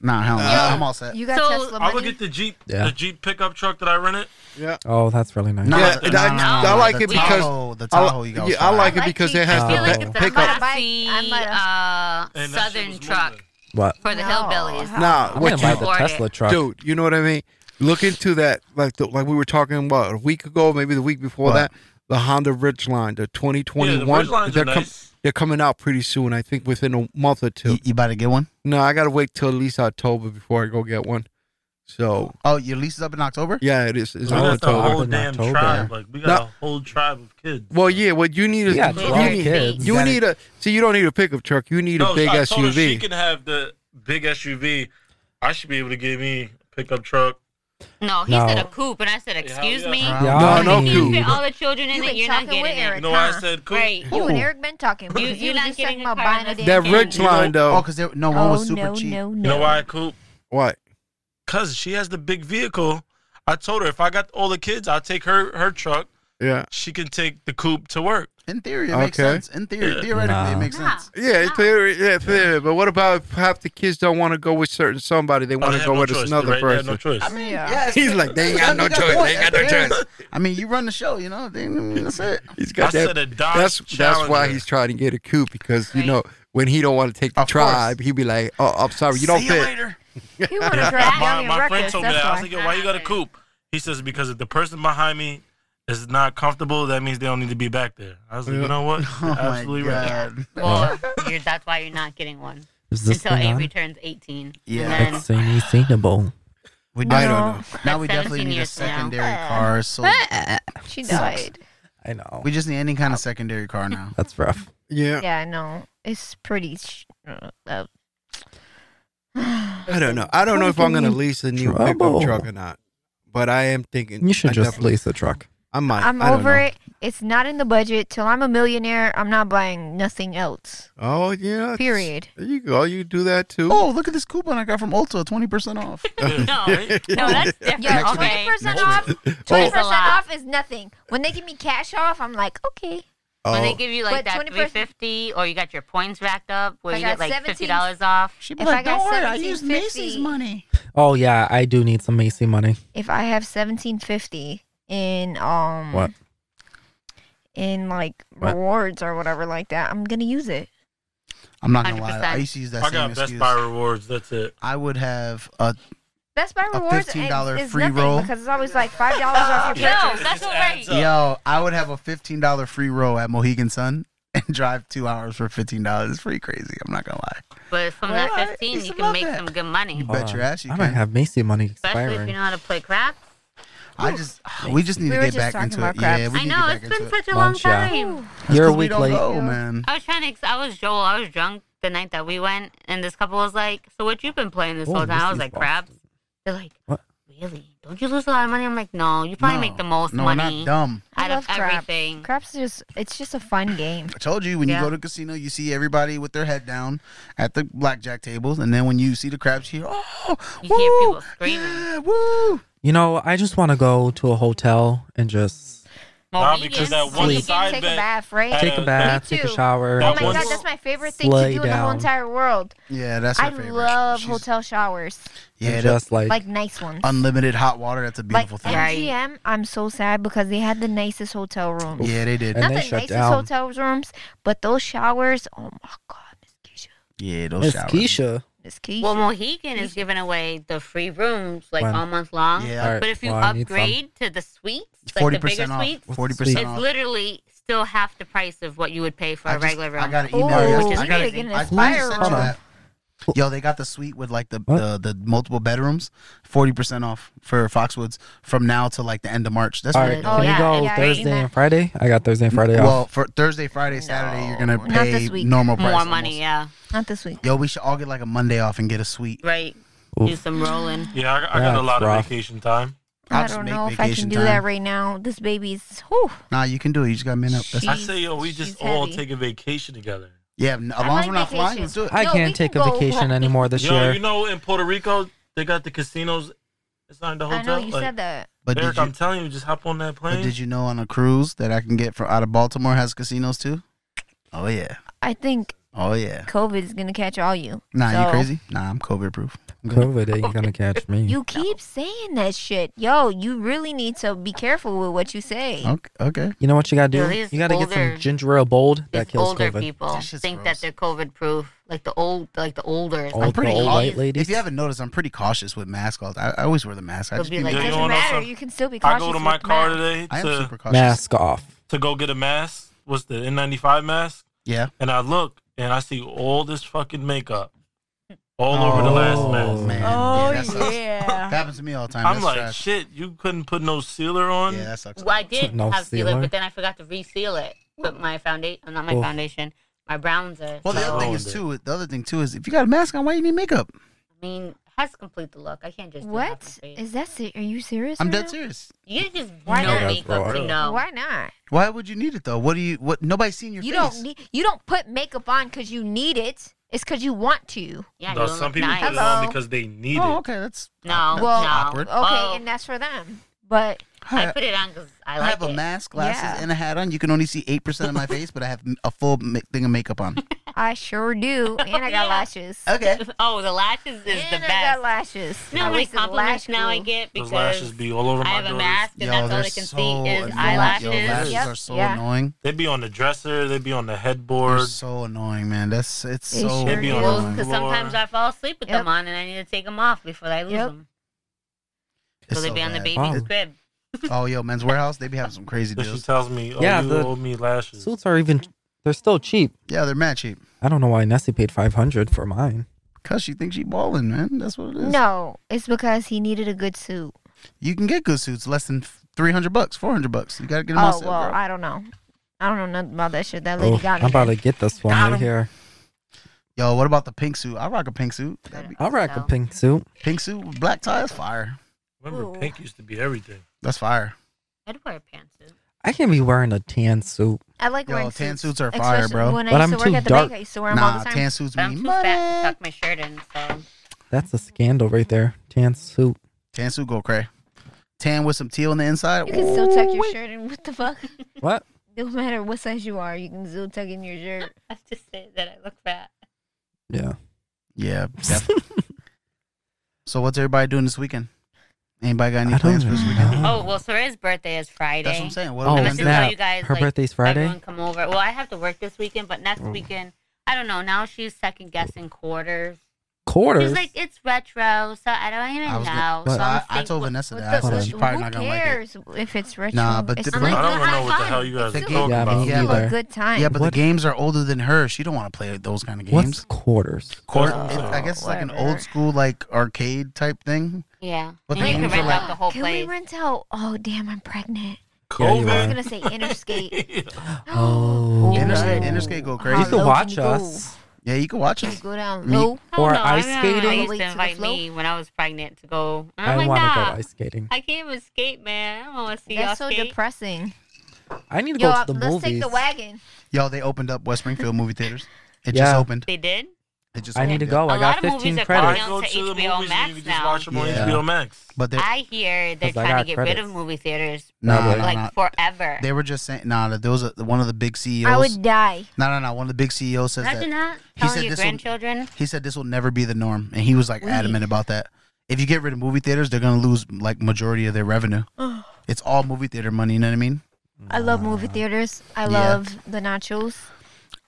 Speaker 7: nah, hell no.
Speaker 5: Yeah.
Speaker 7: I'm all set.
Speaker 3: You got
Speaker 5: So,
Speaker 3: Tesla
Speaker 6: I
Speaker 3: money.
Speaker 6: would get the Jeep,
Speaker 4: Yeah.
Speaker 6: the Jeep pickup truck that I rented.
Speaker 1: Yeah.
Speaker 4: Oh, that's really nice.
Speaker 7: No,
Speaker 1: Yeah,
Speaker 7: the-
Speaker 1: and
Speaker 7: no,
Speaker 1: I-
Speaker 7: no, no,
Speaker 1: I like
Speaker 7: the
Speaker 1: it because-
Speaker 7: Tahoe, the
Speaker 1: I li-
Speaker 7: Tahoe you got. was
Speaker 1: yeah, I
Speaker 7: fine.
Speaker 1: like it
Speaker 3: I like
Speaker 1: because
Speaker 3: Jeep.
Speaker 1: it has
Speaker 5: I
Speaker 1: the
Speaker 5: feel like
Speaker 4: Oh.
Speaker 5: it's
Speaker 1: back
Speaker 5: a
Speaker 1: pickup.
Speaker 3: bike. I'm not
Speaker 5: must uh,
Speaker 6: And that shit
Speaker 5: southern
Speaker 6: was
Speaker 5: truck
Speaker 6: moving.
Speaker 4: What?
Speaker 5: for the
Speaker 3: No.
Speaker 5: hillbillies.
Speaker 1: Nah,
Speaker 4: I'm
Speaker 1: what
Speaker 4: gonna buy
Speaker 1: you,
Speaker 5: bike.
Speaker 4: the
Speaker 5: Afford it.
Speaker 4: Tesla truck.
Speaker 1: dude? You know what I mean? Look into that, like the, like we were talking about a week ago, maybe the week before
Speaker 7: What?
Speaker 1: that. The Honda Ridgeline, the
Speaker 6: Yeah,
Speaker 1: 2021.
Speaker 6: the bridge lines
Speaker 1: they're,
Speaker 6: are
Speaker 1: com-
Speaker 6: nice.
Speaker 1: they're coming out pretty soon. I think within a month or two.
Speaker 7: You, you about to get one?
Speaker 1: No, I gotta wait till at least October before I go get one. So
Speaker 7: Oh, your lease is up in October?
Speaker 1: yeah, it is. It's
Speaker 6: We
Speaker 4: Oh,
Speaker 1: all
Speaker 6: got the
Speaker 1: October.
Speaker 6: whole
Speaker 4: in
Speaker 6: damn
Speaker 4: October.
Speaker 6: tribe. Like we got
Speaker 1: No.
Speaker 6: a whole tribe of kids.
Speaker 1: Well, yeah. What you need is
Speaker 4: We got
Speaker 6: You
Speaker 4: 12
Speaker 5: need-
Speaker 4: kids.
Speaker 1: You
Speaker 7: Got
Speaker 1: need a see. You don't need a pickup truck. You need a big
Speaker 6: I Told her she
Speaker 1: SUV.
Speaker 6: can have the big SUV. I should be able to give me a pickup truck.
Speaker 5: No, he
Speaker 4: No.
Speaker 5: said a coupe, and I said,
Speaker 6: yeah. Oh,
Speaker 5: "Excuse me."
Speaker 7: Yeah.
Speaker 4: Yeah.
Speaker 1: No,
Speaker 5: If
Speaker 1: no
Speaker 5: you
Speaker 1: coupe.
Speaker 5: fit all the children in
Speaker 3: You
Speaker 5: it,
Speaker 3: been
Speaker 5: you're not
Speaker 3: talking with
Speaker 5: getting
Speaker 6: You
Speaker 5: it.
Speaker 3: Eric.
Speaker 6: know why I
Speaker 3: Huh.
Speaker 6: said coupe?
Speaker 5: Right.
Speaker 3: You and
Speaker 1: Ooh.
Speaker 3: Eric been talking.
Speaker 5: You-
Speaker 3: because
Speaker 5: you're
Speaker 3: you
Speaker 5: not
Speaker 3: was just
Speaker 5: getting
Speaker 3: talking
Speaker 5: a
Speaker 3: about
Speaker 5: car
Speaker 3: buying a
Speaker 5: that's
Speaker 3: damn
Speaker 1: That
Speaker 5: Yeah.
Speaker 1: ridge
Speaker 5: You
Speaker 1: line though.
Speaker 7: Oh, because no one
Speaker 3: Oh
Speaker 7: was super
Speaker 3: no,
Speaker 7: cheap.
Speaker 3: no, no!
Speaker 6: You know why a coupe?
Speaker 1: what?
Speaker 6: Cause she has the big vehicle. I told her if I got all the kids, I'll take her her truck.
Speaker 1: Yeah.
Speaker 6: She can take the coupe to work.
Speaker 7: In theory, it makes
Speaker 1: Okay.
Speaker 7: sense. In theory,
Speaker 6: Yeah.
Speaker 7: theoretically, it
Speaker 4: Nah.
Speaker 7: makes
Speaker 5: Nah.
Speaker 7: sense.
Speaker 1: Yeah, it's
Speaker 5: No.
Speaker 1: theory, yeah, theory. But what about if half the kids don't want to go with certain somebody? They want
Speaker 6: I
Speaker 1: to
Speaker 6: had
Speaker 1: go
Speaker 6: Oh, no
Speaker 1: with
Speaker 6: choice,
Speaker 1: another
Speaker 6: right? They had
Speaker 1: person.
Speaker 6: no choice.
Speaker 7: I mean,
Speaker 3: Yeah.
Speaker 7: yeah. it's-
Speaker 1: He's like, they ain't got no
Speaker 7: You
Speaker 1: choice.
Speaker 7: point.
Speaker 1: They ain't got no
Speaker 7: That's fair.
Speaker 1: choice.
Speaker 7: I mean, you run the show, you know. They- I mean, That's it.
Speaker 1: He's got
Speaker 6: I
Speaker 1: that.
Speaker 6: said a Dodge
Speaker 1: That's that's why
Speaker 6: Challenger.
Speaker 1: he's trying to get a coup because you
Speaker 5: Right.
Speaker 1: know when he don't want to take the
Speaker 7: Of course.
Speaker 1: tribe, he'd be like, "Oh, I'm sorry, you don't
Speaker 7: See
Speaker 1: fit."
Speaker 7: You later.
Speaker 3: You want to
Speaker 5: Yeah.
Speaker 3: drive
Speaker 6: my
Speaker 3: down
Speaker 6: my
Speaker 3: and
Speaker 6: friend
Speaker 3: ruckus?
Speaker 6: told me that. I was
Speaker 3: That's why.
Speaker 6: thinking, why you got a coupe? He says because if the person behind me is not comfortable, that means they don't need to be back there. I was like,
Speaker 1: Yeah.
Speaker 6: you know what?
Speaker 7: Oh
Speaker 6: You're
Speaker 7: my god.
Speaker 6: absolutely right.
Speaker 5: Well, you're, that's why you're not getting one
Speaker 4: Is this
Speaker 5: until
Speaker 4: thing
Speaker 5: Avery
Speaker 4: on?
Speaker 5: turns 18.
Speaker 7: Yeah.
Speaker 5: And then
Speaker 4: It's inexcutable.
Speaker 7: We
Speaker 1: I
Speaker 7: definitely,
Speaker 1: don't know.
Speaker 3: No,
Speaker 7: now we
Speaker 5: That's
Speaker 7: definitely
Speaker 5: 17
Speaker 7: need a
Speaker 5: years from now.
Speaker 7: secondary car. So
Speaker 3: she died.
Speaker 4: I know.
Speaker 7: we just need any kind of secondary car now.
Speaker 4: That's rough.
Speaker 1: Yeah,
Speaker 3: Yeah, I know. It's pretty. Sh- uh, uh,
Speaker 1: I don't know. I don't know if I'm gonna lease a new pickup
Speaker 4: Trouble.
Speaker 1: truck or not, but I am thinking.
Speaker 4: You should
Speaker 1: I
Speaker 4: just
Speaker 1: definitely-
Speaker 4: lease a truck.
Speaker 1: I might.
Speaker 3: I'm
Speaker 1: I don't
Speaker 3: over
Speaker 1: know.
Speaker 3: it. It's not in the budget. Till I'm a millionaire, I'm not buying nothing else.
Speaker 1: Oh yeah.
Speaker 3: Period.
Speaker 1: There you go. You do that too.
Speaker 7: Oh, look at this coupon I got from Ulta, twenty percent off.
Speaker 5: no, no, that's different.
Speaker 3: Yeah,
Speaker 7: Next
Speaker 5: okay.
Speaker 3: twenty percent
Speaker 7: Next
Speaker 3: off.
Speaker 7: week.
Speaker 1: Oh.
Speaker 3: Twenty
Speaker 5: That's
Speaker 3: percent
Speaker 5: a lot.
Speaker 3: off is nothing. When they give me cash off, I'm like, okay.
Speaker 5: When they
Speaker 1: Oh,
Speaker 5: give you
Speaker 3: But
Speaker 5: like that
Speaker 3: 20%.
Speaker 5: 350 or you got your points racked up where
Speaker 3: I
Speaker 5: you get
Speaker 3: got
Speaker 5: like
Speaker 3: 17.
Speaker 5: $50 off.
Speaker 7: She
Speaker 3: If I got $17.50
Speaker 7: money.
Speaker 4: Oh yeah, I do need some Macy money.
Speaker 3: If I have seventeen fifty in um
Speaker 4: What?
Speaker 3: in like
Speaker 4: What?
Speaker 3: rewards or whatever like that, I'm gonna use it.
Speaker 7: I'm not gonna lie.
Speaker 5: 100%.
Speaker 7: I used to use that
Speaker 6: I
Speaker 7: same
Speaker 6: got Best
Speaker 7: excuse.
Speaker 6: Buy rewards. That's it.
Speaker 7: I would have a
Speaker 3: That's my
Speaker 7: A
Speaker 3: rewards.
Speaker 7: $15
Speaker 3: is- is
Speaker 7: free
Speaker 3: nothing
Speaker 7: roll?
Speaker 3: because it's always like five dollars off
Speaker 5: Yo,
Speaker 3: your purchase.
Speaker 5: that's all right.
Speaker 6: up.
Speaker 7: yo. I would have a fifteen dollar free roll at Mohegan Sun and drive two hours for fifteen dollars. It's pretty crazy. I'm not gonna lie.
Speaker 5: But from
Speaker 7: Well, I-
Speaker 5: that 15,
Speaker 7: it's
Speaker 5: you
Speaker 7: about
Speaker 5: can make
Speaker 7: that.
Speaker 5: some good
Speaker 7: You
Speaker 5: money.
Speaker 7: bet
Speaker 4: Hold
Speaker 7: your
Speaker 4: on.
Speaker 7: ass you
Speaker 4: I might
Speaker 7: can.
Speaker 4: have Macy money
Speaker 5: Especially if you
Speaker 4: expiring.
Speaker 5: know how to play crap.
Speaker 7: I just ah, we just need
Speaker 3: We
Speaker 7: to
Speaker 3: were
Speaker 7: get
Speaker 3: just
Speaker 7: back
Speaker 3: talking
Speaker 7: into
Speaker 3: about
Speaker 7: it. Yeah,
Speaker 3: craps.
Speaker 7: we
Speaker 5: I
Speaker 7: need
Speaker 5: know,
Speaker 7: to
Speaker 5: it's
Speaker 7: get back
Speaker 5: been
Speaker 7: into it.
Speaker 5: such a long
Speaker 4: Lunch, yeah.
Speaker 5: time.
Speaker 7: That's
Speaker 4: You're a
Speaker 7: 'cause we
Speaker 4: week
Speaker 7: don't
Speaker 4: late.
Speaker 7: know, man.
Speaker 5: I was trying to. Ex- I was Joel. I was drunk the night that we went, and this couple was like, "So what you been playing this
Speaker 4: Oh,
Speaker 5: whole time?" I was
Speaker 4: Missy's
Speaker 5: like,
Speaker 4: lost.
Speaker 5: "Crabs." They're like,
Speaker 4: What?
Speaker 5: "Really? Don't you lose a lot of money?" I'm like, "No, you probably
Speaker 7: No.
Speaker 5: make the most
Speaker 7: no,
Speaker 5: money
Speaker 7: not dumb.
Speaker 5: out
Speaker 3: I
Speaker 5: of
Speaker 3: love crap.
Speaker 5: everything."
Speaker 3: Craps is just it's just a fun game.
Speaker 7: I told you when
Speaker 5: Yeah.
Speaker 7: you go to a casino, you see everybody with their head down at the blackjack tables, and then when you see the craps, you hear, "Oh,
Speaker 5: You
Speaker 7: woo,
Speaker 5: hear people screaming.
Speaker 7: yeah, woo!"
Speaker 4: You know, I just want to go to a hotel and just
Speaker 6: Nah,
Speaker 5: Mohegan,
Speaker 6: because that one
Speaker 3: Sleep.
Speaker 6: side
Speaker 3: take
Speaker 6: bet-
Speaker 3: a bath, right?
Speaker 6: Uh,
Speaker 4: take a
Speaker 6: me
Speaker 4: bath, take a
Speaker 3: too.
Speaker 4: shower.
Speaker 3: oh
Speaker 6: that
Speaker 3: my
Speaker 6: one-
Speaker 3: god,
Speaker 6: once-
Speaker 3: that's my favorite thing to
Speaker 4: Lay
Speaker 3: do in the whole
Speaker 4: down.
Speaker 3: entire world.
Speaker 7: Yeah, that's her
Speaker 3: I
Speaker 7: favorite.
Speaker 3: love
Speaker 7: She's-
Speaker 3: hotel showers,
Speaker 7: Yeah,
Speaker 4: and
Speaker 7: just
Speaker 4: just like,
Speaker 3: like nice ones.
Speaker 7: unlimited hot water. That's a
Speaker 3: like
Speaker 7: beautiful thing.
Speaker 5: Right.
Speaker 3: MGM, I'm so sad because they had the nicest hotel rooms.
Speaker 7: Yeah, they did.
Speaker 4: And
Speaker 3: Not
Speaker 4: they
Speaker 3: the
Speaker 4: shut
Speaker 3: nicest
Speaker 4: down.
Speaker 3: hotel rooms, but those showers. Oh my god, Miss Keisha,
Speaker 7: Yeah, those
Speaker 4: Miss
Speaker 7: showers.
Speaker 4: Keisha.
Speaker 3: Miss Keisha.
Speaker 5: Well, Mohegan is giving away the free rooms like
Speaker 4: When?
Speaker 5: all month long.
Speaker 7: Yeah.
Speaker 4: All right,
Speaker 5: But if you
Speaker 4: well, I need some.
Speaker 5: upgrade to the suites, like
Speaker 7: Forty
Speaker 5: the bigger
Speaker 7: percent off.
Speaker 5: suites,
Speaker 7: Forty
Speaker 4: It's
Speaker 7: percent
Speaker 5: it's
Speaker 7: off.
Speaker 5: literally still half the price of what you would pay for
Speaker 7: I
Speaker 5: a
Speaker 7: just-
Speaker 5: regular room.
Speaker 7: I got an
Speaker 3: Ooh,
Speaker 7: email.
Speaker 5: which is
Speaker 7: yesterday. I got
Speaker 3: you
Speaker 7: a-
Speaker 5: crazy.
Speaker 3: need to get an
Speaker 7: I- I
Speaker 3: Aspire
Speaker 7: sent
Speaker 4: Hold
Speaker 7: you
Speaker 4: on.
Speaker 3: room.
Speaker 7: that. Yo, they got the suite with like the
Speaker 4: What?
Speaker 7: the, the multiple bedrooms, forty percent off for Foxwoods from now to like the end of March. That's
Speaker 4: All
Speaker 7: pretty
Speaker 4: right,
Speaker 3: Oh,
Speaker 4: can
Speaker 3: yeah,
Speaker 4: we go
Speaker 3: yeah, I already
Speaker 4: Thursday
Speaker 3: met-
Speaker 4: and Friday? I got Thursday and Friday
Speaker 7: Well,
Speaker 4: off.
Speaker 7: for Thursday, Friday, Saturday, you're gonna
Speaker 5: No.
Speaker 3: Not
Speaker 7: pay
Speaker 3: this week.
Speaker 7: normal price.
Speaker 5: more
Speaker 7: almost.
Speaker 5: money, yeah.
Speaker 3: Not this week.
Speaker 7: Yo, we should all get like a Monday off and get a suite.
Speaker 5: Right. Do
Speaker 4: Oof.
Speaker 5: some rolling.
Speaker 6: Yeah, I, I got a
Speaker 4: That's
Speaker 6: lot
Speaker 4: rough.
Speaker 6: of vacation time.
Speaker 7: I'll
Speaker 3: I
Speaker 7: just
Speaker 3: don't
Speaker 7: make
Speaker 3: know if I
Speaker 7: vacation
Speaker 3: can do that
Speaker 7: time.
Speaker 3: right now. This baby's whew.
Speaker 7: Nah, you can do it. You just got men up. That's
Speaker 6: I
Speaker 3: She's-
Speaker 6: say, yo, we just
Speaker 3: she's
Speaker 6: all
Speaker 3: heavy.
Speaker 6: take a vacation together.
Speaker 7: yeah, n- as
Speaker 3: I
Speaker 7: long
Speaker 3: like
Speaker 7: as we're not flying,
Speaker 3: vacation.
Speaker 7: let's do it.
Speaker 4: I
Speaker 3: No, we
Speaker 4: can't
Speaker 3: can
Speaker 4: take a
Speaker 3: go-
Speaker 4: vacation anymore this
Speaker 6: Yo,
Speaker 4: year.
Speaker 6: you know, in Puerto Rico, They got the casinos inside the
Speaker 3: I
Speaker 6: hotel. uh,
Speaker 3: know you
Speaker 6: like,
Speaker 3: said that.
Speaker 7: But
Speaker 6: Derek,
Speaker 7: did you,
Speaker 6: I'm telling you, just hop on that plane.
Speaker 7: but did you know on a cruise that I can get from out of Baltimore has casinos too? Oh yeah,
Speaker 3: I think
Speaker 7: oh yeah.
Speaker 3: COVID is gonna catch all you.
Speaker 7: Nah,
Speaker 3: So-
Speaker 7: you crazy? Nah, I'm COVID proof.
Speaker 4: COVID ain't gonna catch me.
Speaker 3: You keep saying that shit. Yo, you really need to be careful with what you say.
Speaker 7: Okay, okay.
Speaker 4: You know what you gotta do?
Speaker 5: Well, these
Speaker 4: you gotta get
Speaker 5: older-
Speaker 4: some ginger ale bold that
Speaker 5: These
Speaker 4: kills
Speaker 5: older
Speaker 4: COVID.
Speaker 5: people
Speaker 7: That shit's
Speaker 5: think
Speaker 7: gross.
Speaker 5: that they're COVID proof, like the old, like the older.
Speaker 4: Old, the
Speaker 7: pretty
Speaker 4: old
Speaker 7: old.
Speaker 4: white ladies.
Speaker 7: If you haven't noticed, I'm pretty cautious with masks. All I, I always wear the mask. I
Speaker 5: It'll
Speaker 7: just
Speaker 5: be
Speaker 7: be
Speaker 5: like-
Speaker 6: Yeah,
Speaker 7: like,
Speaker 6: you
Speaker 3: Doesn't
Speaker 6: wanna know
Speaker 3: matter.
Speaker 6: something?
Speaker 3: You can still be cautious.
Speaker 6: I go to
Speaker 3: with
Speaker 6: my
Speaker 3: the
Speaker 6: car
Speaker 3: mask.
Speaker 6: today
Speaker 7: I am
Speaker 6: to,
Speaker 7: super cautious.
Speaker 4: mask off.
Speaker 6: to go get a mask. What's the N95 mask?
Speaker 7: Yeah.
Speaker 6: And I look and I see all this fucking makeup all over the last mask.
Speaker 7: Man.
Speaker 5: Oh,
Speaker 7: yeah. That, sucks.
Speaker 5: yeah.
Speaker 7: That happens to me all the time.
Speaker 6: I'm
Speaker 7: That's
Speaker 6: like,
Speaker 7: trash.
Speaker 6: shit, you couldn't put no sealer on.
Speaker 7: Yeah, that sucks.
Speaker 5: Well, I did
Speaker 4: No
Speaker 5: have sealer,
Speaker 4: sealer?
Speaker 5: but then I forgot to reseal it. But my foundation, not my
Speaker 4: Oof.
Speaker 5: foundation, my bronzer.
Speaker 7: Well, the
Speaker 5: so,
Speaker 7: other thing is
Speaker 6: Owned it.
Speaker 7: too. The other thing too is if you got a mask on, why you need makeup?
Speaker 5: I mean, it has to complete the look. I can't just do half
Speaker 3: What
Speaker 5: the face.
Speaker 3: is that? Se- are you serious?
Speaker 7: I'm
Speaker 3: right
Speaker 7: dead
Speaker 3: now?
Speaker 7: serious.
Speaker 5: You just
Speaker 3: Why
Speaker 5: no
Speaker 3: not?
Speaker 5: makeup to
Speaker 6: Why
Speaker 5: know.
Speaker 3: Why not?
Speaker 7: Why would you need it though? What do you? What nobody's seen your
Speaker 3: you
Speaker 7: face.
Speaker 3: don't need. You don't put makeup on because you need it. It's because you want to.
Speaker 5: Yeah,
Speaker 6: No,
Speaker 5: you look
Speaker 6: some people
Speaker 5: nice.
Speaker 6: put it on
Speaker 3: Hello.
Speaker 6: because they need
Speaker 7: Oh,
Speaker 6: it.
Speaker 7: okay. That's
Speaker 5: No,
Speaker 7: that's
Speaker 3: Well,
Speaker 5: no.
Speaker 7: awkward.
Speaker 3: Okay,
Speaker 5: Well-
Speaker 3: and that's for them. But
Speaker 5: I put it on because I
Speaker 7: I,
Speaker 5: like
Speaker 7: have a
Speaker 5: it.
Speaker 7: mask, glasses,
Speaker 3: Yeah.
Speaker 7: and a hat on. You can only see eight percent of my face, but I have m- a full ma- thing of makeup on.
Speaker 3: I sure do, and I got
Speaker 5: Yeah.
Speaker 3: lashes.
Speaker 7: Okay.
Speaker 5: Oh, the lashes is
Speaker 3: and
Speaker 5: the
Speaker 3: I
Speaker 5: best.
Speaker 3: got lashes.
Speaker 5: You know
Speaker 3: I
Speaker 5: how many
Speaker 3: wasted
Speaker 5: compliments
Speaker 3: lash
Speaker 5: now I
Speaker 3: glue.
Speaker 5: get
Speaker 6: Those
Speaker 5: because
Speaker 6: lashes be all over
Speaker 5: I
Speaker 6: my
Speaker 5: have a
Speaker 6: daughters.
Speaker 5: mask and that's all
Speaker 7: they're
Speaker 5: they can
Speaker 7: so
Speaker 5: see is
Speaker 7: annoying.
Speaker 5: eyelashes.
Speaker 7: Yo, lashes
Speaker 3: Yep,
Speaker 7: are so
Speaker 3: yeah.
Speaker 7: annoying.
Speaker 6: They be on the dresser. They be on the
Speaker 7: They're
Speaker 6: headboard.
Speaker 7: so annoying, man. That's it's
Speaker 3: They
Speaker 7: so.
Speaker 3: sure
Speaker 6: Maybe
Speaker 7: annoying.
Speaker 6: on
Speaker 5: Well,
Speaker 6: the
Speaker 5: 'cause
Speaker 6: floor.
Speaker 5: sometimes I fall asleep with
Speaker 3: Yep.
Speaker 5: them on and I need to take them off before I lose
Speaker 3: Yep.
Speaker 5: them. So
Speaker 7: It's
Speaker 5: they
Speaker 7: so
Speaker 5: be on the
Speaker 7: bad.
Speaker 5: baby's
Speaker 4: Wow.
Speaker 5: crib.
Speaker 7: Oh, yo, men's warehouse. They be having some crazy
Speaker 6: Then she
Speaker 7: deals.
Speaker 6: tells me, "Oh,
Speaker 4: Yeah,
Speaker 6: you
Speaker 4: the-
Speaker 6: owe me lashes."
Speaker 4: Suits are even. They're still cheap.
Speaker 7: Yeah, they're mad cheap.
Speaker 4: I don't know why Nessie paid five hundred for mine.
Speaker 7: Cause she thinks she balling, man. That's what it is.
Speaker 3: No, it's because he needed a good suit.
Speaker 7: you can get good suits less than three hundred bucks, four hundred bucks. You gotta get them all
Speaker 3: Oh
Speaker 7: set,
Speaker 3: well,
Speaker 7: bro.
Speaker 3: I don't know. I don't know nothing about that shit. That lady
Speaker 4: Oh,
Speaker 3: got
Speaker 4: I'm
Speaker 3: me.
Speaker 4: about to get this one
Speaker 7: Got
Speaker 4: right
Speaker 7: 'em.
Speaker 4: here.
Speaker 7: Yo, what about the pink suit? I rock a pink suit. That'd be-
Speaker 4: I'll rock a
Speaker 5: So-
Speaker 4: pink suit.
Speaker 7: pink suit, with black tie is fire.
Speaker 6: Remember,
Speaker 3: Ooh.
Speaker 6: pink used to be everything.
Speaker 7: That's fire.
Speaker 5: I'd wear a pantsuit.
Speaker 4: I can be wearing a tan suit.
Speaker 3: I like
Speaker 7: Yo,
Speaker 3: wearing
Speaker 7: tan
Speaker 3: suits.
Speaker 7: suits are fire,
Speaker 3: Especially
Speaker 7: bro.
Speaker 3: When I
Speaker 4: But
Speaker 3: used
Speaker 4: I'm
Speaker 3: to work
Speaker 4: too
Speaker 3: at the
Speaker 4: dark.
Speaker 3: bank, I used to wear them all
Speaker 7: Nah,
Speaker 3: the time.
Speaker 7: tan suits
Speaker 5: But I'm
Speaker 7: mean
Speaker 5: too fat to
Speaker 7: money.
Speaker 5: tuck my shirt in, so
Speaker 4: That's a scandal right there. Tan suit.
Speaker 7: Tan suit go cray. Tan with some teal on the inside.
Speaker 3: you can still tuck your shirt in. What the fuck?
Speaker 4: What?
Speaker 3: No matter what size you are, you can still tuck in your shirt.
Speaker 5: I have to say that I look fat.
Speaker 4: Yeah.
Speaker 7: Yeah. def- so what's everybody doing this weekend? Anybody got
Speaker 4: I
Speaker 7: any
Speaker 4: don't
Speaker 7: plans for this
Speaker 4: even
Speaker 7: weekend?
Speaker 4: know.
Speaker 5: Oh, well, Soraya's birthday is Friday.
Speaker 7: That's what I'm saying. What
Speaker 4: Oh,
Speaker 7: are we
Speaker 5: And I
Speaker 7: gonna
Speaker 5: should
Speaker 7: do?
Speaker 4: snap.
Speaker 5: tell you guys,
Speaker 4: Her
Speaker 5: like,
Speaker 4: birthday's Friday?
Speaker 5: Everyone come over. Well, I have to work this weekend, but next
Speaker 7: Oh.
Speaker 5: weekend, I don't know. Now she's second guessing quarters.
Speaker 4: Quarters.
Speaker 5: She's like, it's retro, so I don't even
Speaker 7: I was gonna-
Speaker 5: know.
Speaker 4: but
Speaker 5: so I'm
Speaker 7: I- I
Speaker 5: thinking-
Speaker 7: told Vanessa
Speaker 5: what
Speaker 7: that.
Speaker 5: the-
Speaker 7: I said
Speaker 5: what-
Speaker 7: she's probably
Speaker 3: who
Speaker 7: not gonna like it.
Speaker 3: cares if it's retro?
Speaker 7: Nah, but
Speaker 3: it's
Speaker 7: the-
Speaker 3: not
Speaker 7: Well,
Speaker 6: I
Speaker 3: like
Speaker 6: don't
Speaker 3: you
Speaker 6: even
Speaker 3: have
Speaker 6: know what the
Speaker 3: fun.
Speaker 6: hell you guys
Speaker 3: It's
Speaker 6: are
Speaker 3: a
Speaker 7: game.
Speaker 6: talking
Speaker 4: Yeah, me
Speaker 6: about.
Speaker 3: You have
Speaker 4: Either.
Speaker 3: a good time.
Speaker 7: Yeah, but
Speaker 4: What-
Speaker 7: the games are older than her. She don't want to play those kind of
Speaker 4: What's
Speaker 7: games.
Speaker 4: quarters?
Speaker 7: Court,
Speaker 6: Uh,
Speaker 7: it- I guess it's like an
Speaker 3: whatever.
Speaker 7: old school like arcade type thing.
Speaker 5: Yeah.
Speaker 7: But
Speaker 5: and
Speaker 7: the
Speaker 5: you can
Speaker 7: games are
Speaker 5: rent
Speaker 7: like-
Speaker 5: out the whole
Speaker 3: can
Speaker 5: place.
Speaker 3: we rent out? Oh damn, I'm pregnant.
Speaker 4: Yeah, you
Speaker 6: COVID.
Speaker 3: I was
Speaker 4: are.
Speaker 3: gonna say Interscape.
Speaker 4: Oh.
Speaker 7: Interscape,
Speaker 4: Ooh.
Speaker 7: Interscape go
Speaker 4: You
Speaker 3: How
Speaker 7: crazy.
Speaker 4: can
Speaker 3: low
Speaker 4: watch
Speaker 3: can you go?
Speaker 4: us.
Speaker 7: Yeah, you can watch
Speaker 3: Can you
Speaker 7: it.
Speaker 3: go down
Speaker 7: Me-
Speaker 3: low?
Speaker 5: I don't
Speaker 4: Or
Speaker 5: know, I
Speaker 4: ice
Speaker 5: remember
Speaker 4: skating?
Speaker 5: They
Speaker 3: Relate
Speaker 5: used
Speaker 3: to
Speaker 5: to
Speaker 3: the
Speaker 5: invite
Speaker 3: flow?
Speaker 5: me when I was pregnant to go. And
Speaker 4: I
Speaker 5: I'm like,
Speaker 4: want to
Speaker 5: nah,
Speaker 4: go ice skating.
Speaker 5: I can't even skate, man. I don't want to see
Speaker 3: That's
Speaker 5: y'all
Speaker 3: so
Speaker 5: skate.
Speaker 3: depressing.
Speaker 4: I need to
Speaker 3: Yo, uh,
Speaker 4: go to the
Speaker 3: let's take
Speaker 4: movies.
Speaker 3: the wagon.
Speaker 7: Yo, they opened up West Springfield movie theaters. It just
Speaker 4: Yeah.
Speaker 7: opened.
Speaker 5: they did?
Speaker 7: It just
Speaker 4: I need to
Speaker 7: opened.
Speaker 4: go.
Speaker 5: A
Speaker 4: Oh, I got
Speaker 5: lot of movies
Speaker 4: 15
Speaker 5: are
Speaker 6: Why
Speaker 4: credits.
Speaker 5: going
Speaker 6: go
Speaker 5: to
Speaker 6: to the
Speaker 5: HBO
Speaker 6: movies
Speaker 5: Max
Speaker 6: and you can just
Speaker 5: now?
Speaker 6: watch them on
Speaker 4: Yeah.
Speaker 6: HBO Max.
Speaker 7: But they
Speaker 5: I hear they're
Speaker 4: 'Cause I
Speaker 5: trying
Speaker 4: got
Speaker 5: to get rid
Speaker 4: credits.
Speaker 5: of movie theaters
Speaker 7: Nah,
Speaker 5: like
Speaker 7: nah,
Speaker 5: forever.
Speaker 7: they were just saying nah. That there was a, one of the big CEOs.
Speaker 3: I would die.
Speaker 7: no, no, no. One of the big CEOs says
Speaker 5: Imagine
Speaker 7: that
Speaker 5: that.
Speaker 7: He
Speaker 5: Telling
Speaker 7: said
Speaker 5: your
Speaker 7: this will-
Speaker 5: grandchildren.
Speaker 7: he said this will never be the norm, and he was like adamant about that. If you get rid of movie theaters, they're gonna lose like majority of their revenue. It's all movie theater money. You know what I mean?
Speaker 3: I love movie theaters. I
Speaker 7: Yeah.
Speaker 3: love the nachos.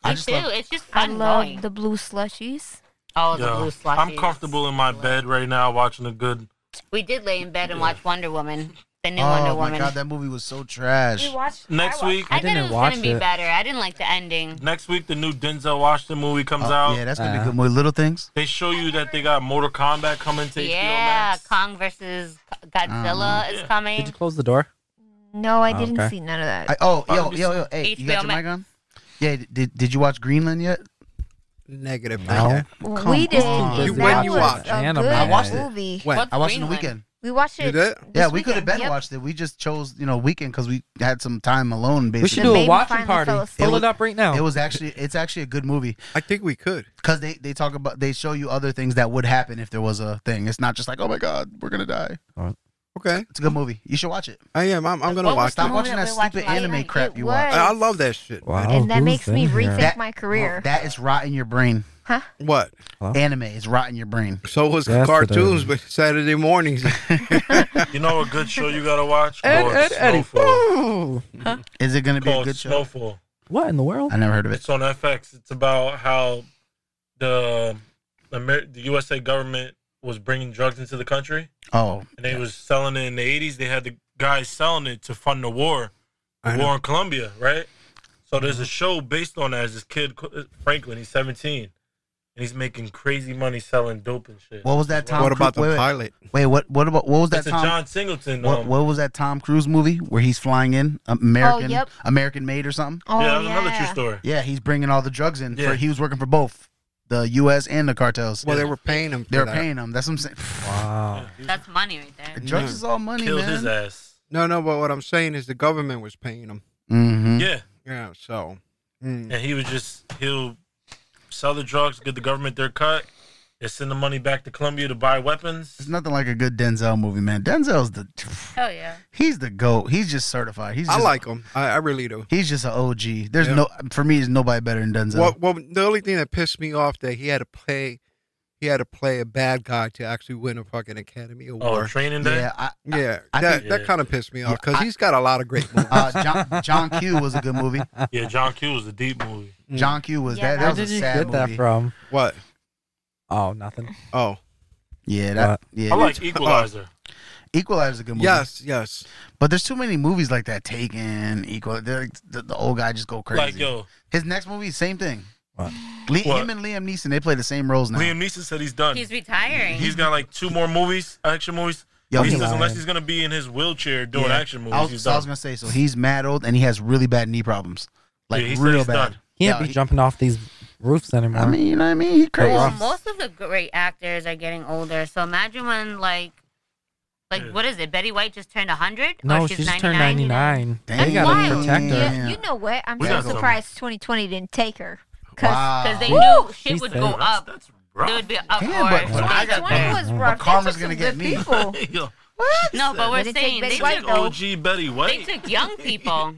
Speaker 7: I
Speaker 5: Me
Speaker 7: just
Speaker 5: too.
Speaker 7: love-
Speaker 5: it's just
Speaker 3: I
Speaker 5: fun
Speaker 3: love
Speaker 5: going.
Speaker 3: the blue slushies.
Speaker 5: oh, the
Speaker 6: Yeah.
Speaker 5: blue slushies.
Speaker 6: I'm comfortable in my bed right now watching a good.
Speaker 5: We did lay in bed and watch Wonder Woman, the new Wonder
Speaker 7: Oh
Speaker 5: Woman.
Speaker 7: my god, that movie was so trash.
Speaker 3: watched
Speaker 6: Next week,
Speaker 5: I,
Speaker 4: didn't
Speaker 5: thought it was
Speaker 4: watch
Speaker 5: gonna be
Speaker 4: it.
Speaker 5: better. I didn't like the ending.
Speaker 6: next week the new Denzel Washington movie comes
Speaker 7: Oh,
Speaker 6: out.
Speaker 7: yeah, that's gonna be
Speaker 4: Uh,
Speaker 7: a good movie. Little things.
Speaker 6: They show you that they got Mortal Kombat coming to
Speaker 5: Yeah,
Speaker 6: HBO Max.
Speaker 5: Kong versus Godzilla
Speaker 7: Uh-huh.
Speaker 5: is
Speaker 6: Yeah.
Speaker 5: coming.
Speaker 4: Did you close the door?
Speaker 3: No, I didn't
Speaker 4: Okay.
Speaker 3: see none of that.
Speaker 7: I, oh,
Speaker 6: Why
Speaker 7: yo,
Speaker 6: would you
Speaker 7: yo,
Speaker 6: say-
Speaker 7: yo, hey, you
Speaker 5: HBO
Speaker 7: got your
Speaker 5: Max.
Speaker 7: mic on? Yeah, did, did you watch Greenland yet?
Speaker 1: Negative.
Speaker 4: No.
Speaker 1: I-
Speaker 7: come
Speaker 3: we did.
Speaker 7: on.
Speaker 3: that
Speaker 1: You- when you
Speaker 3: was
Speaker 1: watch.
Speaker 3: a
Speaker 4: Anime.
Speaker 3: good
Speaker 7: I watched it.
Speaker 3: movie.
Speaker 1: When?
Speaker 5: What's
Speaker 7: I watched it on the
Speaker 5: Greenland?
Speaker 7: weekend.
Speaker 3: We watched
Speaker 1: You
Speaker 3: it.
Speaker 1: did?
Speaker 7: yeah,
Speaker 3: this
Speaker 7: we could have
Speaker 3: weekend.
Speaker 7: been
Speaker 3: Yep.
Speaker 7: watched it. We just chose you know weekend because we had some time alone. Basically,
Speaker 4: We should
Speaker 3: The
Speaker 4: do a
Speaker 3: baby
Speaker 4: watching
Speaker 3: finally fell
Speaker 4: party.
Speaker 3: asleep.
Speaker 4: Pull it up right now.
Speaker 7: It was actually it's actually a good movie
Speaker 1: I think we could.
Speaker 7: because they they talk about they show you other things that would happen if there was a thing. It's not just like oh my god we're gonna die.
Speaker 1: Okay,
Speaker 7: It's a good movie. You should watch it.
Speaker 1: I am. I'm, I'm gonna
Speaker 5: What was
Speaker 1: watch
Speaker 5: the
Speaker 7: Stop
Speaker 1: it.
Speaker 5: movie
Speaker 7: watching that
Speaker 5: we watched
Speaker 7: stupid
Speaker 5: last
Speaker 7: anime
Speaker 5: night?
Speaker 7: crap
Speaker 3: It
Speaker 7: you
Speaker 3: was-
Speaker 7: watch.
Speaker 1: I, I love that shit. man.
Speaker 4: Wow.
Speaker 3: and that
Speaker 4: who's
Speaker 3: makes me
Speaker 4: in here?
Speaker 3: rethink
Speaker 7: That- Oh,
Speaker 3: my career.
Speaker 7: That is rot in your brain.
Speaker 1: What?
Speaker 7: Anime is rot in your brain.
Speaker 1: So was
Speaker 4: Yes, it
Speaker 1: cartoons,
Speaker 4: is.
Speaker 1: but Saturday mornings.
Speaker 6: You know a good show you gotta watch?
Speaker 4: Ed,
Speaker 6: Called
Speaker 4: Ed, Eddie.
Speaker 6: Snowfall.
Speaker 4: Woo!
Speaker 7: Is it gonna be a
Speaker 6: Called
Speaker 7: good show?
Speaker 6: Snowfall.
Speaker 4: What in the world?
Speaker 7: I never heard of it.
Speaker 6: It's on FX. It's about how the Amer- the USA government was bringing drugs into the country,
Speaker 7: Oh,
Speaker 6: and they was selling it in the '80s. They had the guys selling it to fund the war, the
Speaker 1: I know.
Speaker 6: war in Colombia, right? So there's a show based on that. It's this kid Qu- Franklin. He's 17, and he's making crazy money selling dope and shit.
Speaker 7: what was that Tom?
Speaker 1: What about
Speaker 7: Cruise-
Speaker 1: the
Speaker 7: wait, wait,
Speaker 1: pilot?
Speaker 7: wait, what? What about what was that
Speaker 6: That's a
Speaker 7: Tom?
Speaker 6: John Singleton.
Speaker 7: What,
Speaker 6: um,
Speaker 7: what was that Tom Cruise movie where he's flying in American
Speaker 3: yep.
Speaker 7: American Made or something?
Speaker 3: oh,
Speaker 6: yeah, that was another true
Speaker 3: yeah.
Speaker 6: story.
Speaker 7: Yeah, he's bringing all the drugs in.
Speaker 6: Yeah.
Speaker 7: For, he was working for both the U.S. and the cartels.
Speaker 1: Well, they were paying him. for
Speaker 7: they were
Speaker 1: that.
Speaker 7: paying him. That's what I'm saying.
Speaker 4: Wow.
Speaker 5: That's money right there.
Speaker 7: Drugs
Speaker 1: Yeah.
Speaker 7: is all money,
Speaker 6: Killed
Speaker 7: man.
Speaker 6: his ass.
Speaker 1: No, no. But what I'm saying is the government was paying him.
Speaker 7: Mm-hmm.
Speaker 6: Yeah,
Speaker 1: Yeah. So. mm.
Speaker 6: and he was just he'll sell the drugs, get the government their cut. They send the money back to Colombia to buy weapons.
Speaker 7: It's nothing like a good Denzel movie, man. Denzel's the
Speaker 3: Oh,
Speaker 6: Oh,
Speaker 5: Hell yeah.
Speaker 7: he's the goat. He's just certified. He's just,
Speaker 1: I like him. I, I really do.
Speaker 7: He's just an OG. There's
Speaker 1: Yeah.
Speaker 7: no for me. There's nobody better than Denzel.
Speaker 1: Well, well, the only thing that pissed me off that he had to play, he had to play a bad guy to actually win a fucking Academy
Speaker 6: Oh,
Speaker 1: Award.
Speaker 6: training day.
Speaker 7: yeah, I,
Speaker 1: yeah,
Speaker 7: I
Speaker 1: that,
Speaker 7: think-
Speaker 1: that
Speaker 6: Yeah.
Speaker 1: kind of pissed me off because
Speaker 7: Yeah, I-
Speaker 1: he's got a lot of great movies.
Speaker 7: uh, John, John Q was a good movie.
Speaker 6: Yeah, John Q was a deep movie.
Speaker 1: Mm.
Speaker 7: John Q was
Speaker 3: Yeah, that
Speaker 7: that. That
Speaker 4: Where
Speaker 7: was a
Speaker 4: did you
Speaker 7: sad
Speaker 4: get
Speaker 7: movie.
Speaker 4: that from?
Speaker 1: What?
Speaker 4: Oh, nothing.
Speaker 1: Oh,
Speaker 7: Yeah, that. yeah,
Speaker 6: I like Equalizer.
Speaker 7: Equalizer. is A good movie.
Speaker 1: yes, yes.
Speaker 7: But there's too many movies like that. Taken, Equal. they're Like, the, the old guy just go crazy.
Speaker 6: Like yo,
Speaker 7: His next movie, same thing.
Speaker 4: What?
Speaker 7: Li-
Speaker 6: What?
Speaker 7: Him and Liam Neeson, they play the same roles now.
Speaker 6: Liam Neeson said he's done.
Speaker 5: He's retiring.
Speaker 6: he's got like two more movies, action movies.
Speaker 7: Yo,
Speaker 6: he
Speaker 7: he-
Speaker 6: says unless
Speaker 4: lying.
Speaker 6: he's gonna be in his wheelchair doing
Speaker 7: yeah.
Speaker 6: action movies,
Speaker 7: I was,
Speaker 6: he's
Speaker 7: so I was
Speaker 6: done.
Speaker 7: gonna say, so he's mad old and he has really bad knee problems, like
Speaker 6: Yeah, he said
Speaker 7: real
Speaker 6: he's
Speaker 7: bad.
Speaker 6: done.
Speaker 4: Can't
Speaker 7: Yeah,
Speaker 4: be jumping off these roofs anymore.
Speaker 7: I mean, you know what I mean? He crazy.
Speaker 5: well,
Speaker 4: Ross.
Speaker 5: most of the great actors are getting older. So imagine when like, like
Speaker 6: Yeah.
Speaker 5: what is it? Betty White just turned hundred.
Speaker 4: no,
Speaker 5: or
Speaker 4: she
Speaker 5: she's
Speaker 4: just
Speaker 5: 99?
Speaker 4: turned 99.
Speaker 7: That's
Speaker 4: They gotta
Speaker 7: wild.
Speaker 4: protect her.
Speaker 7: Yeah.
Speaker 3: Yeah, you know what? I'm
Speaker 6: We
Speaker 3: so
Speaker 6: got some.
Speaker 3: surprised 2020 didn't take her. Cause
Speaker 7: Wow.
Speaker 5: Because they
Speaker 4: Woo!
Speaker 5: knew
Speaker 4: She
Speaker 5: shit would
Speaker 4: said
Speaker 5: go
Speaker 4: it.
Speaker 5: up.
Speaker 6: That's
Speaker 5: There
Speaker 6: rough.
Speaker 5: would be an
Speaker 7: Damn,
Speaker 5: uproar.
Speaker 7: but when I got
Speaker 5: 2020
Speaker 7: that-
Speaker 5: was
Speaker 3: was rough. They
Speaker 7: karma's
Speaker 3: took
Speaker 7: gonna
Speaker 3: some good
Speaker 7: get me.
Speaker 3: People.
Speaker 6: Yo,
Speaker 5: No, but we're
Speaker 3: They didn't take
Speaker 5: saying they
Speaker 3: Betty White,
Speaker 5: took,
Speaker 3: though.
Speaker 5: old,
Speaker 6: OG Betty
Speaker 5: they
Speaker 6: White.
Speaker 5: took young people.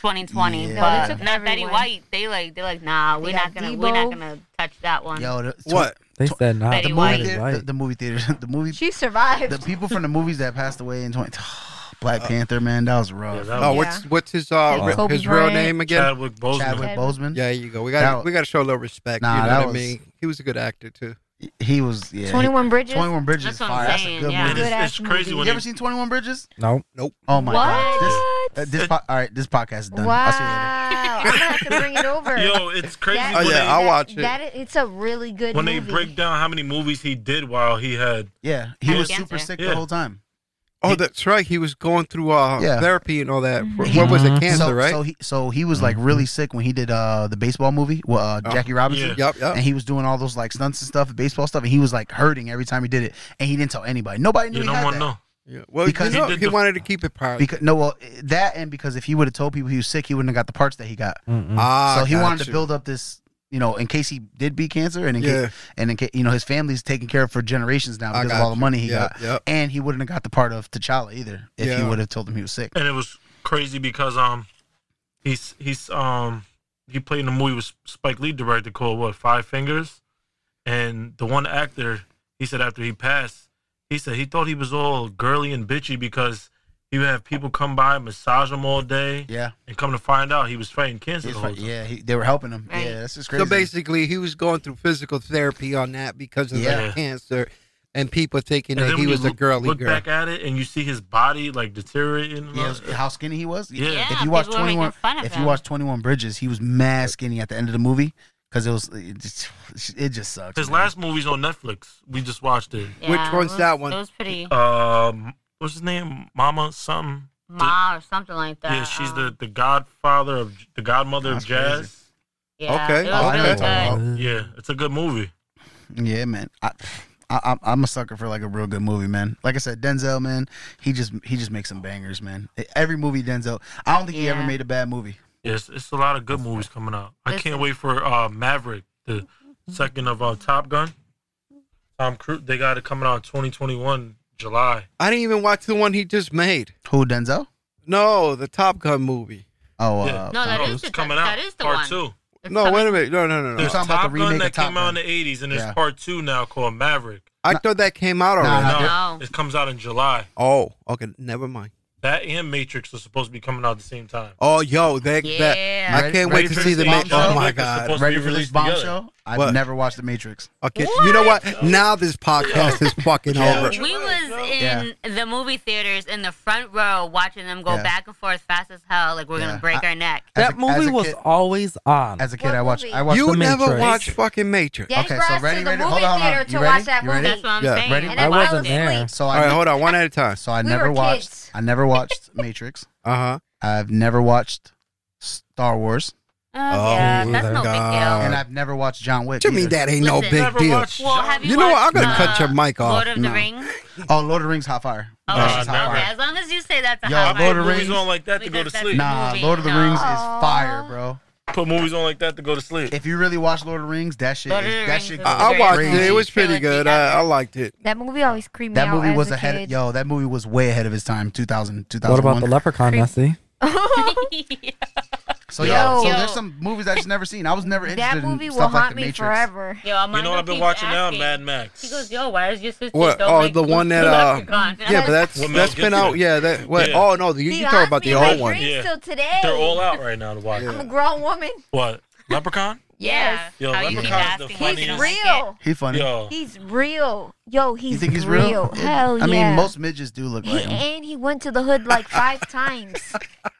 Speaker 5: 2020,
Speaker 7: Yeah.
Speaker 5: but
Speaker 7: No, they
Speaker 3: took
Speaker 5: not Betty
Speaker 3: everyone.
Speaker 5: White. They like they're like, nah, we're
Speaker 3: They
Speaker 5: not
Speaker 3: got
Speaker 5: gonna we're not
Speaker 3: Debo.
Speaker 5: gonna touch that one.
Speaker 7: Yo, the,
Speaker 1: What?
Speaker 4: They said not.
Speaker 5: Betty
Speaker 7: The
Speaker 5: White.
Speaker 7: movie, theater, The, the movie theater, the movie,
Speaker 3: She survived.
Speaker 7: the people from the movies that passed away in 20. Black Panther, man, that was
Speaker 6: Uh, Yeah,
Speaker 7: rough.
Speaker 6: that
Speaker 1: Oh,
Speaker 6: was
Speaker 1: what's what's his uh
Speaker 4: Like
Speaker 1: re-
Speaker 3: Kobe
Speaker 1: his real
Speaker 3: Bryant.
Speaker 1: name again?
Speaker 6: Chadwick Boseman.
Speaker 7: Chadwick Boseman.
Speaker 1: Yeah, you go. We
Speaker 7: That-
Speaker 1: got we got to show a little respect.
Speaker 7: Nah,
Speaker 1: you know
Speaker 7: that
Speaker 1: what
Speaker 7: was-
Speaker 1: I mean? He was a good actor too.
Speaker 7: he was yeah.
Speaker 3: 21 Bridges.
Speaker 7: 21 Bridges.
Speaker 5: That's
Speaker 7: is
Speaker 5: what I'm
Speaker 7: fire. That's a
Speaker 5: saying,
Speaker 7: good
Speaker 5: yeah.
Speaker 7: movie.
Speaker 6: And it's,
Speaker 3: Good-ass
Speaker 6: it's crazy
Speaker 7: You
Speaker 6: when
Speaker 7: ever
Speaker 6: they,
Speaker 7: seen 21 Bridges?
Speaker 4: no.
Speaker 7: Oh my god. This
Speaker 3: What?
Speaker 7: this po- all right, this podcast is done.
Speaker 3: wow.
Speaker 7: I'll see you later.
Speaker 3: I'm gonna have to bring it over.
Speaker 6: yo, it's crazy
Speaker 3: That-
Speaker 1: Oh,
Speaker 6: when
Speaker 1: yeah,
Speaker 6: they
Speaker 1: I'll watch it.
Speaker 3: That, it's a really good
Speaker 6: when
Speaker 3: movie.
Speaker 6: they break down how many movies he did while he had
Speaker 7: Yeah, he
Speaker 5: Yeah.
Speaker 7: was
Speaker 5: Cancer.
Speaker 7: super sick
Speaker 6: Yeah.
Speaker 7: the whole time.
Speaker 1: Oh, that's right. He was going through uh,
Speaker 7: Yeah. Mm-hmm.
Speaker 1: therapy and all that. Wh- What was it?
Speaker 4: Mhm.
Speaker 1: Cancer,
Speaker 7: so,
Speaker 1: right?
Speaker 7: So he so he was like really sick when he did uh the baseball movie with uh,
Speaker 1: Oh,
Speaker 7: Jackie Robinson.
Speaker 6: yeah.
Speaker 1: yep, yep.
Speaker 7: And he was doing all those like stunts and stuff, baseball stuff, and he was like hurting every time he did it, and he didn't tell anybody. Nobody knew
Speaker 6: you
Speaker 7: he
Speaker 6: don't
Speaker 7: had
Speaker 6: want
Speaker 7: that.
Speaker 6: to know.
Speaker 1: Yeah. Well,
Speaker 7: Because
Speaker 1: because
Speaker 7: he
Speaker 1: you know, he,
Speaker 6: did the-
Speaker 1: wanted to keep it private.
Speaker 7: Because no, well that and because if he would have told people he was sick, he wouldn't have got the parts that he got.
Speaker 4: Mm-mm.
Speaker 1: ah,
Speaker 7: so he
Speaker 1: got
Speaker 7: wanted to
Speaker 1: you.
Speaker 7: build up this, you know, in case he did beat cancer, and in
Speaker 1: Yeah.
Speaker 7: case, and in case, you know, his family's taken care of for generations now
Speaker 1: I
Speaker 7: because of
Speaker 1: got
Speaker 7: all the
Speaker 1: you.
Speaker 7: money he
Speaker 1: Yep,
Speaker 7: got.
Speaker 1: yep.
Speaker 7: And he wouldn't have got the part of T'Challa either if he
Speaker 1: Yeah.
Speaker 7: would have told him he was sick.
Speaker 6: And it was crazy because um he's he's um he played in a movie with Spike Lee directed called what Five Fingers, and the one actor he said after he passed he said he thought he was all girly and bitchy because he would have people come by massage him all day
Speaker 7: Yeah,
Speaker 6: and come to find out he was fighting cancer.
Speaker 7: He's
Speaker 6: the
Speaker 7: fi-
Speaker 6: whole time.
Speaker 7: yeah, he, they were helping him.
Speaker 5: Right.
Speaker 7: Yeah, that's just crazy.
Speaker 1: So basically, he was going through physical therapy on that because of
Speaker 7: Yeah.
Speaker 1: that cancer, and people thinking
Speaker 6: And then
Speaker 1: that he
Speaker 6: when you
Speaker 1: was a
Speaker 6: look-
Speaker 1: girly
Speaker 6: look
Speaker 1: girl.
Speaker 6: back at it and you see his body like deteriorating. and
Speaker 7: yeah,
Speaker 6: all
Speaker 7: it was-
Speaker 6: that.
Speaker 7: how skinny he was.
Speaker 6: Yeah.
Speaker 5: Yeah,
Speaker 7: if you watch
Speaker 5: people were
Speaker 7: twenty
Speaker 5: making
Speaker 7: one,
Speaker 5: fun of
Speaker 7: if
Speaker 5: him.
Speaker 7: you watch twenty one Bridges, he was mad skinny at the end of the movie because it was it just, it just sucks.
Speaker 6: His
Speaker 7: man.
Speaker 6: last movie's on Netflix. We just watched it.
Speaker 5: Yeah,
Speaker 1: Which one's
Speaker 5: it was-
Speaker 1: that one?
Speaker 5: It was pretty
Speaker 6: Um, what's his name? Mama something.
Speaker 5: ma or something like that.
Speaker 6: yeah, she's
Speaker 5: um,
Speaker 6: the the godfather of the godmother
Speaker 7: That's
Speaker 6: of
Speaker 7: crazy.
Speaker 6: jazz.
Speaker 5: Yeah,
Speaker 1: Okay.
Speaker 5: It
Speaker 7: Oh, I know
Speaker 5: was
Speaker 4: Uh,
Speaker 5: really
Speaker 6: Hmm.
Speaker 7: what you're talking
Speaker 5: good.
Speaker 7: about.
Speaker 6: Yeah, it's a good movie.
Speaker 7: Yeah, man. I, I, I'm- I'm a sucker for like a real good movie, man. Like I said, Denzel, man, he just he just makes some bangers, man. E, Every movie Denzel, I don't think he ever
Speaker 5: Yeah.
Speaker 7: made a bad movie.
Speaker 6: Yes, it's a lot of good movies coming out. I
Speaker 5: This
Speaker 6: can't
Speaker 5: is-
Speaker 6: wait for uh, Maverick, the second of uh, Top Gun. Tom Cruise, they got it coming out in 2021 July.
Speaker 1: I didn't even watch the one he just made.
Speaker 7: Who Denzel?
Speaker 1: No, the Top Gun movie.
Speaker 7: Oh,
Speaker 6: Yeah.
Speaker 7: uh,
Speaker 5: No, that
Speaker 6: Oh,
Speaker 5: is
Speaker 6: it's
Speaker 5: the-
Speaker 6: coming out.
Speaker 5: that is the
Speaker 6: part
Speaker 5: one.
Speaker 6: two.
Speaker 5: It's
Speaker 1: No,
Speaker 5: coming-
Speaker 1: wait a minute. No, no, no,
Speaker 6: There's
Speaker 1: no.
Speaker 7: talking about
Speaker 6: Top
Speaker 7: the
Speaker 6: Gun
Speaker 7: remake
Speaker 6: that
Speaker 7: of Top
Speaker 6: came out in
Speaker 7: Gun.
Speaker 6: the 80s, and
Speaker 7: Yeah.
Speaker 6: there's part two now called Maverick.
Speaker 1: I thought that came out already.
Speaker 7: Nah,
Speaker 6: No,
Speaker 5: No.
Speaker 6: it comes out in July.
Speaker 1: Oh, okay. Never mind.
Speaker 6: That and Matrix are supposed to be coming out at the same time.
Speaker 1: Oh, yo, that that
Speaker 5: Yeah.
Speaker 1: I
Speaker 7: Ready-
Speaker 1: can't
Speaker 7: ready
Speaker 1: wait to
Speaker 6: for
Speaker 1: see the.
Speaker 6: this
Speaker 1: Ma-
Speaker 6: bombshell?
Speaker 1: oh my
Speaker 6: It's
Speaker 1: god.
Speaker 6: supposed to
Speaker 7: ready
Speaker 6: be
Speaker 7: for this
Speaker 6: released together.
Speaker 7: bombshell? I've
Speaker 1: What?
Speaker 7: never watched The Matrix.
Speaker 1: Okay, you know what? Now this podcast is fucking over.
Speaker 5: We was
Speaker 7: Yeah.
Speaker 5: in the movie theaters in the front row watching them go
Speaker 7: Yeah.
Speaker 5: back and forth fast as hell, like we're
Speaker 7: Yeah.
Speaker 5: gonna break our neck.
Speaker 7: As
Speaker 4: That
Speaker 7: a- as
Speaker 4: movie
Speaker 7: a
Speaker 4: was
Speaker 7: kid-
Speaker 4: always on.
Speaker 7: As a kid,
Speaker 3: What
Speaker 7: I watched.
Speaker 3: movie?
Speaker 7: I watched.
Speaker 1: You
Speaker 4: The
Speaker 1: never
Speaker 4: Matrix.
Speaker 1: watched fucking Matrix.
Speaker 3: Yes,
Speaker 7: Okay,
Speaker 3: for
Speaker 7: so
Speaker 3: us
Speaker 7: ready,
Speaker 3: to the
Speaker 7: ready?
Speaker 3: movie
Speaker 7: Hold on, hold on.
Speaker 3: theater
Speaker 7: You
Speaker 3: to
Speaker 7: ready?
Speaker 3: watch that
Speaker 7: You ready?
Speaker 3: movie.
Speaker 5: That's what I'm
Speaker 1: Yeah.
Speaker 5: saying.
Speaker 7: Ready?
Speaker 5: And
Speaker 4: I
Speaker 5: then
Speaker 4: wasn't
Speaker 5: fall asleep.
Speaker 4: there.
Speaker 7: so
Speaker 1: All
Speaker 7: I
Speaker 1: right, hold on, one at a time.
Speaker 7: so I
Speaker 3: We
Speaker 7: never
Speaker 3: were
Speaker 7: watched.
Speaker 3: kids.
Speaker 7: I never watched Matrix.
Speaker 1: Uh huh.
Speaker 7: I've never watched Star Wars,
Speaker 5: Oh,
Speaker 1: Oh,
Speaker 5: yeah,
Speaker 4: my
Speaker 5: that's no
Speaker 1: God.
Speaker 5: big
Speaker 7: and
Speaker 1: Uh,
Speaker 7: I've never watched John
Speaker 1: What
Speaker 7: Wick.
Speaker 1: you mean
Speaker 7: either.
Speaker 1: that ain't no
Speaker 5: Listen,
Speaker 1: big
Speaker 6: Never
Speaker 1: deal?
Speaker 6: watched
Speaker 5: deal. Well, have you,
Speaker 1: You know what? I'm
Speaker 5: watched,
Speaker 1: gonna cut
Speaker 5: uh,
Speaker 1: your mic off.
Speaker 5: Lord of
Speaker 7: No.
Speaker 5: the Ring. Okay,
Speaker 7: Oh, Lord of the Rings, Hot Fire.
Speaker 3: Oh,
Speaker 5: okay,
Speaker 7: That's just Hot Fire.
Speaker 5: as long as you say that's a
Speaker 7: Yo,
Speaker 5: high five.
Speaker 7: Lord of the
Speaker 6: movies
Speaker 7: Rings-
Speaker 6: on like that to go to
Speaker 5: Because that's-
Speaker 6: sleep.
Speaker 5: Nah.
Speaker 7: Nah,
Speaker 5: movie,
Speaker 7: Lord of the
Speaker 5: no.
Speaker 7: Rings is
Speaker 3: Aw.
Speaker 7: fire, bro.
Speaker 6: Put movies on like that to go to sleep.
Speaker 7: If you really watch Lord of the Rings, that shit,
Speaker 5: Lord of
Speaker 7: is,
Speaker 5: the
Speaker 7: that
Speaker 5: Rings
Speaker 7: shit. goes
Speaker 5: is
Speaker 1: I, I watched it.
Speaker 7: crazy.
Speaker 1: It was pretty good. I, I liked it.
Speaker 3: That movie always creeped me
Speaker 7: That
Speaker 3: out.
Speaker 7: movie
Speaker 3: as
Speaker 7: was
Speaker 3: a
Speaker 7: ahead.
Speaker 3: Kid.
Speaker 7: Yo, that movie was way ahead of his time. 2000,
Speaker 4: what
Speaker 7: 2001.
Speaker 4: about the Leprechaun, Nessie?
Speaker 7: so yeah, so
Speaker 5: Yo.
Speaker 7: there's some movies I just never seen. I was never interested
Speaker 3: that movie
Speaker 7: in
Speaker 3: will
Speaker 7: stuff like
Speaker 3: haunt
Speaker 7: the
Speaker 3: me
Speaker 7: Matrix.
Speaker 3: forever.
Speaker 5: Yo, Amanda
Speaker 6: you know what I've been
Speaker 5: keeps
Speaker 6: watching now?
Speaker 5: asking.
Speaker 6: Mad Max.
Speaker 5: He goes, yo, why is your sister
Speaker 1: What?
Speaker 5: so
Speaker 1: Oh,
Speaker 5: like
Speaker 1: the one that,
Speaker 5: two
Speaker 1: uh,
Speaker 5: leprechauns?" And
Speaker 1: Yeah,
Speaker 5: I'm
Speaker 1: but
Speaker 5: like,
Speaker 1: that's
Speaker 6: Well, Mel
Speaker 1: that's been
Speaker 6: Gibson.
Speaker 1: out. Yeah, that. What?
Speaker 6: Yeah.
Speaker 1: Oh no, you, you talking about the
Speaker 3: Beyond me,
Speaker 1: old
Speaker 3: my
Speaker 1: one?
Speaker 3: dreams
Speaker 6: Yeah.
Speaker 3: Till today.
Speaker 6: They're all out right now to watch.
Speaker 1: Yeah.
Speaker 3: I'm a grown woman.
Speaker 6: What?
Speaker 5: yeah.
Speaker 6: Leprechaun?
Speaker 3: Yes.
Speaker 6: Yo,
Speaker 5: How you keep
Speaker 7: Leprechaun's
Speaker 6: the
Speaker 5: asking why
Speaker 6: funniest-
Speaker 5: you
Speaker 3: He's
Speaker 5: don't
Speaker 6: Yes.
Speaker 5: like it.
Speaker 3: real.
Speaker 7: He funny.
Speaker 6: Yo.
Speaker 3: He's real. Yo, he's
Speaker 7: you think he's real?
Speaker 3: Hell yeah.
Speaker 7: I mean, most midgets do look
Speaker 3: He,
Speaker 7: like him.
Speaker 3: and he went to the hood like five times.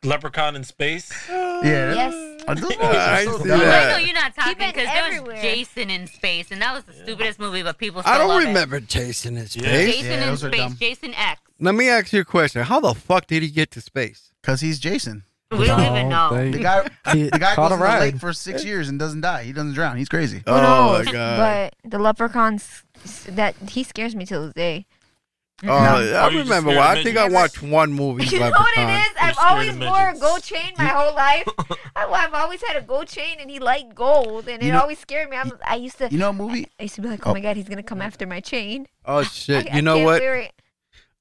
Speaker 6: Leprechaun in
Speaker 5: Uh,
Speaker 6: space?
Speaker 7: Yeah.
Speaker 3: Yes.
Speaker 7: I do.
Speaker 1: I
Speaker 7: so
Speaker 1: see
Speaker 7: dumb.
Speaker 1: that.
Speaker 5: I know you're not talking
Speaker 3: Keep it
Speaker 5: because there was
Speaker 3: everywhere.
Speaker 5: Jason in space, and that was the stupidest movie, but people still
Speaker 1: I don't
Speaker 5: love it.
Speaker 1: remember Jason in
Speaker 6: Yeah.
Speaker 1: space.
Speaker 5: Jason
Speaker 7: Yeah,
Speaker 5: in
Speaker 7: those are
Speaker 5: space,
Speaker 7: dumb.
Speaker 5: Jason X.
Speaker 1: Let me ask you a question. How the fuck did he get to space?
Speaker 7: Cause he's Jason.
Speaker 5: We don't even know.
Speaker 7: The guy,
Speaker 4: He
Speaker 7: the guy
Speaker 4: caught
Speaker 7: goes
Speaker 4: a
Speaker 7: in the lake
Speaker 4: ride.
Speaker 7: for six years and doesn't die. He doesn't drown. He's crazy.
Speaker 3: Who
Speaker 1: oh
Speaker 3: knows?
Speaker 1: my god!
Speaker 3: But the leprechauns, that he scares me till this day.
Speaker 1: oh, I
Speaker 6: Or you just
Speaker 1: remember.
Speaker 6: scared
Speaker 1: Well,
Speaker 6: of
Speaker 1: I think I
Speaker 6: midgets.
Speaker 1: watched one movie.
Speaker 3: You know what
Speaker 1: Leprechaun.
Speaker 3: it is? I've
Speaker 6: scared of
Speaker 3: always wore a
Speaker 6: midgets.
Speaker 3: gold chain my whole life. I, I've always had a gold chain, and he liked gold, and
Speaker 7: You
Speaker 3: it
Speaker 7: know-
Speaker 3: always scared me. I'm, I used to,
Speaker 7: You know, a movie.
Speaker 3: I used to be like, oh, my god, he's gonna come after my chain.
Speaker 1: Oh
Speaker 3: I-
Speaker 1: shit!
Speaker 3: I
Speaker 1: You know
Speaker 3: can't
Speaker 1: what?
Speaker 3: wear it.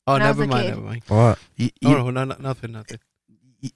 Speaker 1: Oh,
Speaker 3: when I was
Speaker 1: never
Speaker 3: a
Speaker 1: mind.
Speaker 3: kid.
Speaker 1: Never mind.
Speaker 4: What?
Speaker 7: You,
Speaker 1: No,
Speaker 7: you,
Speaker 1: no, no, no, nothing, nothing.
Speaker 7: you-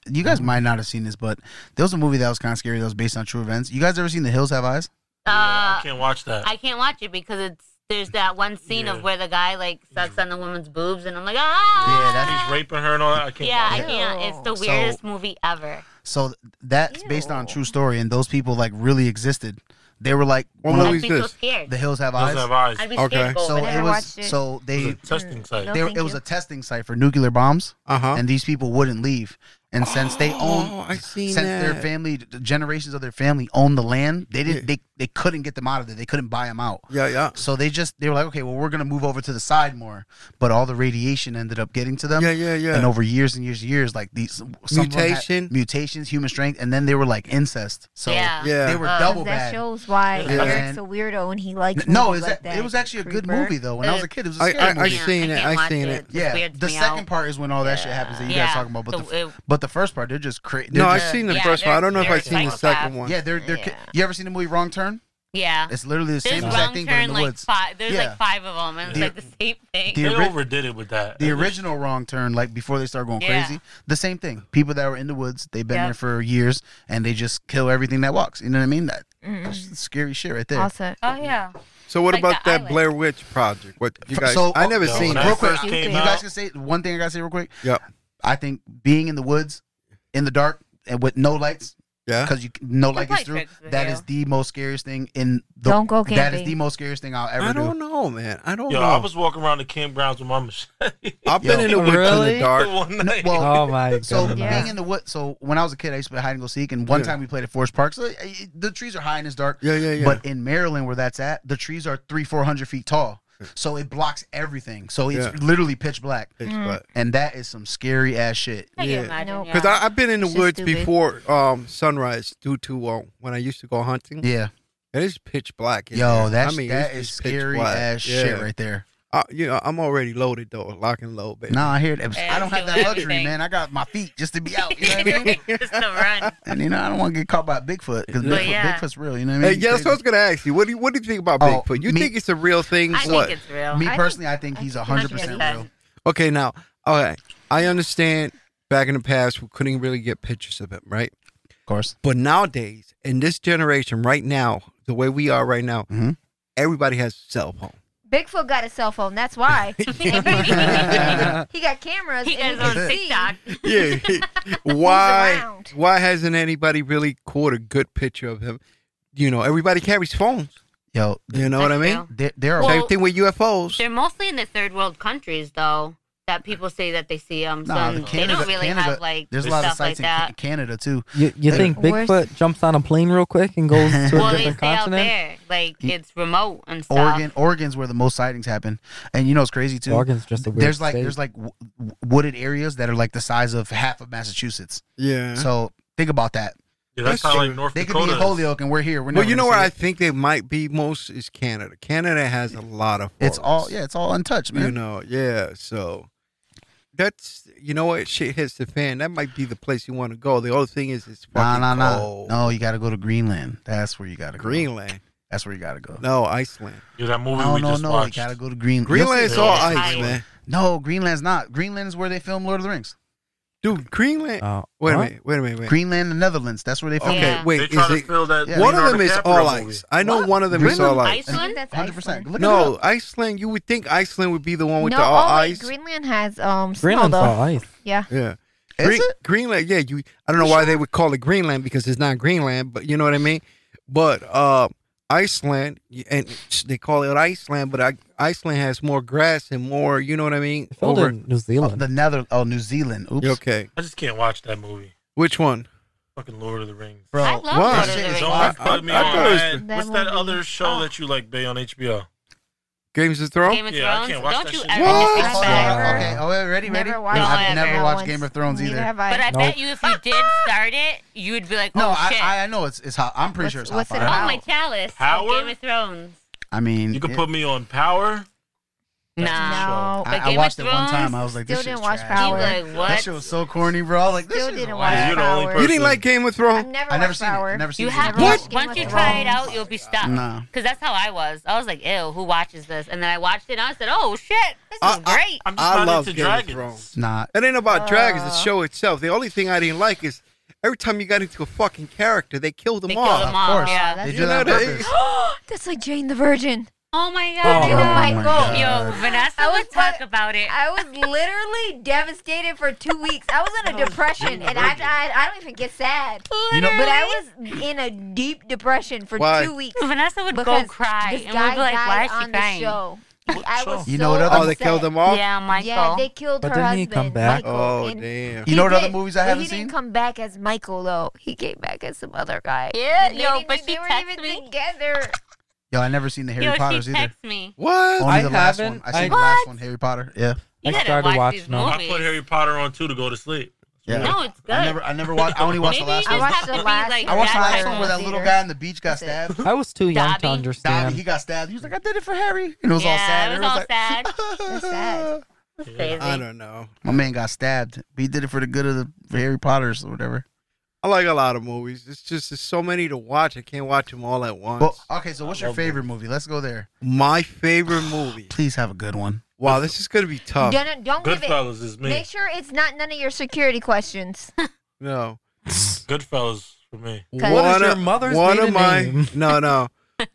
Speaker 7: you guys might not have seen this, but there was a movie that was kind of scary that was based on true events. You guys ever seen The Hills Have Eyes?
Speaker 6: I
Speaker 5: Uh,
Speaker 6: can't watch that.
Speaker 5: I can't watch it because it's there's that one scene
Speaker 6: Yeah.
Speaker 5: of where the guy like sucks on the woman's boobs, and I'm like, ah.
Speaker 7: Yeah, that's-
Speaker 6: He's raping her and all that. I can't
Speaker 5: Yeah,
Speaker 6: watch
Speaker 5: I
Speaker 6: it.
Speaker 5: can't. It's the
Speaker 7: So-
Speaker 5: weirdest movie ever.
Speaker 7: So that's based on a
Speaker 3: Ew.
Speaker 7: true story, and those people like really existed. They were like
Speaker 1: What
Speaker 7: one of-
Speaker 1: movie?
Speaker 5: I'd
Speaker 1: is
Speaker 5: be so
Speaker 1: this?
Speaker 5: scared.
Speaker 7: Oh, The Hills Have
Speaker 6: Doesn't
Speaker 7: Eyes.
Speaker 6: have eyes.
Speaker 5: I'd be Mm.
Speaker 1: Okay.
Speaker 5: scared to go
Speaker 7: So
Speaker 3: I
Speaker 5: over there.
Speaker 7: it
Speaker 3: never
Speaker 7: was
Speaker 3: watched it.
Speaker 7: so
Speaker 6: It's a
Speaker 7: they
Speaker 6: testing site.
Speaker 3: No,
Speaker 7: they were,
Speaker 3: thank
Speaker 7: it was
Speaker 3: you.
Speaker 7: a testing site for nuclear bombs,
Speaker 1: Uh huh.
Speaker 7: and these people wouldn't leave. And since they owned
Speaker 1: Oh, I seen
Speaker 7: since
Speaker 1: that.
Speaker 7: their family generations of their family owned the land they didn't
Speaker 1: Yeah.
Speaker 7: they, they couldn't get them out of there they couldn't buy them out
Speaker 1: yeah, yeah.
Speaker 7: so they just they were like okay well we're gonna move over to the side more but all the radiation ended up getting to them
Speaker 1: Yeah, yeah, yeah.
Speaker 7: and over years and years and years like these some of them had
Speaker 1: Mutation.
Speaker 7: mutations human strength and then they were like incest so
Speaker 5: yeah.
Speaker 1: yeah.
Speaker 7: they were
Speaker 5: Uh,
Speaker 7: double
Speaker 3: Because that
Speaker 7: bad
Speaker 3: shows why
Speaker 6: Yeah.
Speaker 3: Eric's a weirdo and he likes.
Speaker 7: N- no
Speaker 3: movies
Speaker 7: it was,
Speaker 3: like
Speaker 7: a-
Speaker 3: that.
Speaker 7: it was actually a good
Speaker 3: Creeper.
Speaker 7: movie though when i was a kid it was a
Speaker 1: I-
Speaker 7: scary
Speaker 1: I- I
Speaker 7: movie
Speaker 1: I've seen it,
Speaker 5: can't
Speaker 1: I've
Speaker 5: watch
Speaker 1: seen it.
Speaker 5: just
Speaker 7: yeah
Speaker 5: weirds
Speaker 7: the
Speaker 5: me
Speaker 7: second
Speaker 5: out.
Speaker 7: part is when all that shit happens that you guys
Speaker 5: Yeah.
Speaker 7: talking about but the,
Speaker 5: The- it-
Speaker 7: but the first part they're just crazy
Speaker 1: no, I've
Speaker 5: just-
Speaker 1: seen the
Speaker 5: yeah,
Speaker 1: first one. I
Speaker 5: they're-
Speaker 1: don't know if
Speaker 5: they're
Speaker 1: I've seen the
Speaker 5: psychopaths.
Speaker 1: second one.
Speaker 7: yeah, they're, they're
Speaker 3: Yeah.
Speaker 7: You ever seen the movie Wrong Turn?
Speaker 5: Yeah.
Speaker 7: It's literally the
Speaker 5: There's
Speaker 7: same exact
Speaker 5: wrong
Speaker 7: thing, but in
Speaker 5: turn
Speaker 7: the
Speaker 5: like
Speaker 7: woods.
Speaker 5: five. There's
Speaker 7: Yeah.
Speaker 5: like five of them, and it's
Speaker 7: The-
Speaker 5: like the same thing.
Speaker 7: the
Speaker 6: They
Speaker 7: ori-
Speaker 6: overdid it with that.
Speaker 7: the original wrong turn, like before they start going
Speaker 5: Yeah.
Speaker 7: crazy, the same thing. People that were in the woods, they've been
Speaker 5: Yep.
Speaker 7: there for years, and they just kill everything that walks. You know what I mean? That
Speaker 3: Mm-mm.
Speaker 5: Mm.
Speaker 7: that's scary shit right there.
Speaker 3: Also,
Speaker 5: oh yeah.
Speaker 1: So what
Speaker 5: Like
Speaker 1: about
Speaker 5: the
Speaker 1: that
Speaker 5: island.
Speaker 1: Blair Witch Project? What you
Speaker 7: F-
Speaker 1: guys?
Speaker 7: so- oh,
Speaker 1: I never
Speaker 6: No,
Speaker 1: seen
Speaker 6: when
Speaker 1: that.
Speaker 6: I
Speaker 7: Real quick,
Speaker 6: first
Speaker 3: you
Speaker 6: came
Speaker 7: You
Speaker 3: think-
Speaker 6: out,
Speaker 7: guys can say one thing. I gotta say real quick.
Speaker 1: Yep.
Speaker 7: I think being in the woods, in the dark, and with no lights,
Speaker 1: Yeah.
Speaker 7: because you no light gets
Speaker 5: light
Speaker 7: through.
Speaker 5: tricks with
Speaker 7: That
Speaker 5: you.
Speaker 7: is the most scariest thing in the.
Speaker 3: don't go
Speaker 7: that is
Speaker 3: camping.
Speaker 7: the most scariest thing I'll ever
Speaker 1: I
Speaker 7: do.
Speaker 1: don't know, man. I don't
Speaker 6: yo,
Speaker 1: know.
Speaker 6: I was walking around the campgrounds with my machete
Speaker 1: I've been
Speaker 7: Yo.
Speaker 1: in the woods in the
Speaker 4: Really?
Speaker 1: dark.
Speaker 6: one night.
Speaker 7: Well,
Speaker 4: Oh my god.
Speaker 7: So
Speaker 3: Yeah.
Speaker 7: being in the woods. So when I was a kid, I used to play hide and go seek, and one
Speaker 1: Yeah.
Speaker 7: time we played at Forest Park. So uh, it- the trees are high and it's dark.
Speaker 1: Yeah, yeah, yeah.
Speaker 7: But in Maryland, where that's at, the trees are three, four hundred feet tall. So it blocks everything. So it's
Speaker 1: Yeah.
Speaker 7: literally pitch black,
Speaker 1: It's
Speaker 3: Mm.
Speaker 1: but-
Speaker 7: and that is some scary ass shit.
Speaker 5: I
Speaker 1: Yeah.
Speaker 5: can imagine.
Speaker 3: Nope.
Speaker 1: Cause I, I've been in the
Speaker 3: It's just
Speaker 1: woods
Speaker 3: stupid.
Speaker 1: before um, sunrise due to uh, when I used to go hunting.
Speaker 7: Yeah,
Speaker 1: It is pitch black. in
Speaker 7: Yo,
Speaker 1: there.
Speaker 7: that's
Speaker 1: I mean,
Speaker 7: that
Speaker 1: it's
Speaker 7: is
Speaker 1: just pitch
Speaker 7: scary
Speaker 1: black.
Speaker 7: ass
Speaker 1: Yeah.
Speaker 7: shit right there.
Speaker 1: I, you know, I'm already loaded though, lock and load, baby.
Speaker 7: No, I hear it.
Speaker 5: Yeah,
Speaker 7: I don't have
Speaker 5: do
Speaker 7: that luxury,
Speaker 5: everything.
Speaker 7: man. I got my feet just to be out. You know what I mean?
Speaker 5: Just to run.
Speaker 7: And you know, I don't want to get caught by Bigfoot because
Speaker 5: But
Speaker 7: Bigfoot,
Speaker 5: yeah.
Speaker 7: Bigfoot's real. You know what I
Speaker 1: Hey,
Speaker 7: mean?
Speaker 1: yeah, that's what I was
Speaker 7: Crazy.
Speaker 1: gonna ask you. What do you What do you think about
Speaker 7: Oh,
Speaker 1: Bigfoot? You
Speaker 7: me-
Speaker 1: think it's a real thing?
Speaker 5: I
Speaker 1: what?
Speaker 5: think it's real.
Speaker 7: Me
Speaker 3: I think-
Speaker 7: personally, I think he's
Speaker 3: I think-
Speaker 7: hundred percent
Speaker 5: 100%.
Speaker 7: real.
Speaker 1: okay, now, okay, I understand. Back in the past, we couldn't really get pictures of him, right?
Speaker 7: Of course.
Speaker 1: But nowadays, in this generation, right now, the way we are right now,
Speaker 7: Mhm.
Speaker 1: everybody has a cell phone.
Speaker 3: Bigfoot got a cell phone. That's why. he got cameras.
Speaker 5: He
Speaker 3: and
Speaker 5: goes
Speaker 3: he can
Speaker 5: on
Speaker 3: see.
Speaker 5: TikTok.
Speaker 1: yeah. why?
Speaker 3: around.
Speaker 1: Why hasn't anybody really caught a good picture of him? You know, everybody carries phones.
Speaker 7: Yo, th-
Speaker 1: You know what I mean?
Speaker 7: there, there are
Speaker 5: Well,
Speaker 1: Same thing with UFOs.
Speaker 5: They're mostly in the third world countries, though, that people say that they see them.
Speaker 7: Nah,
Speaker 5: so
Speaker 7: the
Speaker 5: they
Speaker 7: Canada-
Speaker 5: don't really
Speaker 7: Canada-
Speaker 5: have like
Speaker 7: there's a lot
Speaker 5: stuff
Speaker 7: of sites
Speaker 5: like that.
Speaker 7: in Ca- Canada too.
Speaker 4: You, you
Speaker 7: Hey,
Speaker 4: think
Speaker 3: where's-
Speaker 4: Bigfoot jumps on a plane real quick and goes to a
Speaker 5: well, they
Speaker 4: different
Speaker 5: stay out
Speaker 4: continent?
Speaker 5: there. Like it's remote and stuff.
Speaker 7: Oregon, Oregon's where the most sightings happen, and you know it's crazy too.
Speaker 4: Oregon's just a weird
Speaker 7: there's like
Speaker 4: state.
Speaker 7: there's like w- w- wooded areas that are like the size of half of Massachusetts.
Speaker 1: Yeah.
Speaker 7: So think about that.
Speaker 6: Yeah,
Speaker 1: Mm-hmm. That's
Speaker 6: that's, how
Speaker 1: true.
Speaker 6: like North
Speaker 7: They could
Speaker 6: Dakota.
Speaker 7: be in
Speaker 6: is.
Speaker 7: Holyoke, and we're here. We're
Speaker 1: well,
Speaker 7: never
Speaker 1: you know
Speaker 7: gonna
Speaker 1: where
Speaker 7: see
Speaker 1: I
Speaker 7: it.
Speaker 1: think they might be most is Canada. Canada has a lot of.
Speaker 7: It's all
Speaker 1: forests,
Speaker 7: yeah, it's all untouched, man.
Speaker 1: You know, yeah. So that's you know what shit hits the fan. That might be the place you want to go. The only thing is it's
Speaker 7: Nah,
Speaker 1: fucking
Speaker 7: nah, nah.
Speaker 1: cold.
Speaker 7: No, you got to go to Greenland. That's where you got to go.
Speaker 1: Greenland,
Speaker 7: That's where you got to go.
Speaker 1: no Iceland.
Speaker 6: Yeah, that movie
Speaker 7: No,
Speaker 6: we
Speaker 7: no,
Speaker 6: just
Speaker 7: no. You
Speaker 6: watched.
Speaker 7: got to go to Greenland.
Speaker 1: Greenland is
Speaker 6: You'll
Speaker 1: all
Speaker 6: see it.
Speaker 1: ice, man.
Speaker 7: No, Greenland's not. Greenland's where they filmed Lord of the Rings.
Speaker 1: Dude, Greenland.
Speaker 4: Uh,
Speaker 1: wait a
Speaker 4: what?
Speaker 1: minute. Wait a minute. Wait.
Speaker 7: Greenland and Netherlands. That's where they filmed.
Speaker 1: Okay,
Speaker 5: Yeah.
Speaker 6: They
Speaker 1: wait.
Speaker 6: try
Speaker 1: Is
Speaker 6: to
Speaker 1: it,
Speaker 6: fill that.
Speaker 7: Yeah.
Speaker 1: one of
Speaker 6: Leonardo
Speaker 1: them is
Speaker 6: DiCaprio
Speaker 1: all
Speaker 6: movie.
Speaker 1: ice. I know
Speaker 7: What?
Speaker 1: one of them is
Speaker 7: Greenland
Speaker 1: all ice.
Speaker 5: ice? Iceland?
Speaker 3: That's
Speaker 7: Hundred percent.
Speaker 3: Iceland.
Speaker 7: Look it up.
Speaker 1: No, Iceland. You would think Iceland would be the one with
Speaker 3: no,
Speaker 1: the
Speaker 7: uh,
Speaker 1: all
Speaker 3: oh, wait,
Speaker 1: ice.
Speaker 3: Greenland has um snow
Speaker 4: Greenland's
Speaker 3: though.
Speaker 4: all ice.
Speaker 3: Yeah.
Speaker 1: Yeah.
Speaker 7: Is
Speaker 1: Green-
Speaker 7: it?
Speaker 1: Greenland, yeah. You, I don't know why they would call it Greenland because it's not Greenland, but you know what I mean. But uh, Iceland, y- and it's- they call it Iceland, but I, Iceland has more grass and more. You know what I mean?
Speaker 4: They Filmed in New
Speaker 7: Oh,
Speaker 4: Zealand.
Speaker 7: the Nether. Oh, New Zealand. Oops.
Speaker 1: You okay.
Speaker 6: I just can't watch that movie.
Speaker 1: Lord of the Rings.
Speaker 6: Fucking Lord of the Rings.
Speaker 7: Bro,
Speaker 5: I love
Speaker 1: What?
Speaker 5: Lord of
Speaker 7: Shit
Speaker 5: the
Speaker 7: is
Speaker 5: Rings.
Speaker 6: Don't
Speaker 7: I-
Speaker 6: put me
Speaker 1: I- I
Speaker 6: on
Speaker 1: thought it was
Speaker 6: that.
Speaker 3: the-
Speaker 6: What's that
Speaker 3: That movie.
Speaker 6: other show
Speaker 3: Oh.
Speaker 6: that you like, Bay, on HBO?
Speaker 1: Games of Thrones.
Speaker 5: Game of
Speaker 6: Yeah, I
Speaker 5: Thrones.
Speaker 6: can't watch
Speaker 5: Don't
Speaker 6: that
Speaker 5: you
Speaker 6: shit.
Speaker 5: ever
Speaker 1: What?
Speaker 7: Oh,
Speaker 5: disrespect.
Speaker 4: Never.
Speaker 7: okay. Oh, wait, ready, ready.
Speaker 3: Never watched.
Speaker 5: No,
Speaker 7: I've
Speaker 5: I've
Speaker 7: never
Speaker 5: never
Speaker 7: watched
Speaker 3: once.
Speaker 7: Game of Thrones
Speaker 3: Neither
Speaker 7: either.
Speaker 3: have I.
Speaker 5: But I
Speaker 4: Nope.
Speaker 5: bet you if you did start it, you would be like, oh
Speaker 7: No,
Speaker 5: shit.
Speaker 7: I, I know it's it's hot. I'm pretty
Speaker 3: What's-
Speaker 7: sure it's hot.
Speaker 3: what's it
Speaker 7: fire.
Speaker 5: oh,
Speaker 3: about?
Speaker 5: my chalice.
Speaker 6: Power?
Speaker 5: Of Game of Thrones.
Speaker 7: I mean,
Speaker 6: You could
Speaker 7: it-
Speaker 6: put me on Power.
Speaker 5: Nah.
Speaker 3: No.
Speaker 5: But
Speaker 7: I, I
Speaker 5: Game
Speaker 7: watched
Speaker 5: of
Speaker 7: it one time.
Speaker 5: Thrones,
Speaker 7: I was like, this
Speaker 3: still didn't
Speaker 7: shit's
Speaker 3: watch
Speaker 7: trash.
Speaker 5: You
Speaker 3: Power.
Speaker 5: like
Speaker 7: That
Speaker 5: what?
Speaker 7: shit was so corny, bro. I was like, this
Speaker 3: Still
Speaker 7: is
Speaker 3: didn't
Speaker 7: whack.
Speaker 3: watch
Speaker 6: You're the only
Speaker 3: Power.
Speaker 1: You
Speaker 6: person-
Speaker 1: didn't like Game of
Speaker 3: I've
Speaker 1: Thrones?
Speaker 3: never
Speaker 7: I never
Speaker 3: watched
Speaker 7: seen
Speaker 3: Power.
Speaker 7: it. Never seen
Speaker 5: You
Speaker 7: it.
Speaker 5: have
Speaker 3: Never watched
Speaker 5: to.
Speaker 3: Game
Speaker 5: Once
Speaker 3: of
Speaker 5: you try it
Speaker 3: Thrones.
Speaker 5: out, you'll be stuck.
Speaker 7: Nah.
Speaker 5: Because that's how I was. I was like, ew, who watches this? And then I watched it and I said, oh shit, this is
Speaker 7: Uh,
Speaker 1: I- I-
Speaker 5: great.
Speaker 6: I'm just
Speaker 1: I
Speaker 6: not
Speaker 1: love
Speaker 6: into
Speaker 1: Game
Speaker 6: dragons.
Speaker 1: of Thrones.
Speaker 7: Nah.
Speaker 1: It ain't about dragons. The
Speaker 3: Uh.
Speaker 1: show itself. The only thing I didn't like is every time you got into a fucking character, they killed them
Speaker 5: They
Speaker 1: all.
Speaker 5: kill them off.
Speaker 7: course.
Speaker 5: Yeah,
Speaker 3: That's
Speaker 7: They
Speaker 1: You
Speaker 7: do that
Speaker 1: know
Speaker 7: on
Speaker 1: that-
Speaker 7: purpose.
Speaker 3: That's like Jane the Virgin.
Speaker 5: Oh my god.
Speaker 4: Oh my
Speaker 3: God.
Speaker 5: Yo, Vanessa
Speaker 3: I was
Speaker 5: would talk
Speaker 3: like-
Speaker 5: about it.
Speaker 3: I was literally devastated for two weeks. I was in a depression, and I, I I don't even get sad.
Speaker 7: You know-
Speaker 3: but I was in a deep depression for
Speaker 1: Why?
Speaker 3: two weeks.
Speaker 5: Vanessa would go
Speaker 3: because
Speaker 5: cry
Speaker 3: this
Speaker 5: and
Speaker 3: guy
Speaker 5: we'd be like,
Speaker 3: died
Speaker 5: why is
Speaker 3: on
Speaker 5: she
Speaker 3: the
Speaker 5: crying?
Speaker 3: show. I was
Speaker 7: You know what
Speaker 3: so
Speaker 7: other-
Speaker 1: Oh, they
Speaker 3: upset.
Speaker 1: killed them all.
Speaker 5: Yeah, Michael.
Speaker 3: Yeah, they killed
Speaker 4: But
Speaker 3: her
Speaker 4: didn't
Speaker 3: husband.
Speaker 4: he come back?
Speaker 3: Michael,
Speaker 1: Oh
Speaker 3: and
Speaker 1: damn.
Speaker 7: You
Speaker 3: he
Speaker 7: know what other
Speaker 3: did-
Speaker 7: movies I
Speaker 3: but
Speaker 7: haven't
Speaker 3: He
Speaker 7: seen?
Speaker 3: didn't come back as Michael though. He came back as some other guy.
Speaker 5: Yeah,
Speaker 3: And they
Speaker 5: yo,
Speaker 3: didn't-
Speaker 5: but
Speaker 3: they
Speaker 5: she
Speaker 3: weren't
Speaker 5: texted
Speaker 3: even
Speaker 5: me.
Speaker 3: together.
Speaker 7: Yo, I never seen the Harry
Speaker 5: Yo,
Speaker 7: Potters
Speaker 5: she
Speaker 7: either.
Speaker 5: texts me.
Speaker 1: What?
Speaker 7: Only
Speaker 4: I
Speaker 7: the last one.
Speaker 4: haven't.
Speaker 7: I seen
Speaker 4: I-
Speaker 7: the last one, Harry Potter. Yeah.
Speaker 5: You
Speaker 4: I
Speaker 5: gotta
Speaker 4: started
Speaker 5: watch
Speaker 4: watching
Speaker 5: these
Speaker 4: them.
Speaker 5: movies.
Speaker 6: I put Harry Potter on too to go to sleep.
Speaker 7: Yeah.
Speaker 5: No, it's good.
Speaker 7: I never, I never watched. I only watched
Speaker 5: Maybe
Speaker 7: the last
Speaker 5: you
Speaker 7: one.
Speaker 3: I
Speaker 5: just
Speaker 3: watched
Speaker 5: have to
Speaker 3: the
Speaker 5: be
Speaker 3: last-
Speaker 5: like
Speaker 7: I watched the
Speaker 5: that
Speaker 7: last
Speaker 5: type
Speaker 7: one
Speaker 5: of-
Speaker 7: where that
Speaker 3: Theater.
Speaker 7: little guy on the beach got
Speaker 3: That's it.
Speaker 7: stabbed.
Speaker 4: I was too young
Speaker 5: Dobby.
Speaker 4: to
Speaker 7: Dobby, he
Speaker 4: understand.
Speaker 7: got stabbed. He was like, I did it for Harry. And it was all
Speaker 5: Yeah,
Speaker 7: sad.
Speaker 5: it was
Speaker 7: Everyone's
Speaker 5: all
Speaker 7: like,
Speaker 5: sad.
Speaker 3: That's sad.
Speaker 5: It's crazy.
Speaker 1: I don't know.
Speaker 7: My man got stabbed. But he did it for the good of the for Harry Potters or whatever.
Speaker 1: I like a lot of movies. It's just there's so many to watch. I can't watch them all at once.
Speaker 7: Well, uh, okay, so what's
Speaker 6: I
Speaker 7: your
Speaker 6: love
Speaker 7: favorite movie? Let's go there.
Speaker 1: My favorite movie.
Speaker 7: Please have a good one.
Speaker 1: Wow, this is gonna be tough.
Speaker 3: Don't, don't give it.
Speaker 6: Goodfellas is me.
Speaker 3: Make sure it's not none of your security questions.
Speaker 1: No.
Speaker 6: Goodfellas for me.
Speaker 3: Okay.
Speaker 4: What is your mother's
Speaker 1: one of
Speaker 4: maiden
Speaker 1: my
Speaker 4: name?
Speaker 1: no no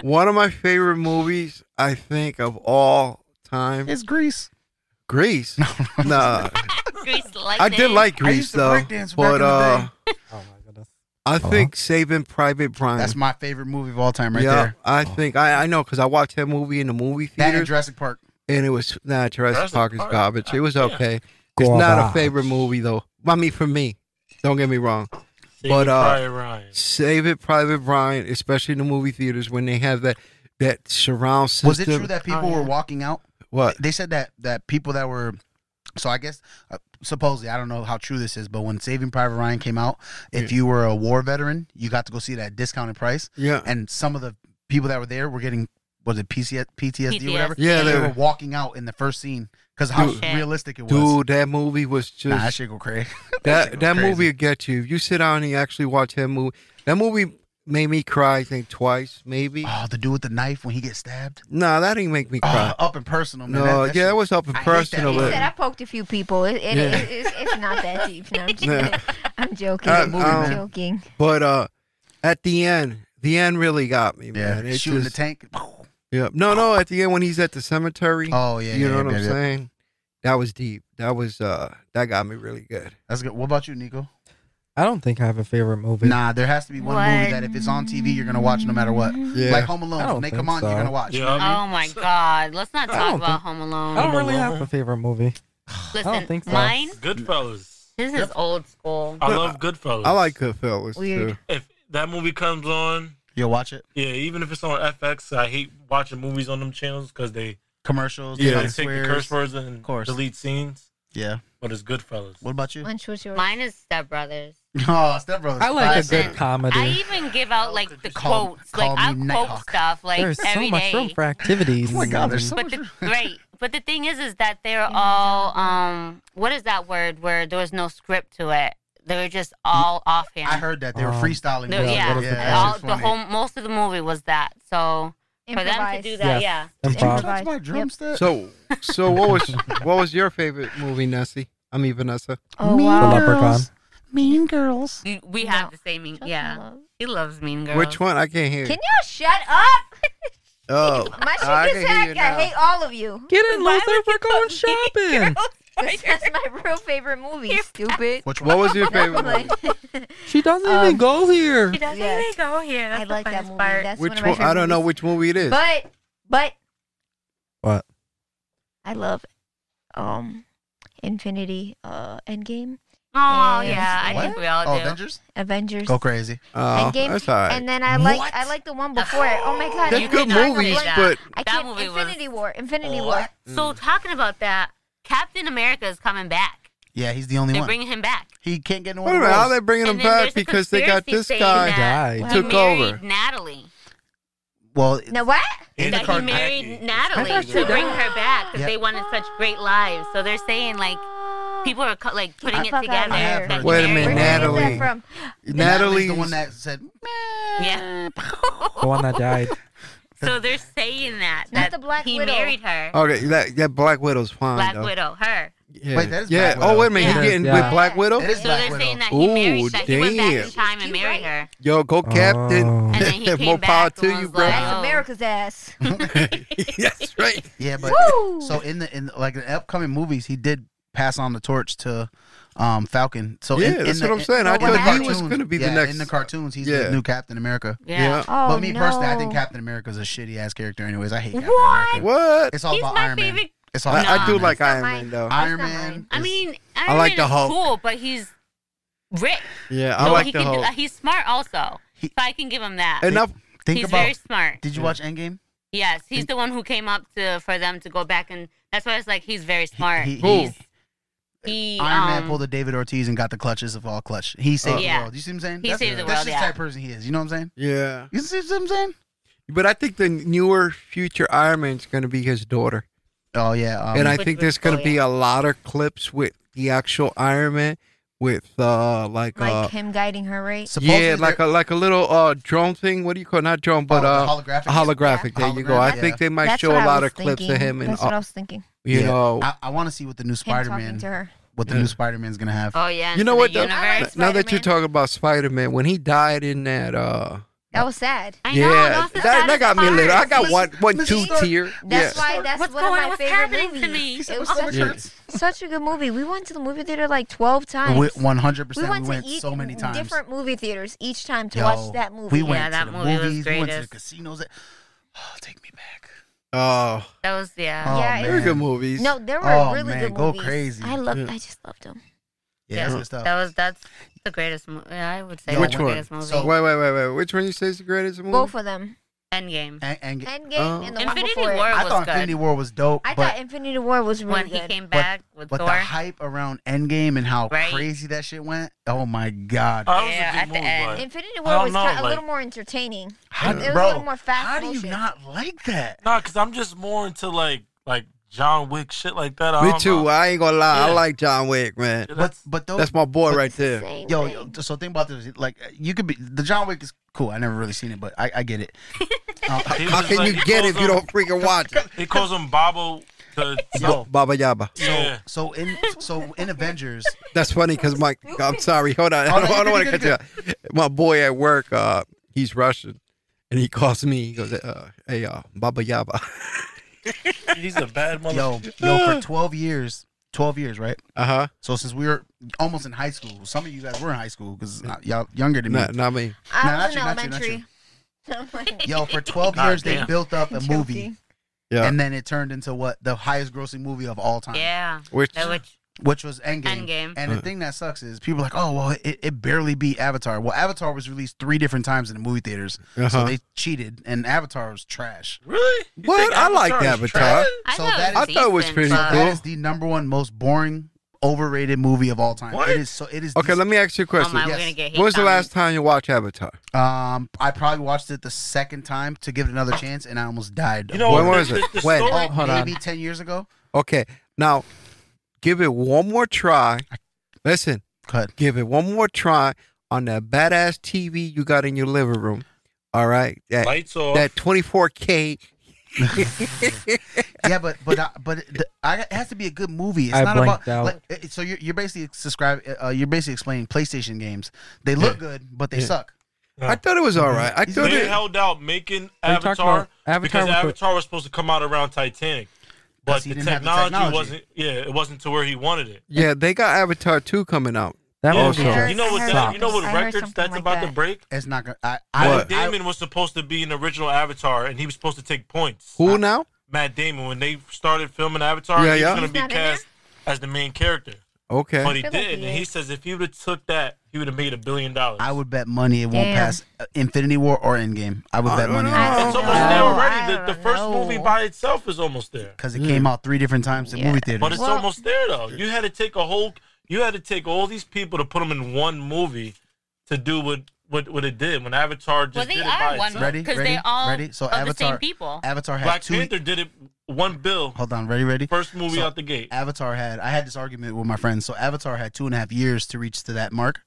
Speaker 1: one of my favorite movies I think of all time
Speaker 7: It's Grease.
Speaker 1: Grease. nah,
Speaker 5: Grease
Speaker 1: I
Speaker 5: lightning.
Speaker 1: did like
Speaker 7: I
Speaker 1: Grease
Speaker 7: used to
Speaker 1: though,
Speaker 7: breakdance back
Speaker 1: but
Speaker 7: in the
Speaker 1: uh,
Speaker 7: day. Uh-huh.
Speaker 4: Oh my goodness.
Speaker 1: I think Saving Private Brian.
Speaker 7: That's my favorite movie of all time, right
Speaker 1: yeah,
Speaker 7: there.
Speaker 1: I think I, I know because I watched that movie in the movie
Speaker 7: That
Speaker 1: theater,
Speaker 7: and Jurassic Park.
Speaker 1: and it was nah Jurassic,
Speaker 6: Jurassic
Speaker 1: Park is
Speaker 6: Park.
Speaker 1: garbage. It was
Speaker 6: Yeah.
Speaker 1: okay. It's not a
Speaker 4: Garbage.
Speaker 1: favorite movie though. I mean, for me, don't get me wrong.
Speaker 6: Saving
Speaker 1: uh,
Speaker 6: Private Ryan.
Speaker 1: Save It Private Ryan, especially in the movie theaters when they have that that surround system.
Speaker 7: Was it true that people
Speaker 5: Oh, yeah.
Speaker 7: were walking out?
Speaker 1: what?
Speaker 7: They said that that people that were, so I guess uh, supposedly I don't know how true this is, but when Saving Private Ryan came out, if you were a war veteran, you got to go see that discounted price,
Speaker 1: Yeah.
Speaker 7: and some of the people that were there were getting was it PCS, PTSD, or whatever.
Speaker 1: Yeah,
Speaker 7: They
Speaker 1: they
Speaker 7: were walking out in the first scene because how
Speaker 5: Dude. Shit.
Speaker 7: realistic it was.
Speaker 1: Dude, that movie was
Speaker 7: nah, that
Speaker 1: just
Speaker 7: shit go crazy.
Speaker 1: that that
Speaker 7: crazy.
Speaker 1: movie will get you. If you sit down and you actually watch that movie, that movie made me cry. I think twice, maybe.
Speaker 7: Oh, the dude with the knife when he gets stabbed.
Speaker 1: nah, that didn't make me
Speaker 7: Oh,
Speaker 1: cry.
Speaker 7: up and personal,
Speaker 1: no,
Speaker 7: man. that, that
Speaker 1: yeah,
Speaker 7: shit-
Speaker 1: it was up and
Speaker 7: I hate that
Speaker 1: personal.
Speaker 3: He
Speaker 7: movie.
Speaker 1: But,
Speaker 3: said I poked a few people. It, it,
Speaker 1: Yeah.
Speaker 3: it- it's, it's not that deep. No, I'm, just,
Speaker 1: Yeah.
Speaker 3: I'm joking.
Speaker 1: Uh,
Speaker 3: I'm
Speaker 1: um,
Speaker 3: joking.
Speaker 7: Ah.
Speaker 1: but uh, at the end, the end really got me,
Speaker 7: yeah,
Speaker 1: man. It
Speaker 7: shooting
Speaker 1: just-
Speaker 7: the tank.
Speaker 1: Yeah. No, no. At the end, when he's at the cemetery,
Speaker 7: Oh yeah,
Speaker 1: you
Speaker 7: yeah,
Speaker 1: know what
Speaker 7: yeah,
Speaker 1: I'm
Speaker 7: yeah.
Speaker 1: saying? That was deep. That was uh, that got me really good.
Speaker 7: That's good. What about you, Nico?
Speaker 4: I don't think I have a favorite movie.
Speaker 7: Nah, there has to be one movie that if it's on TV, you're gonna watch no matter what.
Speaker 1: Yeah.
Speaker 7: Like Home
Speaker 4: I
Speaker 7: Alone,
Speaker 4: don't
Speaker 7: when they
Speaker 4: think
Speaker 7: come on,
Speaker 4: so.
Speaker 7: you're gonna watch.
Speaker 6: You know what I
Speaker 5: Oh
Speaker 6: mean?
Speaker 5: my God! Let's not
Speaker 4: I
Speaker 5: talk
Speaker 4: don't
Speaker 5: about
Speaker 4: think-
Speaker 5: Home
Speaker 4: I
Speaker 5: Alone.
Speaker 4: don't really
Speaker 6: Alone.
Speaker 4: have a favorite movie.
Speaker 5: Listen,
Speaker 4: think so.
Speaker 5: mine.
Speaker 6: Goodfellas.
Speaker 5: This is old school.
Speaker 6: I love Goodfellas.
Speaker 1: I like Goodfellas
Speaker 3: Weird.
Speaker 1: too.
Speaker 6: if that movie comes on.
Speaker 7: You'll watch it.
Speaker 6: Yeah, even if it's on FX, I hate watching movies on them channels because they,
Speaker 7: Commercials.
Speaker 6: yeah,
Speaker 7: they
Speaker 6: they take the curse
Speaker 7: swears.
Speaker 6: words and
Speaker 7: course.
Speaker 6: delete scenes.
Speaker 7: Yeah.
Speaker 6: But it's Goodfellas.
Speaker 7: What about you?
Speaker 3: Munch was yours.
Speaker 5: Mine is Step Brothers.
Speaker 7: Oh, Step Brothers.
Speaker 4: I like a
Speaker 7: classic.
Speaker 4: good comedy.
Speaker 5: I even give out like the
Speaker 7: Call-
Speaker 5: quotes.
Speaker 7: call
Speaker 5: like I
Speaker 7: me
Speaker 5: quote
Speaker 7: Nighthawk.
Speaker 5: stuff like every
Speaker 4: there's
Speaker 5: day.
Speaker 4: so much room for activities.
Speaker 7: Oh my God, there's so
Speaker 5: but
Speaker 4: Mm.
Speaker 7: much.
Speaker 5: the, right. But the thing is, is that they're all um. What is that word where there was no script to it? They were just all offhand.
Speaker 7: I heard that they were
Speaker 4: Um,
Speaker 7: freestyling.
Speaker 5: There-
Speaker 4: Yeah,
Speaker 5: yeah,
Speaker 4: what is it?
Speaker 7: that
Speaker 5: all,
Speaker 7: shit's
Speaker 5: the
Speaker 7: funny.
Speaker 5: whole most of the movie was that. So for them to
Speaker 3: Improvise.
Speaker 5: do that,
Speaker 4: Yes.
Speaker 5: yeah.
Speaker 7: Did you
Speaker 4: Improv.
Speaker 3: Improvised.
Speaker 7: touch my
Speaker 3: Yep.
Speaker 7: drumstick?
Speaker 1: So, so what was what was your favorite movie, Nessie? I mean Vanessa.
Speaker 3: Oh
Speaker 7: mean
Speaker 4: The
Speaker 3: wow.
Speaker 4: leper- Leprechaun.
Speaker 7: girls. Mean girls.
Speaker 5: You- We
Speaker 3: No.
Speaker 5: have the same. mean-
Speaker 3: Shut
Speaker 5: Yeah,
Speaker 3: up.
Speaker 5: he loves Mean Girls.
Speaker 1: Which one? I can't hear.
Speaker 3: Can y'all shut up?
Speaker 1: oh, I
Speaker 3: My shit
Speaker 1: can
Speaker 3: is
Speaker 1: hear you
Speaker 3: heck. I
Speaker 1: now.
Speaker 3: hate all of you.
Speaker 4: Get in,
Speaker 5: Why
Speaker 4: loser.
Speaker 5: would
Speaker 4: We're going
Speaker 5: Mean
Speaker 4: shopping.
Speaker 5: Girls.
Speaker 3: That's my real favorite movie. Stupid.
Speaker 7: Which one?
Speaker 1: What was your favorite? movie?
Speaker 4: She doesn't
Speaker 3: Um,
Speaker 4: even go here.
Speaker 5: She doesn't
Speaker 3: Yes.
Speaker 5: even go here. That's
Speaker 3: I
Speaker 5: the
Speaker 3: like that
Speaker 5: funniest
Speaker 3: movie.
Speaker 5: part.
Speaker 3: That's one
Speaker 1: Which
Speaker 3: of my
Speaker 1: one?
Speaker 3: favorite
Speaker 1: I don't know
Speaker 3: movies.
Speaker 1: which movie it is.
Speaker 3: But but
Speaker 4: What?
Speaker 3: I love um Infinity uh Endgame,
Speaker 5: Oh
Speaker 3: And-
Speaker 5: yeah, I think
Speaker 7: What?
Speaker 5: we all
Speaker 7: Oh,
Speaker 5: do.
Speaker 7: Avengers?
Speaker 3: Avengers.
Speaker 7: Go crazy.
Speaker 1: oh,
Speaker 3: Endgame,
Speaker 1: that's all right.
Speaker 3: And then I like
Speaker 7: What?
Speaker 3: I like the one before it. Oh my god.
Speaker 1: That's
Speaker 5: you
Speaker 3: I'm
Speaker 1: good
Speaker 5: cannot
Speaker 1: movies,
Speaker 5: relate.
Speaker 1: but
Speaker 3: I
Speaker 5: That
Speaker 3: can't.
Speaker 5: movie was-
Speaker 3: Infinity War. Infinity War.
Speaker 5: So talking about that, Captain America is coming back.
Speaker 7: Yeah, he's the only
Speaker 5: They're
Speaker 7: one.
Speaker 5: bringing him back.
Speaker 7: he can't get no
Speaker 1: wait a
Speaker 7: one.
Speaker 1: minute, how they
Speaker 7: else.
Speaker 1: bringing him
Speaker 5: And then there's
Speaker 1: back
Speaker 5: a
Speaker 1: because they got
Speaker 5: conspiracy
Speaker 1: this
Speaker 5: saying
Speaker 1: guy.
Speaker 5: that
Speaker 4: Died.
Speaker 5: he
Speaker 1: Took
Speaker 5: married
Speaker 1: over.
Speaker 5: Natalie.
Speaker 7: Well,
Speaker 3: Now what?
Speaker 6: In
Speaker 5: that he
Speaker 6: cartoon.
Speaker 5: married
Speaker 4: I
Speaker 5: Natalie
Speaker 4: thought
Speaker 5: to
Speaker 4: she
Speaker 5: bring her back because
Speaker 7: Yeah.
Speaker 5: they wanted such great lives. So they're saying like people are co- like putting
Speaker 3: The
Speaker 5: it
Speaker 3: fuck
Speaker 5: together.
Speaker 3: outta
Speaker 7: have
Speaker 5: that
Speaker 7: heard
Speaker 5: he
Speaker 1: Wait a
Speaker 5: married
Speaker 1: minute,
Speaker 5: her.
Speaker 3: Where did
Speaker 1: Natalie.
Speaker 3: you get that from?
Speaker 7: Natalie's
Speaker 1: Natalie's
Speaker 7: the one that said, "Meh."
Speaker 5: Yeah.
Speaker 4: The one that died.
Speaker 5: So they're saying that
Speaker 3: Not
Speaker 5: that
Speaker 3: the Black
Speaker 5: he
Speaker 3: Widow.
Speaker 5: married her.
Speaker 1: Okay, that, that Black Widow's fine
Speaker 5: Black
Speaker 1: though.
Speaker 5: Widow, her.
Speaker 1: Yeah.
Speaker 7: Wait, that is
Speaker 1: yeah.
Speaker 7: Black
Speaker 1: Oh
Speaker 7: Widow.
Speaker 1: wait a minute,
Speaker 4: Yeah.
Speaker 1: he's getting
Speaker 4: Yeah.
Speaker 1: with Black Widow.
Speaker 7: It is
Speaker 5: So
Speaker 7: Black
Speaker 5: they're
Speaker 7: Widow.
Speaker 5: saying that he
Speaker 1: Ooh,
Speaker 5: married that he went back
Speaker 1: damn.
Speaker 5: in time and
Speaker 3: You
Speaker 5: married her.
Speaker 1: Yo, go Captain.
Speaker 4: Oh. And
Speaker 5: then he came
Speaker 1: More power
Speaker 5: back and
Speaker 1: to you,
Speaker 5: was
Speaker 1: bro.
Speaker 5: like-
Speaker 3: That's
Speaker 5: Oh.
Speaker 3: America's ass.
Speaker 1: That's right.
Speaker 7: Yeah, but
Speaker 3: Woo!
Speaker 7: so in the in like the upcoming movies, he did pass on the torch to um Falcon. So
Speaker 1: Yeah,
Speaker 7: in, in
Speaker 1: that's
Speaker 7: the,
Speaker 1: what I'm saying. I
Speaker 7: in the
Speaker 1: thought he was
Speaker 7: cartoons-
Speaker 1: gonna be the
Speaker 7: yeah,
Speaker 1: next-
Speaker 7: in the cartoons. He's
Speaker 1: Yeah.
Speaker 7: the new Captain America.
Speaker 5: Yeah.
Speaker 3: Oh
Speaker 7: but me
Speaker 3: no.
Speaker 7: personally, I think Captain America is a shitty ass character. Anyways, I hate Captain
Speaker 5: What?
Speaker 7: America.
Speaker 1: What?
Speaker 7: It's all
Speaker 5: He's
Speaker 7: about
Speaker 5: my
Speaker 7: Iron Man.
Speaker 5: favorite-
Speaker 7: It's all
Speaker 1: I,
Speaker 7: about
Speaker 1: I do
Speaker 7: Iron Man.
Speaker 1: like Iron
Speaker 3: mine.
Speaker 1: Man though.
Speaker 7: Iron
Speaker 3: That's not
Speaker 7: Man.
Speaker 3: mine.
Speaker 5: I
Speaker 7: is-
Speaker 5: mean, Iron
Speaker 1: like
Speaker 5: Man
Speaker 1: the
Speaker 5: is
Speaker 1: Hulk.
Speaker 5: cool, but he's rich.
Speaker 1: Yeah, I
Speaker 5: so
Speaker 1: like
Speaker 5: he
Speaker 1: the
Speaker 5: can do-
Speaker 1: whole.
Speaker 5: uh, he's smart also.
Speaker 7: He-
Speaker 5: so I can give him that.
Speaker 1: Enough.
Speaker 7: think
Speaker 5: he's
Speaker 7: about.
Speaker 5: very smart.
Speaker 7: did you watch Endgame?
Speaker 5: Yes, he's the one who came up to for them to go back and that's why it's like he's very smart.
Speaker 7: he-
Speaker 1: Who?
Speaker 5: he's he
Speaker 7: Iron
Speaker 5: um,
Speaker 7: Man pulled a David Ortiz and got the clutches of all clutch. He saved
Speaker 5: Yeah.
Speaker 7: the world. You see what I'm saying?
Speaker 5: He saved the
Speaker 7: That's
Speaker 5: world,
Speaker 7: just the
Speaker 5: yeah.
Speaker 7: type of person he is. You know what I'm saying?
Speaker 1: Yeah,
Speaker 7: You see what I'm saying?
Speaker 1: but I think the newer future Iron Man's gonna be his daughter,
Speaker 7: Oh yeah. Um,
Speaker 1: and I
Speaker 5: Which
Speaker 1: think
Speaker 5: was
Speaker 1: there's gonna be
Speaker 5: brilliant.
Speaker 1: a lot of clips with the actual Iron Man, with uh like
Speaker 3: like
Speaker 1: uh
Speaker 3: him guiding her right.
Speaker 7: supposedly
Speaker 1: yeah like
Speaker 7: they're-
Speaker 1: a like a little uh drone thing. What do you call it? not drone, but
Speaker 7: Oh,
Speaker 1: uh
Speaker 7: the holographic.
Speaker 1: holographic. There
Speaker 7: Yeah.
Speaker 1: you go. I
Speaker 7: Holographic, yeah.
Speaker 1: think they might
Speaker 3: That's
Speaker 1: show
Speaker 3: what
Speaker 1: a
Speaker 3: I
Speaker 1: lot
Speaker 3: was
Speaker 1: of clips of
Speaker 3: thinking.
Speaker 1: him and
Speaker 3: That's what I
Speaker 1: uh,
Speaker 3: was thinking.
Speaker 1: you
Speaker 7: Yeah.
Speaker 1: know
Speaker 7: I, I want to see what the new
Speaker 3: Him
Speaker 7: Spider
Speaker 3: talking
Speaker 7: Man,
Speaker 3: to her.
Speaker 7: what the
Speaker 1: Yeah.
Speaker 7: new Spider Man's gonna have.
Speaker 5: Oh yeah.
Speaker 1: You know
Speaker 5: into
Speaker 1: what,
Speaker 5: The
Speaker 1: though?
Speaker 5: universe.
Speaker 3: Like
Speaker 1: now that you're
Speaker 3: Spider-Man.
Speaker 1: talking about Spider Man, when he died in that uh
Speaker 3: That was sad.
Speaker 5: I know,
Speaker 1: yeah,
Speaker 5: that's the
Speaker 1: that, that
Speaker 5: saddest
Speaker 1: got me
Speaker 5: part.
Speaker 1: lit. I got
Speaker 7: Mrs.
Speaker 1: one one
Speaker 7: Mrs.
Speaker 1: two
Speaker 7: Stark.
Speaker 1: tier.
Speaker 3: That's
Speaker 1: yeah.
Speaker 3: why. That's
Speaker 5: What's
Speaker 3: one
Speaker 5: going
Speaker 3: of my
Speaker 5: what's
Speaker 3: favorite
Speaker 5: happening
Speaker 3: movies.
Speaker 5: to me?
Speaker 3: It was such,
Speaker 1: Yeah.
Speaker 3: such a good movie. We went to the movie theater like twelve times.
Speaker 7: One hundred
Speaker 3: we
Speaker 7: percent.
Speaker 3: went
Speaker 7: We
Speaker 3: to
Speaker 7: went
Speaker 3: each-
Speaker 7: so many times.
Speaker 3: different movie theaters each time to
Speaker 7: Yo,
Speaker 3: watch that movie.
Speaker 7: We went
Speaker 5: Yeah, that
Speaker 7: to the
Speaker 5: movie was
Speaker 7: movies. We went to the
Speaker 5: greatest.
Speaker 7: casinos. Oh, take me back.
Speaker 1: Oh,
Speaker 5: That was yeah.
Speaker 7: Oh,
Speaker 3: Yeah, it
Speaker 1: very
Speaker 7: man.
Speaker 1: good movies.
Speaker 3: No, there were
Speaker 7: Oh,
Speaker 3: really
Speaker 7: man,
Speaker 3: good
Speaker 7: go
Speaker 3: movies.
Speaker 7: crazy.
Speaker 3: I loved.
Speaker 1: Yeah.
Speaker 3: I just loved them.
Speaker 7: Yeah, that's good stuff.
Speaker 5: That was that's the greatest movie. I would say
Speaker 7: Yo,
Speaker 5: that's
Speaker 1: Which
Speaker 5: the
Speaker 1: one?
Speaker 5: greatest movie.
Speaker 1: Mm. Wait, wait, wait, wait. Which one you say is the greatest movie?
Speaker 3: Both of them.
Speaker 5: Endgame.
Speaker 7: And, and,
Speaker 3: Endgame
Speaker 1: Uh,
Speaker 3: and the
Speaker 5: Infinity
Speaker 3: one before it.
Speaker 5: War
Speaker 7: I
Speaker 5: was
Speaker 7: thought
Speaker 5: good.
Speaker 7: Infinity War was dope,
Speaker 3: I
Speaker 7: but
Speaker 3: thought Infinity War was really
Speaker 5: when
Speaker 3: good.
Speaker 5: he came back with
Speaker 7: but
Speaker 5: Thor.
Speaker 7: the hype around Endgame and how
Speaker 5: Right.
Speaker 7: crazy that shit went. Oh my god!
Speaker 6: Oh, it was
Speaker 5: Yeah,
Speaker 6: a good
Speaker 5: at the
Speaker 6: movie,
Speaker 5: end.
Speaker 6: but-
Speaker 3: Infinity
Speaker 6: I
Speaker 3: War
Speaker 6: don't
Speaker 3: was
Speaker 6: know,
Speaker 3: ki- a
Speaker 6: like-
Speaker 3: little more entertaining.
Speaker 7: How-
Speaker 3: It was a
Speaker 7: bro,
Speaker 3: little more fast
Speaker 7: how do you
Speaker 3: motion.
Speaker 7: not like that?
Speaker 6: Nah, cause I'm just more into like like John Wick shit like that. I
Speaker 1: Me
Speaker 6: don't
Speaker 1: too.
Speaker 6: Know.
Speaker 1: I ain't gonna lie. I
Speaker 6: Yeah.
Speaker 1: like John Wick, man.
Speaker 6: Yeah,
Speaker 7: But
Speaker 6: that's-
Speaker 7: but those
Speaker 1: That's my boy
Speaker 7: but-
Speaker 1: right there.
Speaker 2: Same
Speaker 7: yo,
Speaker 2: thing.
Speaker 7: yo so think about this. Like you could be the John Wick is cool. I never really seen it, but I, I get it. Uh,
Speaker 6: He
Speaker 1: How
Speaker 6: was
Speaker 1: can
Speaker 6: like-
Speaker 1: you
Speaker 6: he
Speaker 1: get it
Speaker 6: calls
Speaker 1: if you
Speaker 6: him-
Speaker 1: don't freaking watch it?
Speaker 6: He calls him Bobo. The,
Speaker 7: yo,
Speaker 1: Baba Yaba.
Speaker 7: so
Speaker 6: Yeah.
Speaker 7: so in so in Avengers,
Speaker 1: That's funny because my I'm sorry. Hold on. I
Speaker 7: Oh, no,
Speaker 1: don't, I
Speaker 7: you're
Speaker 1: don't want to
Speaker 7: good,
Speaker 1: cut
Speaker 7: you're
Speaker 1: you out. My boy at work, uh, he's Russian, and he calls me. He goes, uh, "Hey, uh, Baba Yaba."
Speaker 6: he's a bad mother.
Speaker 7: yo yo for twelve years, twelve years, right?
Speaker 1: Uh
Speaker 6: Uh-huh.
Speaker 1: huh.
Speaker 7: So since we were almost in high school, some of you guys were in high school because y'all younger than me.
Speaker 1: Not, not me.
Speaker 3: I
Speaker 7: No,
Speaker 3: was in
Speaker 7: not you, not you,
Speaker 3: elementary.
Speaker 7: Yo, for 12
Speaker 6: God
Speaker 7: years they
Speaker 6: damn.
Speaker 7: built up a
Speaker 3: Joking.
Speaker 7: movie,
Speaker 1: Yeah.
Speaker 7: and then it turned into what the highest grossing movie of all time,
Speaker 5: yeah.
Speaker 1: Which
Speaker 5: That which
Speaker 7: which was Endgame.
Speaker 5: Endgame.
Speaker 7: And the thing that sucks is people are like, oh well, it, it barely beat Avatar. Well, Avatar was released three different times in the movie theaters, so
Speaker 1: Uh-huh.
Speaker 7: they cheated, and Avatar was trash.
Speaker 6: really? You
Speaker 1: What?
Speaker 6: think
Speaker 1: I like
Speaker 6: Avatar is
Speaker 1: Avatar.
Speaker 6: trash?
Speaker 7: So
Speaker 5: I, thought,
Speaker 7: that
Speaker 5: it was
Speaker 1: is- I thought it was
Speaker 5: decent,
Speaker 1: pretty
Speaker 5: but-
Speaker 1: cool.
Speaker 7: That is the number one most boring, overrated movie of all time.
Speaker 6: What?
Speaker 7: It is so. It is.
Speaker 1: Okay, let me ask you a
Speaker 5: Oh
Speaker 1: question.
Speaker 5: my,
Speaker 7: Yes.
Speaker 5: we're gonna get hate
Speaker 1: when was the
Speaker 5: comments.
Speaker 1: last time you watched Avatar?
Speaker 7: um, I probably watched it the second time to give it another chance, and I almost died.
Speaker 6: You know
Speaker 1: When
Speaker 6: the-
Speaker 1: was
Speaker 6: the-
Speaker 1: it?
Speaker 6: the
Speaker 1: When?
Speaker 6: story-
Speaker 1: Oh,
Speaker 7: oh,
Speaker 1: hold on.
Speaker 7: maybe ten years ago.
Speaker 1: Okay, now give it one more try. Listen,
Speaker 7: Cut.
Speaker 1: give it one more try on that badass TV you got in your living room. All right, that
Speaker 6: Lights off.
Speaker 1: that 24K.
Speaker 7: yeah, but but I, but it- the, I, it has to be a good movie. It's
Speaker 4: I
Speaker 7: not
Speaker 4: blanked
Speaker 7: about
Speaker 4: out.
Speaker 7: like it- so you're, you're basically subscribe. Uh, you're basically explaining PlayStation games. They look good, but they
Speaker 1: Yeah.
Speaker 7: suck.
Speaker 1: I thought it was all right. I thought
Speaker 6: they
Speaker 1: it.
Speaker 6: held out making
Speaker 4: Are you talking
Speaker 6: Avatar,
Speaker 4: about Avatar
Speaker 6: because
Speaker 4: was the-
Speaker 6: Avatar was supposed to come out around Titanic, but
Speaker 7: 'Cause he
Speaker 6: the
Speaker 7: didn't have the
Speaker 6: technology,
Speaker 7: technology.
Speaker 6: wasn't. Yeah, it wasn't to where he wanted it.
Speaker 1: Yeah, they got Avatar 2 coming out.
Speaker 4: That
Speaker 6: yeah,
Speaker 4: movie
Speaker 3: I
Speaker 4: just
Speaker 6: Oh, you know what?
Speaker 4: sucked.
Speaker 6: That, you know
Speaker 3: I
Speaker 6: what
Speaker 3: heard
Speaker 6: records
Speaker 3: something
Speaker 6: that's
Speaker 3: like
Speaker 6: about to
Speaker 3: that.
Speaker 6: break.
Speaker 7: It's not gonna. I, I,
Speaker 6: Matt
Speaker 1: What?
Speaker 7: I-
Speaker 6: Damon was supposed to be an original Avatar, and he was supposed to take points.
Speaker 7: Uh,
Speaker 1: Who now?
Speaker 6: Matt Damon, when they started filming Avatar,
Speaker 1: Yeah,
Speaker 6: he
Speaker 1: yeah.
Speaker 6: was going to
Speaker 3: He's not
Speaker 6: be
Speaker 3: in there?
Speaker 6: cast as the main character, but
Speaker 1: Okay.
Speaker 6: he
Speaker 3: feel like
Speaker 6: didn't.
Speaker 3: he
Speaker 6: and he
Speaker 3: is.
Speaker 6: says if he would have took that, he would have made a billion dollars.
Speaker 7: I would bet money it won't
Speaker 3: Damn.
Speaker 7: pass uh, Infinity War or Endgame. I would
Speaker 1: I
Speaker 7: bet
Speaker 1: don't
Speaker 7: money
Speaker 1: know.
Speaker 7: on
Speaker 6: It's
Speaker 3: I
Speaker 6: almost
Speaker 3: don't
Speaker 6: there
Speaker 3: know.
Speaker 6: already.
Speaker 3: I
Speaker 6: The, the
Speaker 3: don't
Speaker 6: first movie
Speaker 3: know.
Speaker 6: by itself is almost there,
Speaker 7: because it came out three different times in movie
Speaker 6: but
Speaker 7: theaters.
Speaker 6: it's
Speaker 3: Well-
Speaker 6: almost there though. You had to take a whole, you had to take all these people to put them in one movie to do what what, what it did when Avatar just
Speaker 5: Well,
Speaker 6: did
Speaker 5: they
Speaker 6: it
Speaker 5: are
Speaker 6: by
Speaker 5: one
Speaker 6: itself.
Speaker 7: Ready?
Speaker 5: because
Speaker 7: Ready?
Speaker 5: they all
Speaker 7: Ready? So
Speaker 5: of the
Speaker 7: Avatar-
Speaker 5: same people.
Speaker 7: Avatar had
Speaker 6: Black
Speaker 7: two.
Speaker 6: Panther did it one bill,
Speaker 7: Hold on, ready, ready.
Speaker 6: first movie
Speaker 7: So-
Speaker 6: out the gate.
Speaker 7: Avatar had. I had this argument with my friends. So Avatar had two and a half years to reach to that mark.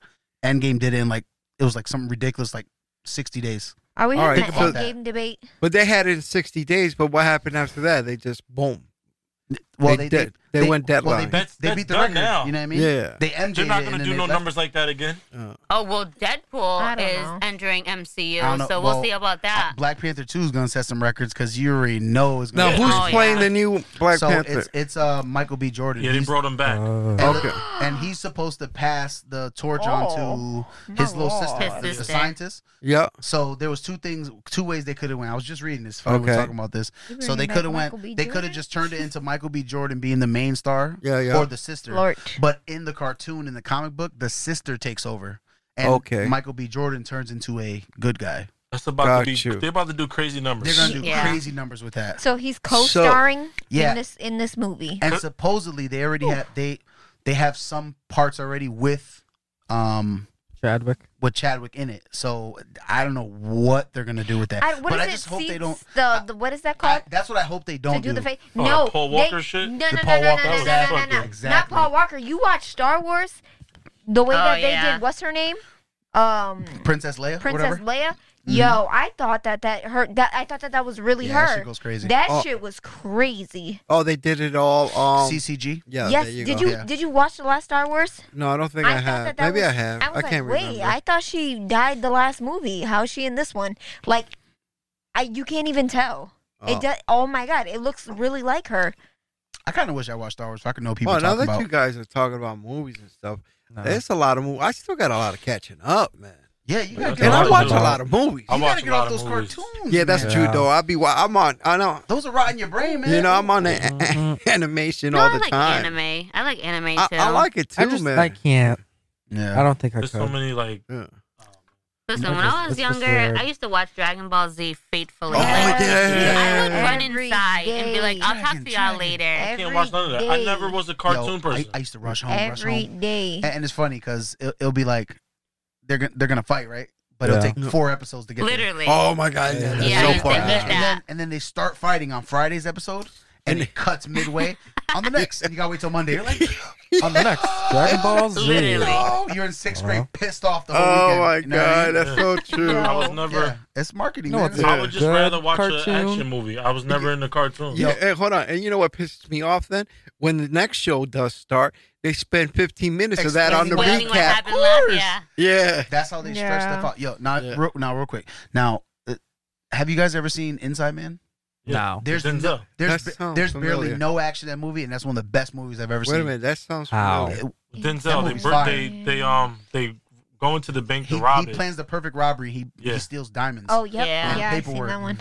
Speaker 7: Endgame did it in like it was like something ridiculous, like sixty days.
Speaker 3: Are we
Speaker 1: All
Speaker 3: having
Speaker 1: right,
Speaker 3: an
Speaker 7: so-
Speaker 3: Endgame debate?
Speaker 1: But they had it in 60 days, but what happened after that? They just, boom.
Speaker 7: Well,
Speaker 1: They
Speaker 7: they
Speaker 1: did. They went
Speaker 7: Well,
Speaker 1: deadline.
Speaker 7: they beat,
Speaker 6: That's-
Speaker 7: they
Speaker 6: that's
Speaker 7: beat the
Speaker 6: done
Speaker 7: record.
Speaker 6: now.
Speaker 7: You know what I mean?
Speaker 1: Yeah.
Speaker 7: They MJ.
Speaker 6: They're not going to do no numbers like that again.
Speaker 1: Uh,
Speaker 5: Oh well,
Speaker 3: I
Speaker 5: Deadpool
Speaker 3: don't
Speaker 5: is
Speaker 3: know.
Speaker 5: entering MCU,
Speaker 7: I don't know.
Speaker 5: so we'll,
Speaker 7: Well,
Speaker 5: see about that.
Speaker 7: Black Panther Two is going to set some records because you already know it's
Speaker 1: now,
Speaker 7: going.
Speaker 6: Yeah.
Speaker 1: who's
Speaker 5: Oh, yeah.
Speaker 1: playing the new Black
Speaker 7: so
Speaker 1: Panther?
Speaker 7: it's it's uh Michael B. Jordan.
Speaker 6: Yeah, they
Speaker 7: He's-
Speaker 6: brought him back.
Speaker 4: Uh,
Speaker 7: and,
Speaker 1: Okay.
Speaker 7: and he's supposed to pass the torch
Speaker 3: Oh,
Speaker 7: on to his
Speaker 3: my
Speaker 7: little
Speaker 3: lord.
Speaker 7: sister,
Speaker 5: His
Speaker 7: the- the
Speaker 5: sister.
Speaker 7: scientist.
Speaker 1: yeah.
Speaker 7: So there was two things, two ways they could have went. I was just reading this. When we were
Speaker 1: Okay.
Speaker 7: talking about this.
Speaker 3: You
Speaker 7: So
Speaker 3: bringing
Speaker 7: they
Speaker 3: back
Speaker 7: could have
Speaker 3: Michael B.
Speaker 7: went. They could
Speaker 3: Jordan?
Speaker 7: have just turned it into Michael B. Jordan being the main star.
Speaker 1: Yeah, yeah.
Speaker 7: Or the sister.
Speaker 3: Lord.
Speaker 7: But in the cartoon, in the comic book, the sister takes over. And
Speaker 1: Okay.
Speaker 7: Michael B. Jordan turns into a good guy.
Speaker 6: That's about
Speaker 1: Got
Speaker 6: to be.
Speaker 1: you.
Speaker 6: They're about to do crazy numbers.
Speaker 7: They're gonna do
Speaker 5: Yeah.
Speaker 7: crazy numbers with that.
Speaker 3: So he's co-starring
Speaker 7: Yeah.
Speaker 3: in this in this movie.
Speaker 7: And supposedly they already have they they have some parts already with um
Speaker 4: Chadwick.
Speaker 7: with Chadwick in it. So I don't know what they're gonna do with that.
Speaker 3: I, what
Speaker 7: but
Speaker 3: is
Speaker 7: I
Speaker 3: it?
Speaker 7: just hope
Speaker 3: See,
Speaker 7: they don't.
Speaker 3: The, the what is that
Speaker 7: I,
Speaker 3: called?
Speaker 7: that's what I hope they
Speaker 3: to
Speaker 7: don't
Speaker 3: do, the face.
Speaker 6: Oh,
Speaker 3: no,
Speaker 6: the Paul
Speaker 3: they-
Speaker 6: Walker shit?
Speaker 3: No, no,
Speaker 7: The
Speaker 3: no,
Speaker 7: Paul
Speaker 3: no,
Speaker 7: Walker
Speaker 3: no, no, no,
Speaker 6: stuff?
Speaker 3: no, no, no. Not
Speaker 7: Exactly.
Speaker 3: Paul Walker. You watch Star Wars, the way
Speaker 5: Oh,
Speaker 3: that they
Speaker 5: yeah.
Speaker 3: did. What's her name? Um,
Speaker 7: Princess Leia,
Speaker 3: Princess
Speaker 7: whatever.
Speaker 3: Leia.
Speaker 1: Mm-hmm.
Speaker 3: Yo, I thought that that her. That I thought that that was really
Speaker 7: Yeah,
Speaker 3: her.
Speaker 7: she goes crazy.
Speaker 3: That
Speaker 1: Oh.
Speaker 3: shit was crazy.
Speaker 1: Oh, they did it all. Um,
Speaker 7: CCG.
Speaker 1: yeah.
Speaker 3: yes,
Speaker 1: there you
Speaker 3: did
Speaker 1: go.
Speaker 3: you
Speaker 7: Yeah.
Speaker 3: did you watch the last Star Wars?
Speaker 1: No, I don't think I,
Speaker 3: thought
Speaker 1: have.
Speaker 3: that that
Speaker 1: Maybe
Speaker 3: was-
Speaker 1: I have.
Speaker 3: I was like,
Speaker 1: can't
Speaker 3: wait,
Speaker 1: remember.
Speaker 3: I thought she died the last movie. How is she in this one? Like, I you can't even tell.
Speaker 1: Oh.
Speaker 3: It does. Oh my god, it looks really like her.
Speaker 7: I kind of wish I watched Star Wars. So I could know people
Speaker 1: Well, now
Speaker 7: talk
Speaker 1: Oh, that
Speaker 7: about.
Speaker 1: you guys are talking about movies and stuff,
Speaker 4: Nah.
Speaker 1: there's a lot of movies. I still got a lot of catching up, man.
Speaker 7: yeah, you
Speaker 6: Yeah,
Speaker 7: gotta
Speaker 6: that's
Speaker 7: get
Speaker 1: and
Speaker 6: a lot
Speaker 1: I
Speaker 7: off
Speaker 6: of
Speaker 1: watch a
Speaker 6: movies.
Speaker 1: lot of movies.
Speaker 6: I
Speaker 7: You
Speaker 6: watch
Speaker 7: gotta
Speaker 6: a
Speaker 7: get
Speaker 6: lot
Speaker 7: off
Speaker 6: of
Speaker 7: those
Speaker 6: movies.
Speaker 7: cartoons.
Speaker 1: Yeah, that's
Speaker 7: man.
Speaker 1: true
Speaker 4: Yeah.
Speaker 1: though. I be wa- I'm on. I know.
Speaker 7: Those are rotting your brain, man.
Speaker 1: You know, I'm on the
Speaker 7: Mm-hmm.
Speaker 1: animation
Speaker 5: no,
Speaker 1: all
Speaker 5: I
Speaker 1: the
Speaker 5: like
Speaker 1: time.
Speaker 5: anime. I like anime
Speaker 1: I,
Speaker 5: too.
Speaker 1: I like it too,
Speaker 4: I just
Speaker 1: man.
Speaker 4: I can't.
Speaker 7: yeah.
Speaker 4: I don't think I
Speaker 6: There's so
Speaker 4: could.
Speaker 6: many like
Speaker 1: Yeah.
Speaker 5: Listen,
Speaker 4: It's
Speaker 5: when
Speaker 4: just-
Speaker 5: I was
Speaker 4: it's just
Speaker 5: younger,
Speaker 4: weird.
Speaker 5: I used to watch Dragon Ball Z faithfully.
Speaker 1: Oh,
Speaker 5: Like, I
Speaker 1: yeah.
Speaker 5: would run
Speaker 3: Every
Speaker 5: inside and be like,
Speaker 3: day.
Speaker 5: "I'll talk to
Speaker 7: Dragon,
Speaker 5: y'all
Speaker 7: Dragon.
Speaker 5: later."
Speaker 6: I can't watch none of that. I never was a cartoon
Speaker 7: Yo,
Speaker 6: person.
Speaker 7: I, I used to
Speaker 1: Oh,
Speaker 7: rush home, rush
Speaker 3: Every
Speaker 7: home.
Speaker 3: day.
Speaker 7: And, and it's funny because it'll, it'll be like they're gonna, they're gonna fight, right? But
Speaker 4: Yeah.
Speaker 7: it'll take four episodes to get there.
Speaker 5: Literally.
Speaker 1: Oh my god,
Speaker 4: Yeah.
Speaker 1: yeah, that's
Speaker 5: Yeah, I
Speaker 1: so
Speaker 5: used to
Speaker 1: far.
Speaker 5: hate
Speaker 1: out.
Speaker 7: And then,
Speaker 5: that.
Speaker 7: and then they start fighting on Friday's episode, and it cuts midway on the next, and you gotta wait till Monday. You're like, on the next,
Speaker 4: Dragon Ball Z.
Speaker 5: Literally.
Speaker 7: No, you're in sixth grade,
Speaker 4: Uh-huh.
Speaker 7: pissed off the whole
Speaker 1: Oh
Speaker 7: weekend.
Speaker 1: my
Speaker 7: you know what I
Speaker 1: god,
Speaker 7: mean?
Speaker 1: that's so true.
Speaker 6: I was never.
Speaker 7: Yeah, it's marketing.
Speaker 4: No,
Speaker 7: man.
Speaker 4: it's-
Speaker 7: It's-
Speaker 6: I would just
Speaker 4: Good
Speaker 6: rather watch an
Speaker 4: cartoon.
Speaker 6: action movie. I was never in the cartoon.
Speaker 1: Yeah, hey, hold on. And you know what pisses me off then? When the next show does start, they spend 15 minutes of that on the
Speaker 5: Explaining what
Speaker 1: recap.
Speaker 5: happened last yeah.
Speaker 1: Yeah.
Speaker 7: That's how they stretch
Speaker 3: Yeah.
Speaker 7: stuff out. Yo, now,
Speaker 1: Yeah.
Speaker 7: real, now, real quick. Now, uh, have you guys ever seen Inside Man?
Speaker 4: No.
Speaker 7: There's
Speaker 6: Denzel.
Speaker 7: no,
Speaker 1: That
Speaker 7: there's ba-
Speaker 1: sounds
Speaker 7: there's barely
Speaker 1: familiar.
Speaker 7: no action in that movie, and that's one of the best movies I've ever
Speaker 1: Wait a
Speaker 7: seen. Uh,
Speaker 1: minute, that sounds
Speaker 4: Ow.
Speaker 1: familiar.
Speaker 7: That
Speaker 6: Denzel, they
Speaker 7: movie's
Speaker 6: bur-
Speaker 7: fire.
Speaker 6: they they um they go into the bank
Speaker 7: He,
Speaker 6: to rob
Speaker 7: he
Speaker 6: it.
Speaker 7: plans the perfect robbery. He
Speaker 6: Yeah.
Speaker 7: he steals diamonds.
Speaker 3: Oh, yep.
Speaker 5: Yeah.
Speaker 3: Yeah, I've seen
Speaker 7: Paperwork.
Speaker 3: that one.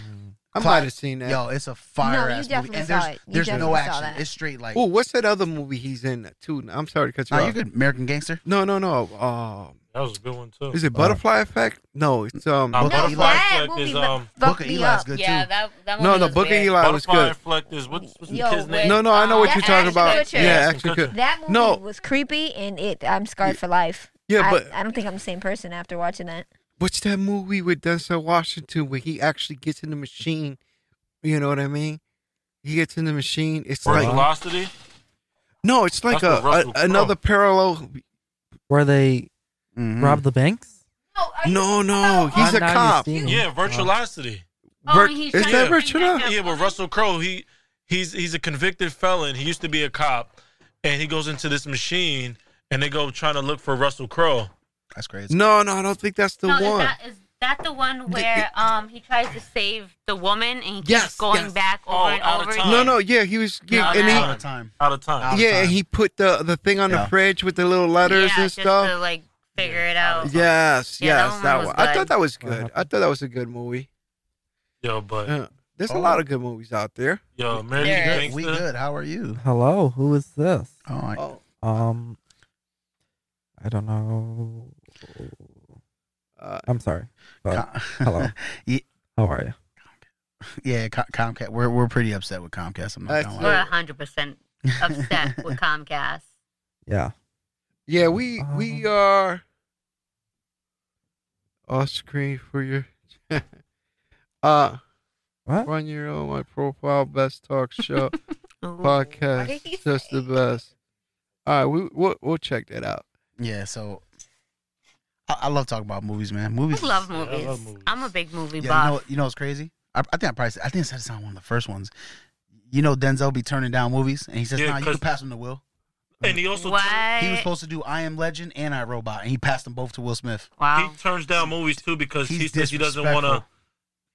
Speaker 1: I
Speaker 7: Clyde,
Speaker 1: might have seen that.
Speaker 7: Yo, it's a fire
Speaker 3: No, you
Speaker 7: ass movie.
Speaker 3: definitely
Speaker 7: And
Speaker 3: saw
Speaker 7: there's
Speaker 3: it. You
Speaker 7: there's no
Speaker 3: definitely saw
Speaker 7: action.
Speaker 3: that.
Speaker 7: It's straight like
Speaker 1: Oh, what's that other movie he's in too? I'm sorry to cut you
Speaker 7: Nah,
Speaker 1: off.
Speaker 7: you good. American Gangster.
Speaker 1: No, no, no. Uh,
Speaker 6: That was a good one too.
Speaker 1: is it Butterfly Effect? No, it's um.
Speaker 6: Uh,
Speaker 7: No,
Speaker 6: Butterfly
Speaker 3: that
Speaker 6: Effect
Speaker 3: movie
Speaker 6: is um.
Speaker 3: Fuck
Speaker 7: Book of
Speaker 3: me
Speaker 7: Eli's
Speaker 3: up.
Speaker 7: good
Speaker 5: yeah,
Speaker 7: too.
Speaker 5: that that
Speaker 1: no,
Speaker 5: movie
Speaker 1: no.
Speaker 5: was
Speaker 1: Book of
Speaker 5: weird.
Speaker 1: Eli was
Speaker 6: Butterfly
Speaker 1: good.
Speaker 6: Effect is what's, what's the
Speaker 3: Yo,
Speaker 6: kid's
Speaker 5: wait.
Speaker 6: name?
Speaker 1: No, no, I know what
Speaker 5: That's
Speaker 1: you're talking
Speaker 5: Ashton
Speaker 1: about.
Speaker 5: Kutcher.
Speaker 1: Yeah,
Speaker 6: Ashton
Speaker 1: actually, good.
Speaker 3: That movie
Speaker 1: No.
Speaker 3: was creepy, and it I'm scarred for life.
Speaker 1: Yeah,
Speaker 3: I-
Speaker 1: but
Speaker 3: I, don't think I'm the same person after watching that.
Speaker 1: what's that movie with Denzel Washington where he actually gets in the machine? You know what I mean? He gets in the machine. It's
Speaker 6: Or
Speaker 1: like
Speaker 6: Velocity.
Speaker 1: no, it's like
Speaker 6: That's
Speaker 1: a,
Speaker 6: with Russell
Speaker 1: a
Speaker 6: Crowe.
Speaker 1: another parallel.
Speaker 4: Where they
Speaker 7: Mhm.
Speaker 4: rob the banks?
Speaker 1: No, no, he's
Speaker 4: I'm
Speaker 1: a
Speaker 4: not
Speaker 1: cop.
Speaker 4: even seeing
Speaker 6: Yeah,
Speaker 4: it.
Speaker 6: Virtuosity.
Speaker 5: Oh,
Speaker 1: Vir-
Speaker 5: and he's
Speaker 1: is
Speaker 5: trying
Speaker 1: that
Speaker 5: to bring
Speaker 1: virtual?
Speaker 5: back up-
Speaker 6: Yeah, but Russell Crowe, he he's he's a convicted felon. He used to be a cop, and he goes into this machine, and they go trying to look for Russell Crowe.
Speaker 7: That's crazy.
Speaker 1: No, no, I don't think that's the
Speaker 5: no, Is
Speaker 1: one.
Speaker 5: that, is that the one where um he tries to save the woman and he keeps
Speaker 1: Yes,
Speaker 5: going
Speaker 1: yes.
Speaker 5: back over
Speaker 6: Oh,
Speaker 5: and
Speaker 6: out of
Speaker 5: over?
Speaker 6: time.
Speaker 5: again?
Speaker 1: No, no, yeah, he was, yeah,
Speaker 5: No,
Speaker 1: and
Speaker 5: no.
Speaker 1: he,
Speaker 7: Out of time.
Speaker 6: Out of time.
Speaker 7: Out of
Speaker 1: yeah,
Speaker 7: time.
Speaker 1: and he put the the thing on
Speaker 7: Yeah.
Speaker 1: the fridge with the little letters
Speaker 5: yeah,
Speaker 1: and
Speaker 5: just
Speaker 1: stuff.
Speaker 5: to like figure it out.
Speaker 1: Yes,
Speaker 5: Yeah, that
Speaker 1: yes,
Speaker 5: one
Speaker 1: that
Speaker 5: was
Speaker 1: one. I
Speaker 5: good.
Speaker 1: thought that was
Speaker 4: What
Speaker 1: good. I
Speaker 4: happened?
Speaker 1: thought that was a good movie.
Speaker 6: Yo, but
Speaker 1: Uh, there's a
Speaker 7: Oh.
Speaker 1: lot of good movies out there.
Speaker 6: yo, American
Speaker 5: There
Speaker 7: Good.
Speaker 6: Gangster.
Speaker 7: We good. How are you?
Speaker 4: Hello, who is this?
Speaker 7: Oh, I,
Speaker 1: Oh,
Speaker 4: Um, I don't know.
Speaker 1: uh,
Speaker 4: I'm sorry. But oh,
Speaker 7: Com-
Speaker 4: hello.
Speaker 7: Ye-
Speaker 4: How are you?
Speaker 7: yeah, Com- Comcast. We're we're pretty upset with Comcast. I'm not
Speaker 1: That's
Speaker 7: gonna
Speaker 5: We're
Speaker 7: lie.
Speaker 5: hundred percent upset with Comcast.
Speaker 4: Yeah.
Speaker 1: yeah, we we uh,
Speaker 4: Um.
Speaker 1: are off screen for your uh
Speaker 4: What?
Speaker 1: one year old my profile best talk show
Speaker 5: Ooh.
Speaker 1: podcast just the best. All right, we we'll, we'll check that out.
Speaker 7: Yeah. So I, I love talking about movies, man.
Speaker 5: I
Speaker 7: Movies.
Speaker 5: love
Speaker 6: Yeah, I
Speaker 5: movies.
Speaker 6: love movies.
Speaker 5: I'm a big movie
Speaker 7: Yeah, you know,
Speaker 5: buff.
Speaker 7: you know what's crazy? I, I think I probably said, I think I said this on one of the first ones. You know Denzel be turning down movies, and he says,
Speaker 6: Yeah,
Speaker 7: "Nah, you
Speaker 6: 'cause-
Speaker 7: can pass them to Will."
Speaker 6: And he also
Speaker 5: what?
Speaker 7: He was supposed to do I Am Legend and I Robot, and he passed them both to Will Smith.
Speaker 5: wow.
Speaker 6: he turns down movies too because he
Speaker 7: He's
Speaker 6: says he doesn't want to.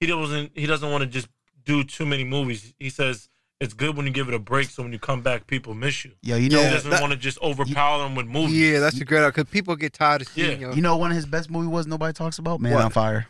Speaker 7: disrespectful.
Speaker 6: He doesn't. He doesn't want to just do too many movies. He says it's good when you give it a break, so when you come back, people miss you.
Speaker 7: Yo, you know,
Speaker 6: he
Speaker 1: Yeah,
Speaker 6: doesn't
Speaker 1: that-
Speaker 6: want to just overpower them with movies.
Speaker 1: Yeah, that's a great because people get tired of
Speaker 6: Yeah.
Speaker 1: seeing you.
Speaker 7: you know, one of his best movie was nobody talks about Man
Speaker 1: What?
Speaker 7: on Fire.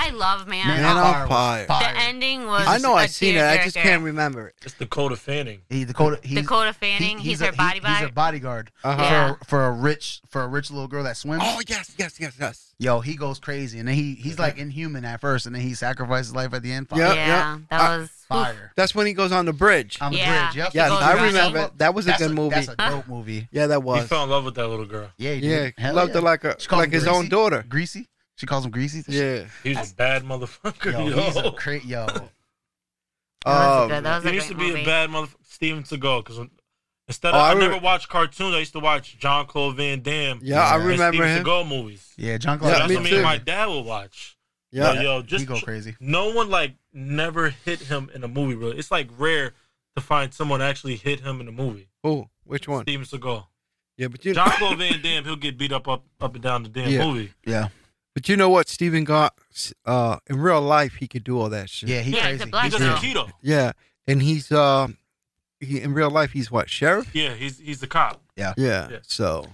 Speaker 5: I love man.
Speaker 1: Man
Speaker 5: Up.
Speaker 1: on
Speaker 7: was
Speaker 1: Fire. The
Speaker 5: the ending was.
Speaker 1: I know
Speaker 5: a
Speaker 1: I've seen it. I just
Speaker 5: tearjerker.
Speaker 1: can't remember it.
Speaker 6: It's Dakota Fanning.
Speaker 7: He, Dakota, he's,
Speaker 5: Dakota
Speaker 7: he-
Speaker 5: Fanning. he's,
Speaker 7: a-
Speaker 5: her
Speaker 7: he-
Speaker 5: body
Speaker 7: He's
Speaker 5: bag.
Speaker 7: a bodyguard
Speaker 1: Uh-huh.
Speaker 5: Yeah.
Speaker 7: for, for a rich for a rich little girl that swims.
Speaker 1: Oh yes, yes, yes, yes.
Speaker 7: Yo, he goes crazy, and then he he's like inhuman at first, and then he sacrifices life at the end. Fire.
Speaker 1: Yep,
Speaker 5: yeah,
Speaker 1: yep.
Speaker 5: that
Speaker 1: I-
Speaker 5: was
Speaker 7: Fire.
Speaker 1: That's when he goes on the bridge.
Speaker 7: On the
Speaker 5: Yeah.
Speaker 7: bridge. Yep.
Speaker 1: Yes,
Speaker 5: goes
Speaker 1: I
Speaker 5: running.
Speaker 1: remember. That was a
Speaker 7: That's
Speaker 1: good movie.
Speaker 7: That's a dope movie.
Speaker 1: yeah, that
Speaker 6: He
Speaker 1: was.
Speaker 6: fell in love with that little girl.
Speaker 7: Yeah, he
Speaker 1: Yeah,
Speaker 7: did. Hell
Speaker 1: loved
Speaker 7: yeah.
Speaker 1: her like a
Speaker 7: She called
Speaker 1: like
Speaker 7: him
Speaker 1: his
Speaker 7: Greasy?
Speaker 1: own daughter.
Speaker 7: Greasy. She calls him Greasy.
Speaker 1: Yeah.
Speaker 6: He was a bad motherfucker.
Speaker 7: Yo,
Speaker 6: Yo,
Speaker 7: he's a cra- yo.
Speaker 5: That was
Speaker 1: Um,
Speaker 5: good. That was a
Speaker 6: he used to
Speaker 5: great
Speaker 6: be
Speaker 5: movie.
Speaker 6: a bad motherfucker. Steven Seagal, because instead of
Speaker 1: Oh, I
Speaker 6: I,
Speaker 1: re-
Speaker 6: never watched cartoons, I used to watch John Claude Van Damme.
Speaker 1: yeah, I
Speaker 7: Yeah.
Speaker 6: and
Speaker 1: remember
Speaker 6: Steven
Speaker 1: him.
Speaker 6: Seagal movies.
Speaker 7: Yeah,
Speaker 1: Yeah,
Speaker 7: John
Speaker 6: So
Speaker 7: Claude.
Speaker 6: that's
Speaker 1: me
Speaker 6: what me
Speaker 1: too.
Speaker 6: and my dad would watch.
Speaker 1: Yeah.
Speaker 6: Yo, yo, just
Speaker 7: he go crazy.
Speaker 6: no one like never hit him in a movie. Really, it's like rare to find someone actually hit him in a movie.
Speaker 1: Oh, which one?
Speaker 6: Steven Seagal,
Speaker 1: Yeah, but you
Speaker 6: John Claude Van Damme, he'll get beat up up up and down the damn
Speaker 1: Yeah.
Speaker 6: movie.
Speaker 7: Yeah,
Speaker 1: but you know what? Steven got uh in real life he could do all that shit.
Speaker 7: yeah, he
Speaker 5: Yeah, he's a
Speaker 7: crazy.
Speaker 5: black
Speaker 6: He's a
Speaker 5: Yeah.
Speaker 6: keto.
Speaker 1: Yeah, and he's um he in real life he's what sheriff?
Speaker 6: Yeah, he's he's the cop.
Speaker 1: Yeah.
Speaker 6: Yeah.
Speaker 1: So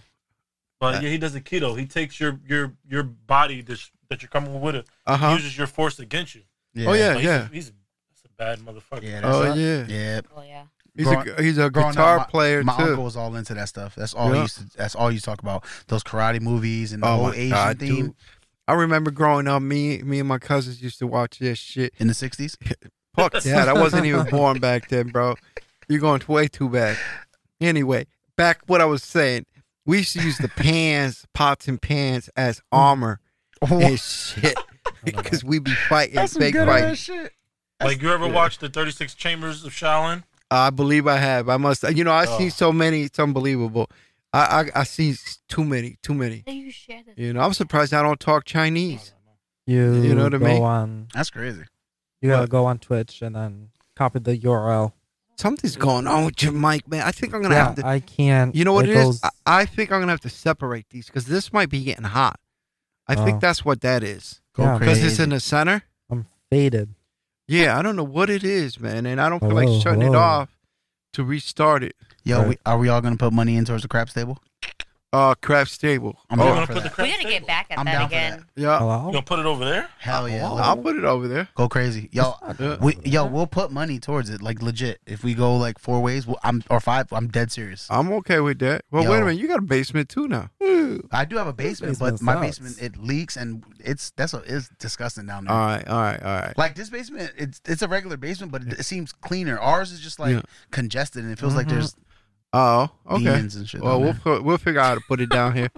Speaker 6: But yeah, he does a keto. He takes your your your body that sh- that you're coming with it,
Speaker 1: uh huh.
Speaker 6: uses your force against you.
Speaker 7: Yeah.
Speaker 1: Oh yeah,
Speaker 6: Like,
Speaker 1: yeah.
Speaker 6: He's, he's, he's a bad motherfucker.
Speaker 7: Yeah. That's
Speaker 1: Oh
Speaker 7: not-
Speaker 1: yeah.
Speaker 7: Yeah.
Speaker 5: Oh yeah.
Speaker 1: He's
Speaker 7: Growing-
Speaker 1: a he's a
Speaker 7: growing up,
Speaker 1: guitar
Speaker 7: my-
Speaker 1: player
Speaker 7: My
Speaker 1: too.
Speaker 7: uncle was all into that stuff. That's all
Speaker 1: Yeah.
Speaker 7: he used to. That's all you talk about. Those karate movies and the
Speaker 1: Oh
Speaker 7: whole
Speaker 1: my
Speaker 7: Asian
Speaker 1: god,
Speaker 7: theme.
Speaker 1: dude. I remember growing up, me me and my cousins used to watch this shit.
Speaker 7: in the '60s.
Speaker 1: Fuck that. I wasn't even born back then, bro. You're going way too back. Anyway, back what I was saying. We used to use the pans, pots and pans as armor and shit. Because we be fighting fake fighting.
Speaker 7: shit.
Speaker 6: Like you ever watched the 36 Chambers of Shaolin?
Speaker 1: I believe I have. I must you know, I see
Speaker 6: Oh.
Speaker 1: so many, it's unbelievable. I, I I see s- too many, too many.
Speaker 5: Do you share this?
Speaker 1: You know, I'm surprised I don't talk Chinese.
Speaker 4: You,
Speaker 1: You know what I
Speaker 4: go
Speaker 1: mean?
Speaker 4: On,
Speaker 7: That's crazy.
Speaker 4: you gotta
Speaker 1: What?
Speaker 4: go on Twitch and then copy the URL.
Speaker 1: Something's going on with your mic, man. I think I'm gonna
Speaker 4: yeah,
Speaker 1: have to
Speaker 4: I can't.
Speaker 1: You know what it is?
Speaker 4: goes-
Speaker 1: I, I think I'm gonna have to separate these because this might be getting hot. I
Speaker 4: Oh.
Speaker 1: think that's what that is.
Speaker 7: Go
Speaker 4: Yeah,
Speaker 1: Because it's
Speaker 7: crazy.
Speaker 1: in the center.
Speaker 4: I'm faded.
Speaker 1: Yeah, I don't know what it is, man, and I don't feel like
Speaker 4: Hello,
Speaker 1: shutting it
Speaker 4: hello.
Speaker 1: off to restart it.
Speaker 7: Yo, we, are we all gonna put money in towards the craps table?
Speaker 1: Uh, craft stable.
Speaker 7: I'm
Speaker 6: We're
Speaker 7: down
Speaker 6: gonna
Speaker 7: for that.
Speaker 6: put the
Speaker 5: We're
Speaker 6: crap
Speaker 5: gonna get
Speaker 6: table.
Speaker 5: back at
Speaker 7: I'm
Speaker 5: that
Speaker 7: down for
Speaker 5: again.
Speaker 7: that.
Speaker 1: Yeah,
Speaker 6: You
Speaker 4: Hello.
Speaker 6: gonna put it over there?
Speaker 7: Hell yeah,
Speaker 1: I'll,
Speaker 7: let-
Speaker 1: I'll put it over there.
Speaker 7: go crazy, yo.
Speaker 1: Yeah.
Speaker 7: We, yo, we'll put money towards it, like legit. If we go like four ways, we'll, I'm or five, I'm dead serious.
Speaker 1: I'm okay with that. Well, wait a
Speaker 7: Yo.
Speaker 1: minute, you got a basement too now.
Speaker 7: I do have a basement,
Speaker 4: basement
Speaker 7: but my
Speaker 4: sucks.
Speaker 7: basement it leaks and it's that's what is disgusting down there.
Speaker 1: All right, all right, all right.
Speaker 7: like this basement, it's it's a regular basement, but it, it seems cleaner. Ours is just like
Speaker 1: Yeah.
Speaker 7: congested, and it feels like
Speaker 4: Mhm.
Speaker 7: there's
Speaker 1: Oh, okay.
Speaker 7: demons and shit.
Speaker 1: Well,
Speaker 7: down
Speaker 1: we'll
Speaker 7: there.
Speaker 1: put, we'll figure out how to put it down here.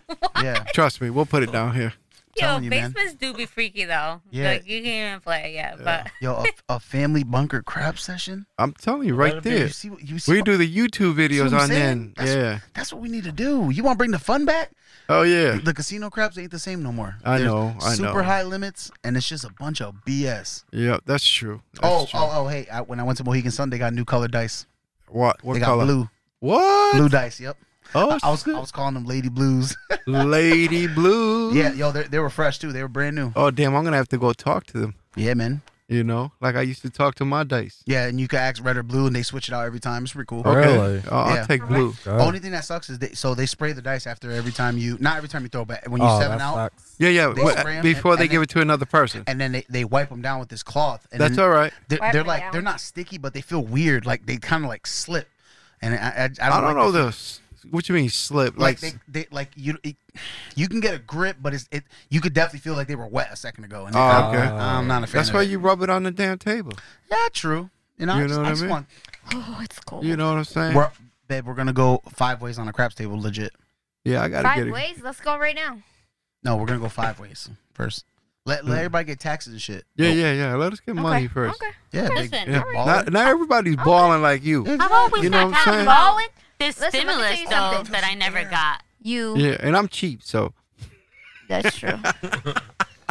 Speaker 7: yeah,
Speaker 1: Trust me, we'll put it down here.
Speaker 5: Yo,
Speaker 7: telling you, man.
Speaker 5: basements do be freaky though.
Speaker 7: Yeah.
Speaker 5: Like, you can't even play. Yeah, but
Speaker 7: yo, a, a family bunker crap session.
Speaker 1: I'm telling you right
Speaker 6: That'd be-
Speaker 1: there.
Speaker 7: You see what you see?
Speaker 1: We
Speaker 7: what-
Speaker 1: do the YouTube
Speaker 7: what
Speaker 1: videos
Speaker 7: I'm
Speaker 1: on
Speaker 7: saying?
Speaker 1: then.
Speaker 7: That's-
Speaker 1: Yeah.
Speaker 7: That's what we need to do. You want to bring the fun back?
Speaker 1: Oh yeah.
Speaker 7: The casino craps ain't the same no more.
Speaker 1: I
Speaker 7: There's
Speaker 1: know, I
Speaker 7: super
Speaker 1: know.
Speaker 7: high limits, and it's just a bunch of BS.
Speaker 1: Yeah, that's true. That's
Speaker 7: Oh,
Speaker 1: true.
Speaker 7: oh, oh, hey! I, when I went to Mohegan Sun, they got new colored dice.
Speaker 1: What?
Speaker 7: they
Speaker 1: What
Speaker 7: got
Speaker 1: color?
Speaker 7: blue,
Speaker 1: What?
Speaker 7: blue dice. Yep.
Speaker 1: Oh,
Speaker 7: I was, I was calling them Lady Blues.
Speaker 1: Lady Blue.
Speaker 7: yeah, yo, they they were fresh too. They were brand new.
Speaker 1: Oh, damn. I'm going to have to go talk to them.
Speaker 7: Yeah, man.
Speaker 1: You know, like I used to talk to my dice.
Speaker 7: Yeah, and you can ask red or blue, and they switch it out every time. It's pretty cool.
Speaker 4: Okay. Really?
Speaker 1: Uh, I'll
Speaker 7: Yeah.
Speaker 1: take blue.
Speaker 7: Only thing that sucks is they so they spray the dice after every time you not every time you throw, but when you
Speaker 4: oh,
Speaker 7: seven
Speaker 4: that
Speaker 7: out,
Speaker 4: sucks.
Speaker 1: Yeah, yeah.
Speaker 7: They
Speaker 1: what-
Speaker 7: spray 'em
Speaker 1: before
Speaker 7: and-
Speaker 1: they
Speaker 7: and
Speaker 1: give
Speaker 7: then-
Speaker 1: it to another person.
Speaker 7: and then they, they wipe them down with this cloth. And
Speaker 1: That's
Speaker 7: then
Speaker 1: all right.
Speaker 7: They're,
Speaker 3: Wipe
Speaker 7: they're
Speaker 3: it
Speaker 7: like
Speaker 3: down.
Speaker 7: they're not sticky, but they feel weird. Like they kind of like slip. And I I, I don't,
Speaker 1: I don't,
Speaker 7: like
Speaker 1: know
Speaker 7: the-
Speaker 1: this. What you mean slip?
Speaker 7: Like
Speaker 1: Like,
Speaker 7: they, they like you it, you can get a grip, but it's it you could definitely feel like they were wet a second ago. And
Speaker 1: Oh,
Speaker 7: I-
Speaker 1: okay.
Speaker 7: I'm not a fan.
Speaker 1: that's
Speaker 7: of
Speaker 1: why
Speaker 7: it.
Speaker 1: you rub it on the damn table.
Speaker 7: Yeah, true. You know,
Speaker 1: You
Speaker 7: I just,
Speaker 1: know what
Speaker 7: I
Speaker 1: I
Speaker 7: just
Speaker 1: mean?
Speaker 7: want
Speaker 3: Oh, it's cold.
Speaker 1: You know what I'm saying?
Speaker 7: We're, babe, we're gonna go five ways on a craps table, legit.
Speaker 1: yeah, I got to
Speaker 3: Five
Speaker 1: get it.
Speaker 3: ways. Let's go right now.
Speaker 7: No, we're gonna go five ways first. Let, let
Speaker 1: Mm.
Speaker 7: everybody get taxes and shit.
Speaker 1: Yeah, yeah, yeah. Let us get money
Speaker 3: okay.
Speaker 1: first.
Speaker 3: Okay.
Speaker 7: yeah. Big,
Speaker 5: Listen,
Speaker 1: Yeah.
Speaker 7: big
Speaker 1: Not,
Speaker 7: baller.
Speaker 3: "Oh,
Speaker 1: not everybody's balling like you.
Speaker 3: Mm-hmm.
Speaker 7: Exactly.
Speaker 5: I've always
Speaker 1: You know
Speaker 5: got
Speaker 1: what I'm
Speaker 5: that
Speaker 1: saying?
Speaker 5: balling. This
Speaker 3: Listen, let me tell
Speaker 5: stimulus
Speaker 3: you
Speaker 5: though
Speaker 3: something.
Speaker 5: that I never got.
Speaker 3: You.
Speaker 1: Yeah, and I'm cheap, so
Speaker 3: That's true.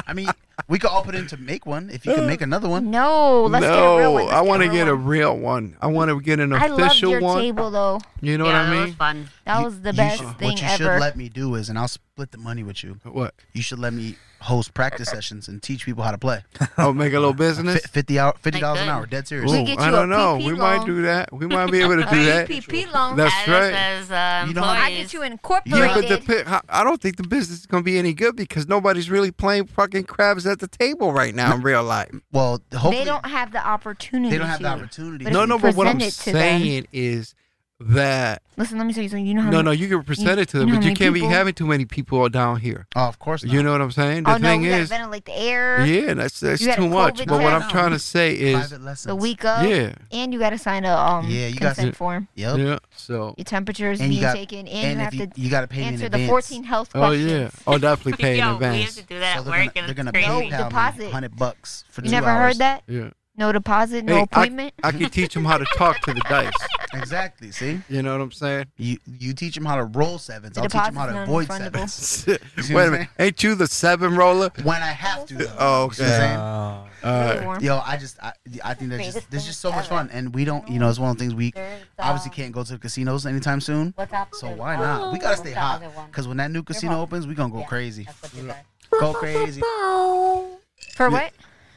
Speaker 7: I mean, we could all put in to make one. If you can make another one,
Speaker 3: No. Let's get a real
Speaker 1: no,
Speaker 3: one. Let's
Speaker 1: I want to
Speaker 3: real
Speaker 1: get a
Speaker 3: one.
Speaker 1: real one. I want to get an
Speaker 3: I love
Speaker 1: official
Speaker 3: your
Speaker 1: one.
Speaker 3: table though.
Speaker 1: You know
Speaker 5: yeah,
Speaker 1: what
Speaker 5: that
Speaker 1: I
Speaker 5: was
Speaker 1: mean?
Speaker 5: fun.
Speaker 3: That
Speaker 7: you-
Speaker 3: was the
Speaker 7: you
Speaker 3: best
Speaker 7: should-
Speaker 3: thing
Speaker 7: What you
Speaker 3: ever.
Speaker 7: should let me do is, and I'll split the money with you.
Speaker 1: What?
Speaker 7: You should let me host practice sessions and teach people how to play.
Speaker 1: Oh, make a little
Speaker 7: Fi
Speaker 1: business.
Speaker 7: fifty hour, fifty dollars an
Speaker 5: good.
Speaker 7: hour, dead serious.
Speaker 3: We
Speaker 1: Ooh,
Speaker 3: get
Speaker 1: I
Speaker 3: you a
Speaker 1: don't know.
Speaker 3: PP
Speaker 1: we might
Speaker 3: loan.
Speaker 1: do that. We might be able to do
Speaker 3: A
Speaker 1: that.
Speaker 3: PP loan.
Speaker 1: That's
Speaker 5: As
Speaker 1: right.
Speaker 5: As, uh,
Speaker 7: You know how-
Speaker 3: I get you incorporated.
Speaker 1: Yeah, but the pi- I- I don't think the business is gonna be any good because nobody's really playing fucking crabs at the table right now in real life.
Speaker 7: Well, th- hopefully
Speaker 3: they don't have the opportunity.
Speaker 7: they don't have the
Speaker 3: to.
Speaker 7: opportunity.
Speaker 3: But
Speaker 1: no,
Speaker 3: if
Speaker 1: no.
Speaker 3: you
Speaker 1: But what I'm
Speaker 3: present it to them-
Speaker 1: saying is that
Speaker 3: Listen, let me tell you something. You know how
Speaker 1: no,
Speaker 3: many-
Speaker 1: no. You can present it to
Speaker 3: you
Speaker 1: them,
Speaker 3: know how
Speaker 1: but you
Speaker 3: many
Speaker 1: can't
Speaker 3: people-
Speaker 1: be having too many people down here.
Speaker 7: Oh, of course not.
Speaker 1: You know what I'm saying? The
Speaker 3: oh no,
Speaker 1: thing
Speaker 3: we
Speaker 1: is,
Speaker 3: gotta ventilate the air.
Speaker 1: yeah, that's that's
Speaker 3: You got a
Speaker 1: too much.
Speaker 3: COVID
Speaker 1: But what I'm
Speaker 7: test.
Speaker 1: trying to say is,
Speaker 7: private lessons.
Speaker 3: The week of.
Speaker 1: yeah,
Speaker 3: And you gotta sign a um
Speaker 7: Yeah, you gotta-
Speaker 3: consent form.
Speaker 7: Yep.
Speaker 1: yeah. So,
Speaker 3: Your temperature is
Speaker 7: And
Speaker 3: being
Speaker 7: you got-
Speaker 3: taken, and,
Speaker 7: And
Speaker 3: you
Speaker 7: if
Speaker 3: have
Speaker 7: you,
Speaker 3: to
Speaker 7: you got to pay me in
Speaker 3: answer the
Speaker 7: advance.
Speaker 3: 14 health
Speaker 1: oh
Speaker 3: questions.
Speaker 1: yeah, oh definitely pay in
Speaker 5: Yo, we have
Speaker 1: advance.
Speaker 5: to do that
Speaker 7: So
Speaker 5: at
Speaker 7: they're
Speaker 5: work,
Speaker 7: gonna,
Speaker 5: and
Speaker 7: they're
Speaker 5: it's
Speaker 7: gonna
Speaker 5: crazy.
Speaker 3: No deposit.
Speaker 7: hundred bucks for two
Speaker 3: You never
Speaker 7: hours.
Speaker 3: heard that?
Speaker 1: Yeah.
Speaker 3: No deposit, no
Speaker 1: Hey, I-
Speaker 3: appointment.
Speaker 1: I can teach them how to talk to the dice.
Speaker 7: Exactly. See,
Speaker 1: You know what I'm saying?
Speaker 7: you you teach them how to roll sevens.
Speaker 3: The
Speaker 7: I'll teach them how
Speaker 3: deposit's
Speaker 7: to
Speaker 3: not
Speaker 7: avoid
Speaker 3: refundable.
Speaker 7: sevens
Speaker 1: Wait a
Speaker 7: what I'm
Speaker 1: minute. Ain't you the seven roller?
Speaker 7: when I have to. Though.
Speaker 1: Oh,
Speaker 7: You see what I'm saying?
Speaker 4: Uh,
Speaker 1: Uh,
Speaker 3: Really warm.
Speaker 7: Yo, I just I, I think that's just there's just so much fun, and we don't you know it's one of the things we obviously can't go to the casinos anytime soon.
Speaker 5: What's up?
Speaker 7: So why not? We
Speaker 3: oh,
Speaker 7: gotta stay hot because when that new casino opens, we gonna go crazy, go crazy.
Speaker 3: For what?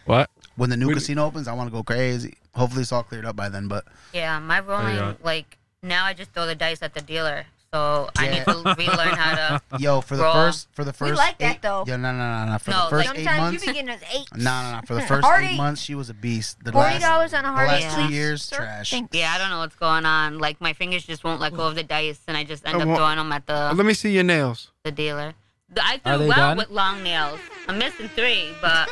Speaker 4: what?
Speaker 7: When the new
Speaker 1: We-
Speaker 7: casino opens, I want to go crazy. Hopefully, it's all cleared up by then. But
Speaker 5: Yeah, my rolling
Speaker 6: yeah.
Speaker 5: like now I just throw the dice at the dealer, so I
Speaker 7: Yeah.
Speaker 5: need to relearn how to.
Speaker 1: Uh,
Speaker 7: yo, for the
Speaker 5: Raw.
Speaker 7: first for the first
Speaker 3: like that,
Speaker 7: eight,
Speaker 3: though.
Speaker 7: Yo, no, no, no, no. For
Speaker 5: No,
Speaker 7: the
Speaker 5: like-
Speaker 7: first eight
Speaker 3: Sometimes you
Speaker 7: months,
Speaker 3: be getting us eight.
Speaker 7: no, no, no. For the first
Speaker 3: Already?
Speaker 7: eight months, she was a beast. The
Speaker 3: Forty
Speaker 7: last,
Speaker 3: dollars on a hard
Speaker 7: last
Speaker 5: two
Speaker 3: sleeve
Speaker 7: years,
Speaker 3: shirt?
Speaker 7: trash.
Speaker 3: Thanks.
Speaker 5: Yeah, I don't know what's going on. Like my fingers just won't let go of the dice, and I just end
Speaker 1: Uh,
Speaker 5: up
Speaker 1: well,
Speaker 5: throwing them at the
Speaker 1: Let me see your nails.
Speaker 5: the dealer. I
Speaker 4: Are
Speaker 5: threw
Speaker 4: they
Speaker 5: well
Speaker 4: done?
Speaker 5: with long nails. I'm missing three, but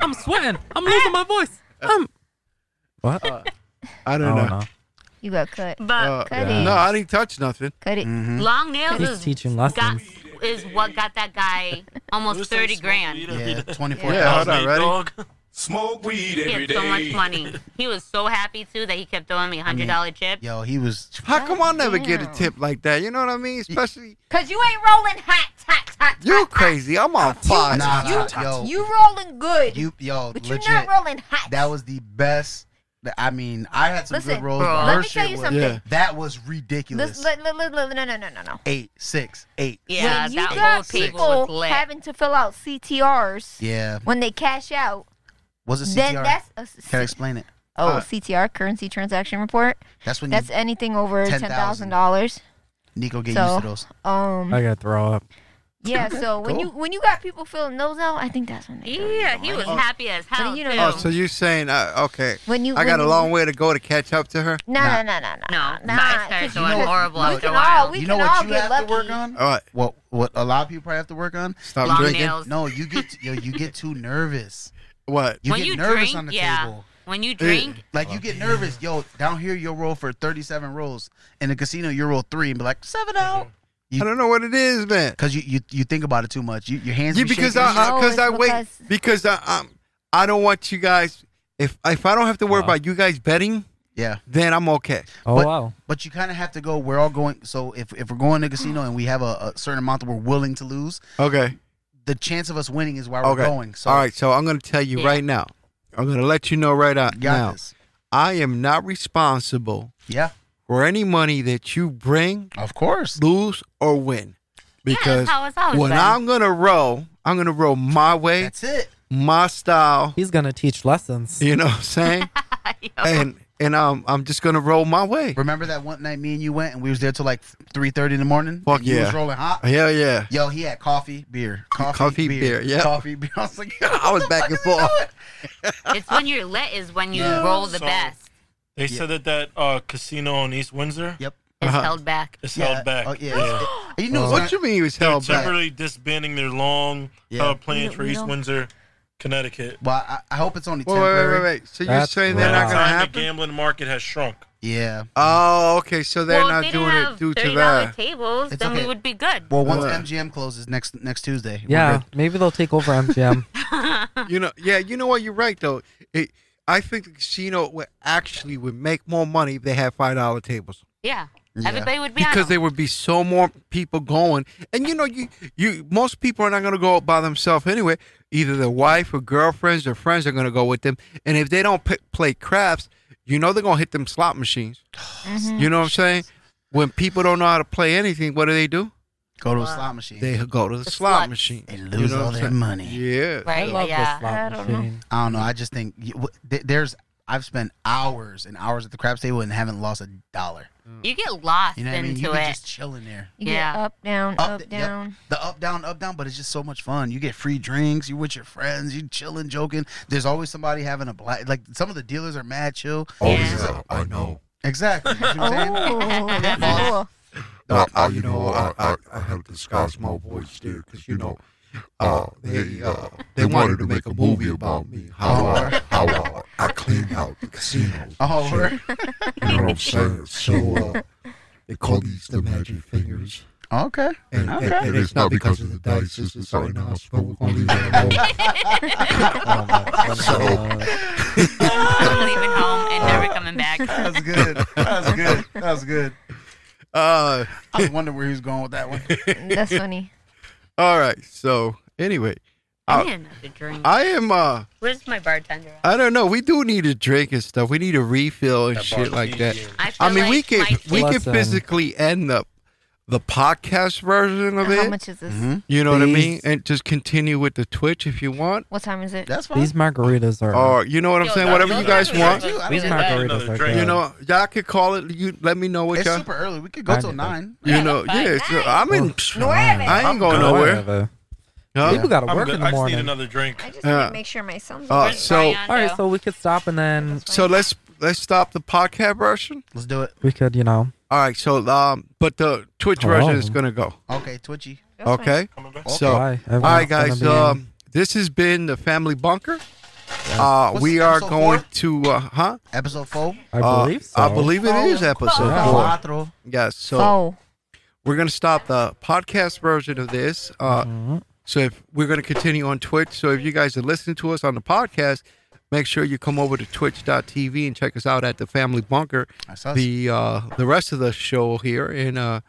Speaker 4: I'm sweating. I'm losing my voice. Um, I'm. What?
Speaker 1: Uh, I
Speaker 4: I
Speaker 1: don't
Speaker 7: Oh,
Speaker 4: don't
Speaker 1: know.
Speaker 4: know.
Speaker 3: You got cut.
Speaker 5: but
Speaker 1: Uh,
Speaker 3: Cut
Speaker 1: No,
Speaker 3: it.
Speaker 1: I didn't touch nothing.
Speaker 3: Cut it.
Speaker 5: long nails
Speaker 4: He's
Speaker 5: is
Speaker 4: teaching
Speaker 5: got,
Speaker 4: lessons.
Speaker 5: is what got that guy almost thirty grand.
Speaker 7: Yeah, 24.
Speaker 1: Yeah, hold on, ready?
Speaker 6: Dog.
Speaker 8: Smoke weed
Speaker 5: He
Speaker 8: every
Speaker 5: had
Speaker 8: day.
Speaker 5: so much money. He was so happy too that he kept throwing me hundred dollar chips.
Speaker 7: Yo, he was.
Speaker 1: How come I never get a
Speaker 3: Damn.
Speaker 1: tip like that? You know what I mean? Especially
Speaker 3: Cause you ain't rolling hot, hot, hot.
Speaker 1: you crazy. I'm on fire.
Speaker 7: Nah, nah, yo,
Speaker 3: hot. You rolling good.
Speaker 7: you, yo,
Speaker 3: but you're
Speaker 7: legit.
Speaker 3: not rolling hot.
Speaker 7: That was the best. that- I mean, I had some
Speaker 3: Listen,
Speaker 7: good rolls.
Speaker 5: Bro.
Speaker 7: but
Speaker 5: let
Speaker 7: her
Speaker 3: me tell
Speaker 7: shit
Speaker 3: you
Speaker 7: was-
Speaker 3: something.
Speaker 1: Yeah.
Speaker 7: That was ridiculous.
Speaker 3: Let's- let- let- let- let- no, no, no, no, no.
Speaker 7: eight, six, eight.
Speaker 5: Yeah,
Speaker 3: when you
Speaker 5: that whole
Speaker 3: got
Speaker 5: table
Speaker 3: people
Speaker 5: was lit.
Speaker 3: having to fill out CTRs
Speaker 7: Yeah.
Speaker 3: when they cash out,
Speaker 7: Was it CTR?
Speaker 3: then that's a
Speaker 7: Can I
Speaker 3: C-
Speaker 7: explain it?
Speaker 3: oh
Speaker 1: Uh,
Speaker 3: CTR currency transaction report.
Speaker 7: That's when
Speaker 3: That's
Speaker 7: you,
Speaker 3: anything over ten
Speaker 7: $10,000.
Speaker 3: thousand dollars.
Speaker 7: Nico get
Speaker 3: so-
Speaker 7: used to those.
Speaker 3: Um,
Speaker 4: I gotta throw up.
Speaker 3: yeah. So when you when you got people filling those out, I think that's when they. go,
Speaker 5: Yeah, he was happy as hell.
Speaker 3: But you know-
Speaker 5: too.
Speaker 1: Oh, so you saying uh, okay?
Speaker 3: When you
Speaker 1: I got
Speaker 3: when
Speaker 1: a
Speaker 3: you-
Speaker 1: long way to go to catch up to her.
Speaker 3: No,
Speaker 7: Nah.
Speaker 3: no, no, no,
Speaker 5: no,
Speaker 3: no,
Speaker 5: nah, I started
Speaker 3: 'cause you
Speaker 5: doing
Speaker 3: know-
Speaker 5: horrible
Speaker 3: we
Speaker 5: after a
Speaker 3: can
Speaker 5: while.
Speaker 3: all- uh, we
Speaker 7: you know
Speaker 3: can
Speaker 7: what
Speaker 3: all
Speaker 7: you
Speaker 3: get
Speaker 7: have to work
Speaker 3: lucky.
Speaker 7: on?
Speaker 1: All right,
Speaker 7: What what a lot of people probably have to work on?
Speaker 1: stop
Speaker 5: long
Speaker 1: drinking.
Speaker 5: nails.
Speaker 7: No, you get yo, you get too nervous.
Speaker 1: What?
Speaker 7: You
Speaker 5: when
Speaker 7: get
Speaker 5: you
Speaker 7: nervous
Speaker 5: drink,
Speaker 7: on the
Speaker 5: yeah.
Speaker 7: table.
Speaker 5: When you drink,
Speaker 7: Like you get nervous, yo. Down here, you'll roll for thirty-seven rolls. In the casino, you roll three and be like seven out,
Speaker 1: I don't know what it is, man.
Speaker 7: because you, you you think about it too much. You, your hands
Speaker 1: Yeah,
Speaker 7: be
Speaker 1: because
Speaker 7: shaking.
Speaker 1: I
Speaker 3: No,
Speaker 1: because
Speaker 3: it's
Speaker 1: I wait
Speaker 3: because-
Speaker 1: because I I'm, I don't want you guys. If if I don't have to worry
Speaker 4: Uh.
Speaker 1: about you guys betting,
Speaker 7: yeah.
Speaker 1: then I'm okay.
Speaker 4: Oh
Speaker 7: But-
Speaker 4: wow.
Speaker 7: But you kind of have to go. We're all going. So if if we're going to casino and we have a, a certain amount that we're willing to lose,
Speaker 1: Okay.
Speaker 7: the chance of us winning is why we're
Speaker 1: Okay.
Speaker 7: going. So
Speaker 1: All right. So I'm gonna tell you
Speaker 5: Yeah.
Speaker 1: right now. I'm gonna let you know right out
Speaker 7: you got
Speaker 1: now.
Speaker 7: this.
Speaker 1: I am not responsible
Speaker 7: Yeah,
Speaker 1: for any money that you bring,
Speaker 7: of course.
Speaker 1: lose, or win.
Speaker 5: yeah,
Speaker 1: Because
Speaker 5: that's how it's always
Speaker 1: when
Speaker 5: been.
Speaker 1: I'm gonna roll, I'm gonna roll my way,
Speaker 7: That's it.
Speaker 1: my style.
Speaker 4: He's gonna teach lessons.
Speaker 1: You know what I'm saying? and and um, I'm just gonna roll my way.
Speaker 7: Remember that one night me and you went and we was there till like three thirty in the morning.
Speaker 1: Fuck
Speaker 7: and you
Speaker 1: yeah.
Speaker 7: was rolling hot.
Speaker 1: Hell yeah.
Speaker 7: Yo, he had coffee, beer, coffee,
Speaker 1: Coffee, beer,
Speaker 7: beer,
Speaker 1: yeah.
Speaker 7: coffee, beer. I was like,
Speaker 1: I was back and forth.
Speaker 5: it's when you're lit is when you roll the
Speaker 6: So-
Speaker 5: best.
Speaker 6: They said that that uh, casino on East Windsor
Speaker 7: Yep.
Speaker 5: It's
Speaker 1: Uh-huh.
Speaker 5: held back.
Speaker 6: is
Speaker 7: Yeah.
Speaker 6: held back.
Speaker 7: Oh, yeah. it's- you knew it was
Speaker 1: What
Speaker 7: gonna-
Speaker 1: you mean he was
Speaker 6: They're
Speaker 1: held back?
Speaker 6: temporarily disbanding their long
Speaker 7: Yeah.
Speaker 6: held plans for
Speaker 3: We
Speaker 6: East
Speaker 3: don't-
Speaker 6: Windsor, Connecticut.
Speaker 7: Well, I, I hope it's only
Speaker 1: Wait, wait,
Speaker 7: temporary.
Speaker 1: wait, wait, wait. So you're
Speaker 4: That's
Speaker 1: saying they're not
Speaker 4: wrong.
Speaker 1: gonna
Speaker 6: Time The
Speaker 1: happen?
Speaker 6: gambling market has shrunk.
Speaker 7: Yeah.
Speaker 1: Oh, okay. So they're
Speaker 5: well,
Speaker 1: not
Speaker 5: if they
Speaker 1: doing
Speaker 5: didn't have
Speaker 1: it due to
Speaker 5: $30
Speaker 1: that.
Speaker 5: tables,
Speaker 7: It's
Speaker 5: then
Speaker 7: okay.
Speaker 5: we would be good.
Speaker 7: Well, once
Speaker 1: Uh.
Speaker 7: MGM closes next next Tuesday. we're
Speaker 4: Yeah,
Speaker 7: good.
Speaker 4: maybe they'll take over MGM.
Speaker 1: You know, yeah. You know what? You're right though. It, I think the casino would actually would make more money if they had five dollar tables.
Speaker 5: yeah.
Speaker 7: Yeah.
Speaker 5: everybody would be on
Speaker 1: because
Speaker 5: them.
Speaker 1: there would be so more people going and you know you you most people are not going to go out by themselves anyway either their wife or girlfriends or friends are going to go with them and if they don't p- play craps you know they're going to hit them slot machines
Speaker 7: Oh,
Speaker 1: you know what i'm saying when people don't know how to play anything what do they do
Speaker 7: Go to a slot machine.
Speaker 1: they go to the,
Speaker 5: The
Speaker 1: slot
Speaker 5: sluts.
Speaker 1: machine
Speaker 7: and lose
Speaker 1: you know
Speaker 7: all
Speaker 1: what I'm
Speaker 7: their
Speaker 1: saying?
Speaker 7: money.
Speaker 1: yeah
Speaker 5: right?
Speaker 4: I love
Speaker 5: yeah.
Speaker 4: this slot
Speaker 3: I don't know.
Speaker 4: machine.
Speaker 7: I don't know. I just think you- wh- th- there's. I've spent hours and hours at the craps table and haven't lost a dollar.
Speaker 5: You get lost
Speaker 7: You know what I mean?
Speaker 5: into
Speaker 7: You
Speaker 5: it.
Speaker 7: can just chill in there.
Speaker 3: You get
Speaker 5: Yeah.
Speaker 3: up, down,
Speaker 7: Up,
Speaker 3: up,
Speaker 7: yep.
Speaker 3: down.
Speaker 7: The up down up down, but it's just so much fun. You get free drinks. You with your friends. You chilling, joking. There's always somebody having a black. Like some of the dealers are mad chill.
Speaker 5: Oh, yeah.
Speaker 1: i know
Speaker 7: Exactly. You know what I'm saying?
Speaker 3: Oh, that's cool.
Speaker 8: Uh,
Speaker 1: I,
Speaker 8: uh,
Speaker 1: Oh, you know, I, I, I have to disguise my voice there because you know, uh, they uh, they wanted to make a movie about me. How I, how I, I cleaned out the casino.
Speaker 7: Oh,
Speaker 8: So,
Speaker 7: word.
Speaker 8: you know what I'm saying? So uh, they call these the magic fingers.
Speaker 7: Oh, okay.
Speaker 8: And, and-
Speaker 7: Okay.
Speaker 8: and it's not because of the dice, it's just something else, but we're going to leave it alone.
Speaker 4: Oh,
Speaker 8: So,
Speaker 5: I'm leaving home and never coming back.
Speaker 7: That's good. That's good. That's good.
Speaker 1: Uh,
Speaker 7: I was wondering where he was going with that one.
Speaker 3: That's funny.
Speaker 1: all right. So anyway,
Speaker 5: I
Speaker 1: Uh,
Speaker 5: need another drink.
Speaker 1: I am. Uh,
Speaker 5: Where's my bartender? At?
Speaker 1: I don't know. We do need a drink and stuff. We need a refill and shit like that.
Speaker 5: I, feel
Speaker 1: I mean,
Speaker 5: like
Speaker 1: we can
Speaker 5: my
Speaker 1: we can
Speaker 4: Listen.
Speaker 1: physically end up the podcast version of
Speaker 3: How
Speaker 1: it.
Speaker 3: much is this?
Speaker 7: Mhm.
Speaker 1: You know what I mean?
Speaker 7: Please.
Speaker 1: And just continue with the Twitch if you want,
Speaker 3: What time is it?
Speaker 7: That's fine.
Speaker 4: These margaritas are.
Speaker 1: or you know what I'm saying.
Speaker 5: Yo,
Speaker 1: Whatever
Speaker 5: those
Speaker 1: you guys
Speaker 5: are
Speaker 1: want.
Speaker 5: good.
Speaker 7: I
Speaker 4: these
Speaker 7: don't
Speaker 4: margaritas
Speaker 6: Another
Speaker 4: are.
Speaker 6: drink.
Speaker 4: good.
Speaker 1: You know, y'all could call it. You let me know what
Speaker 7: It's
Speaker 1: y'all.
Speaker 7: super early. We could go
Speaker 4: I
Speaker 7: till
Speaker 4: did that.
Speaker 7: nine.
Speaker 1: you know,
Speaker 5: Yeah,
Speaker 1: yeah.
Speaker 5: that's
Speaker 1: So
Speaker 5: fine.
Speaker 1: I'm in. I ain't
Speaker 6: I'm
Speaker 1: going
Speaker 6: good.
Speaker 1: oh, nowhere. Huh?
Speaker 4: People gotta
Speaker 6: I'm
Speaker 4: work
Speaker 6: good.
Speaker 4: in the
Speaker 6: I just need
Speaker 4: morning. All
Speaker 6: another drink.
Speaker 3: I just
Speaker 1: Yeah.
Speaker 3: want to make sure my son's
Speaker 1: Uh,
Speaker 3: awake.
Speaker 1: so-
Speaker 4: right, so we could stop and then
Speaker 1: So let's let's stop the podcast version.
Speaker 7: Let's do it.
Speaker 4: we could, you know,
Speaker 1: All right, so um, but the Twitch
Speaker 4: Oh.
Speaker 1: version is gonna go.
Speaker 7: Okay, Twitchy.
Speaker 1: Okay.
Speaker 6: Coming back.
Speaker 1: So, all
Speaker 4: Why? Everyone's
Speaker 1: right,
Speaker 4: gonna
Speaker 1: guys.
Speaker 4: be in-
Speaker 1: Um, this has been the Family Bunker. Uh,
Speaker 7: What's
Speaker 1: we
Speaker 7: this,
Speaker 1: are
Speaker 7: episode
Speaker 1: going
Speaker 7: four?
Speaker 1: to, uh, huh?
Speaker 7: Episode four.
Speaker 4: I
Speaker 1: Uh,
Speaker 4: believe so.
Speaker 1: I believe it is episode
Speaker 4: Yeah.
Speaker 1: four.
Speaker 7: Cuatro.
Speaker 1: Yes. So
Speaker 3: Oh,
Speaker 1: we're gonna stop the podcast version of this. Uh,
Speaker 4: Mhm.
Speaker 1: So if we're going to continue on Twitch, so if you guys are listening to us on the podcast, make sure you come over to twitch.tv and check us out at the Family Bunker.
Speaker 7: That's us.
Speaker 1: The uh, the rest of the show here and uh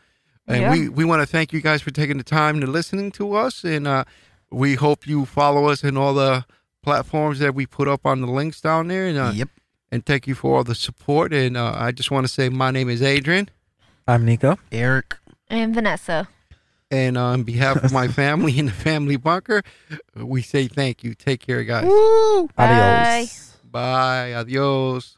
Speaker 1: and
Speaker 3: Yeah.
Speaker 1: we we want to thank you guys for taking the time to listening to us and uh we hope you follow us in all the platforms that we put up on the links down there and uh,
Speaker 7: yep.
Speaker 1: and thank you for all the support and uh, I just want to say my name is Adrian
Speaker 4: I'm Nico.
Speaker 7: Eric.
Speaker 3: and Vanessa.
Speaker 1: and on behalf of my family and the Family Bunker, we say thank you. Take care, guys.
Speaker 3: Woo!
Speaker 4: Adios.
Speaker 1: Bye. Adios.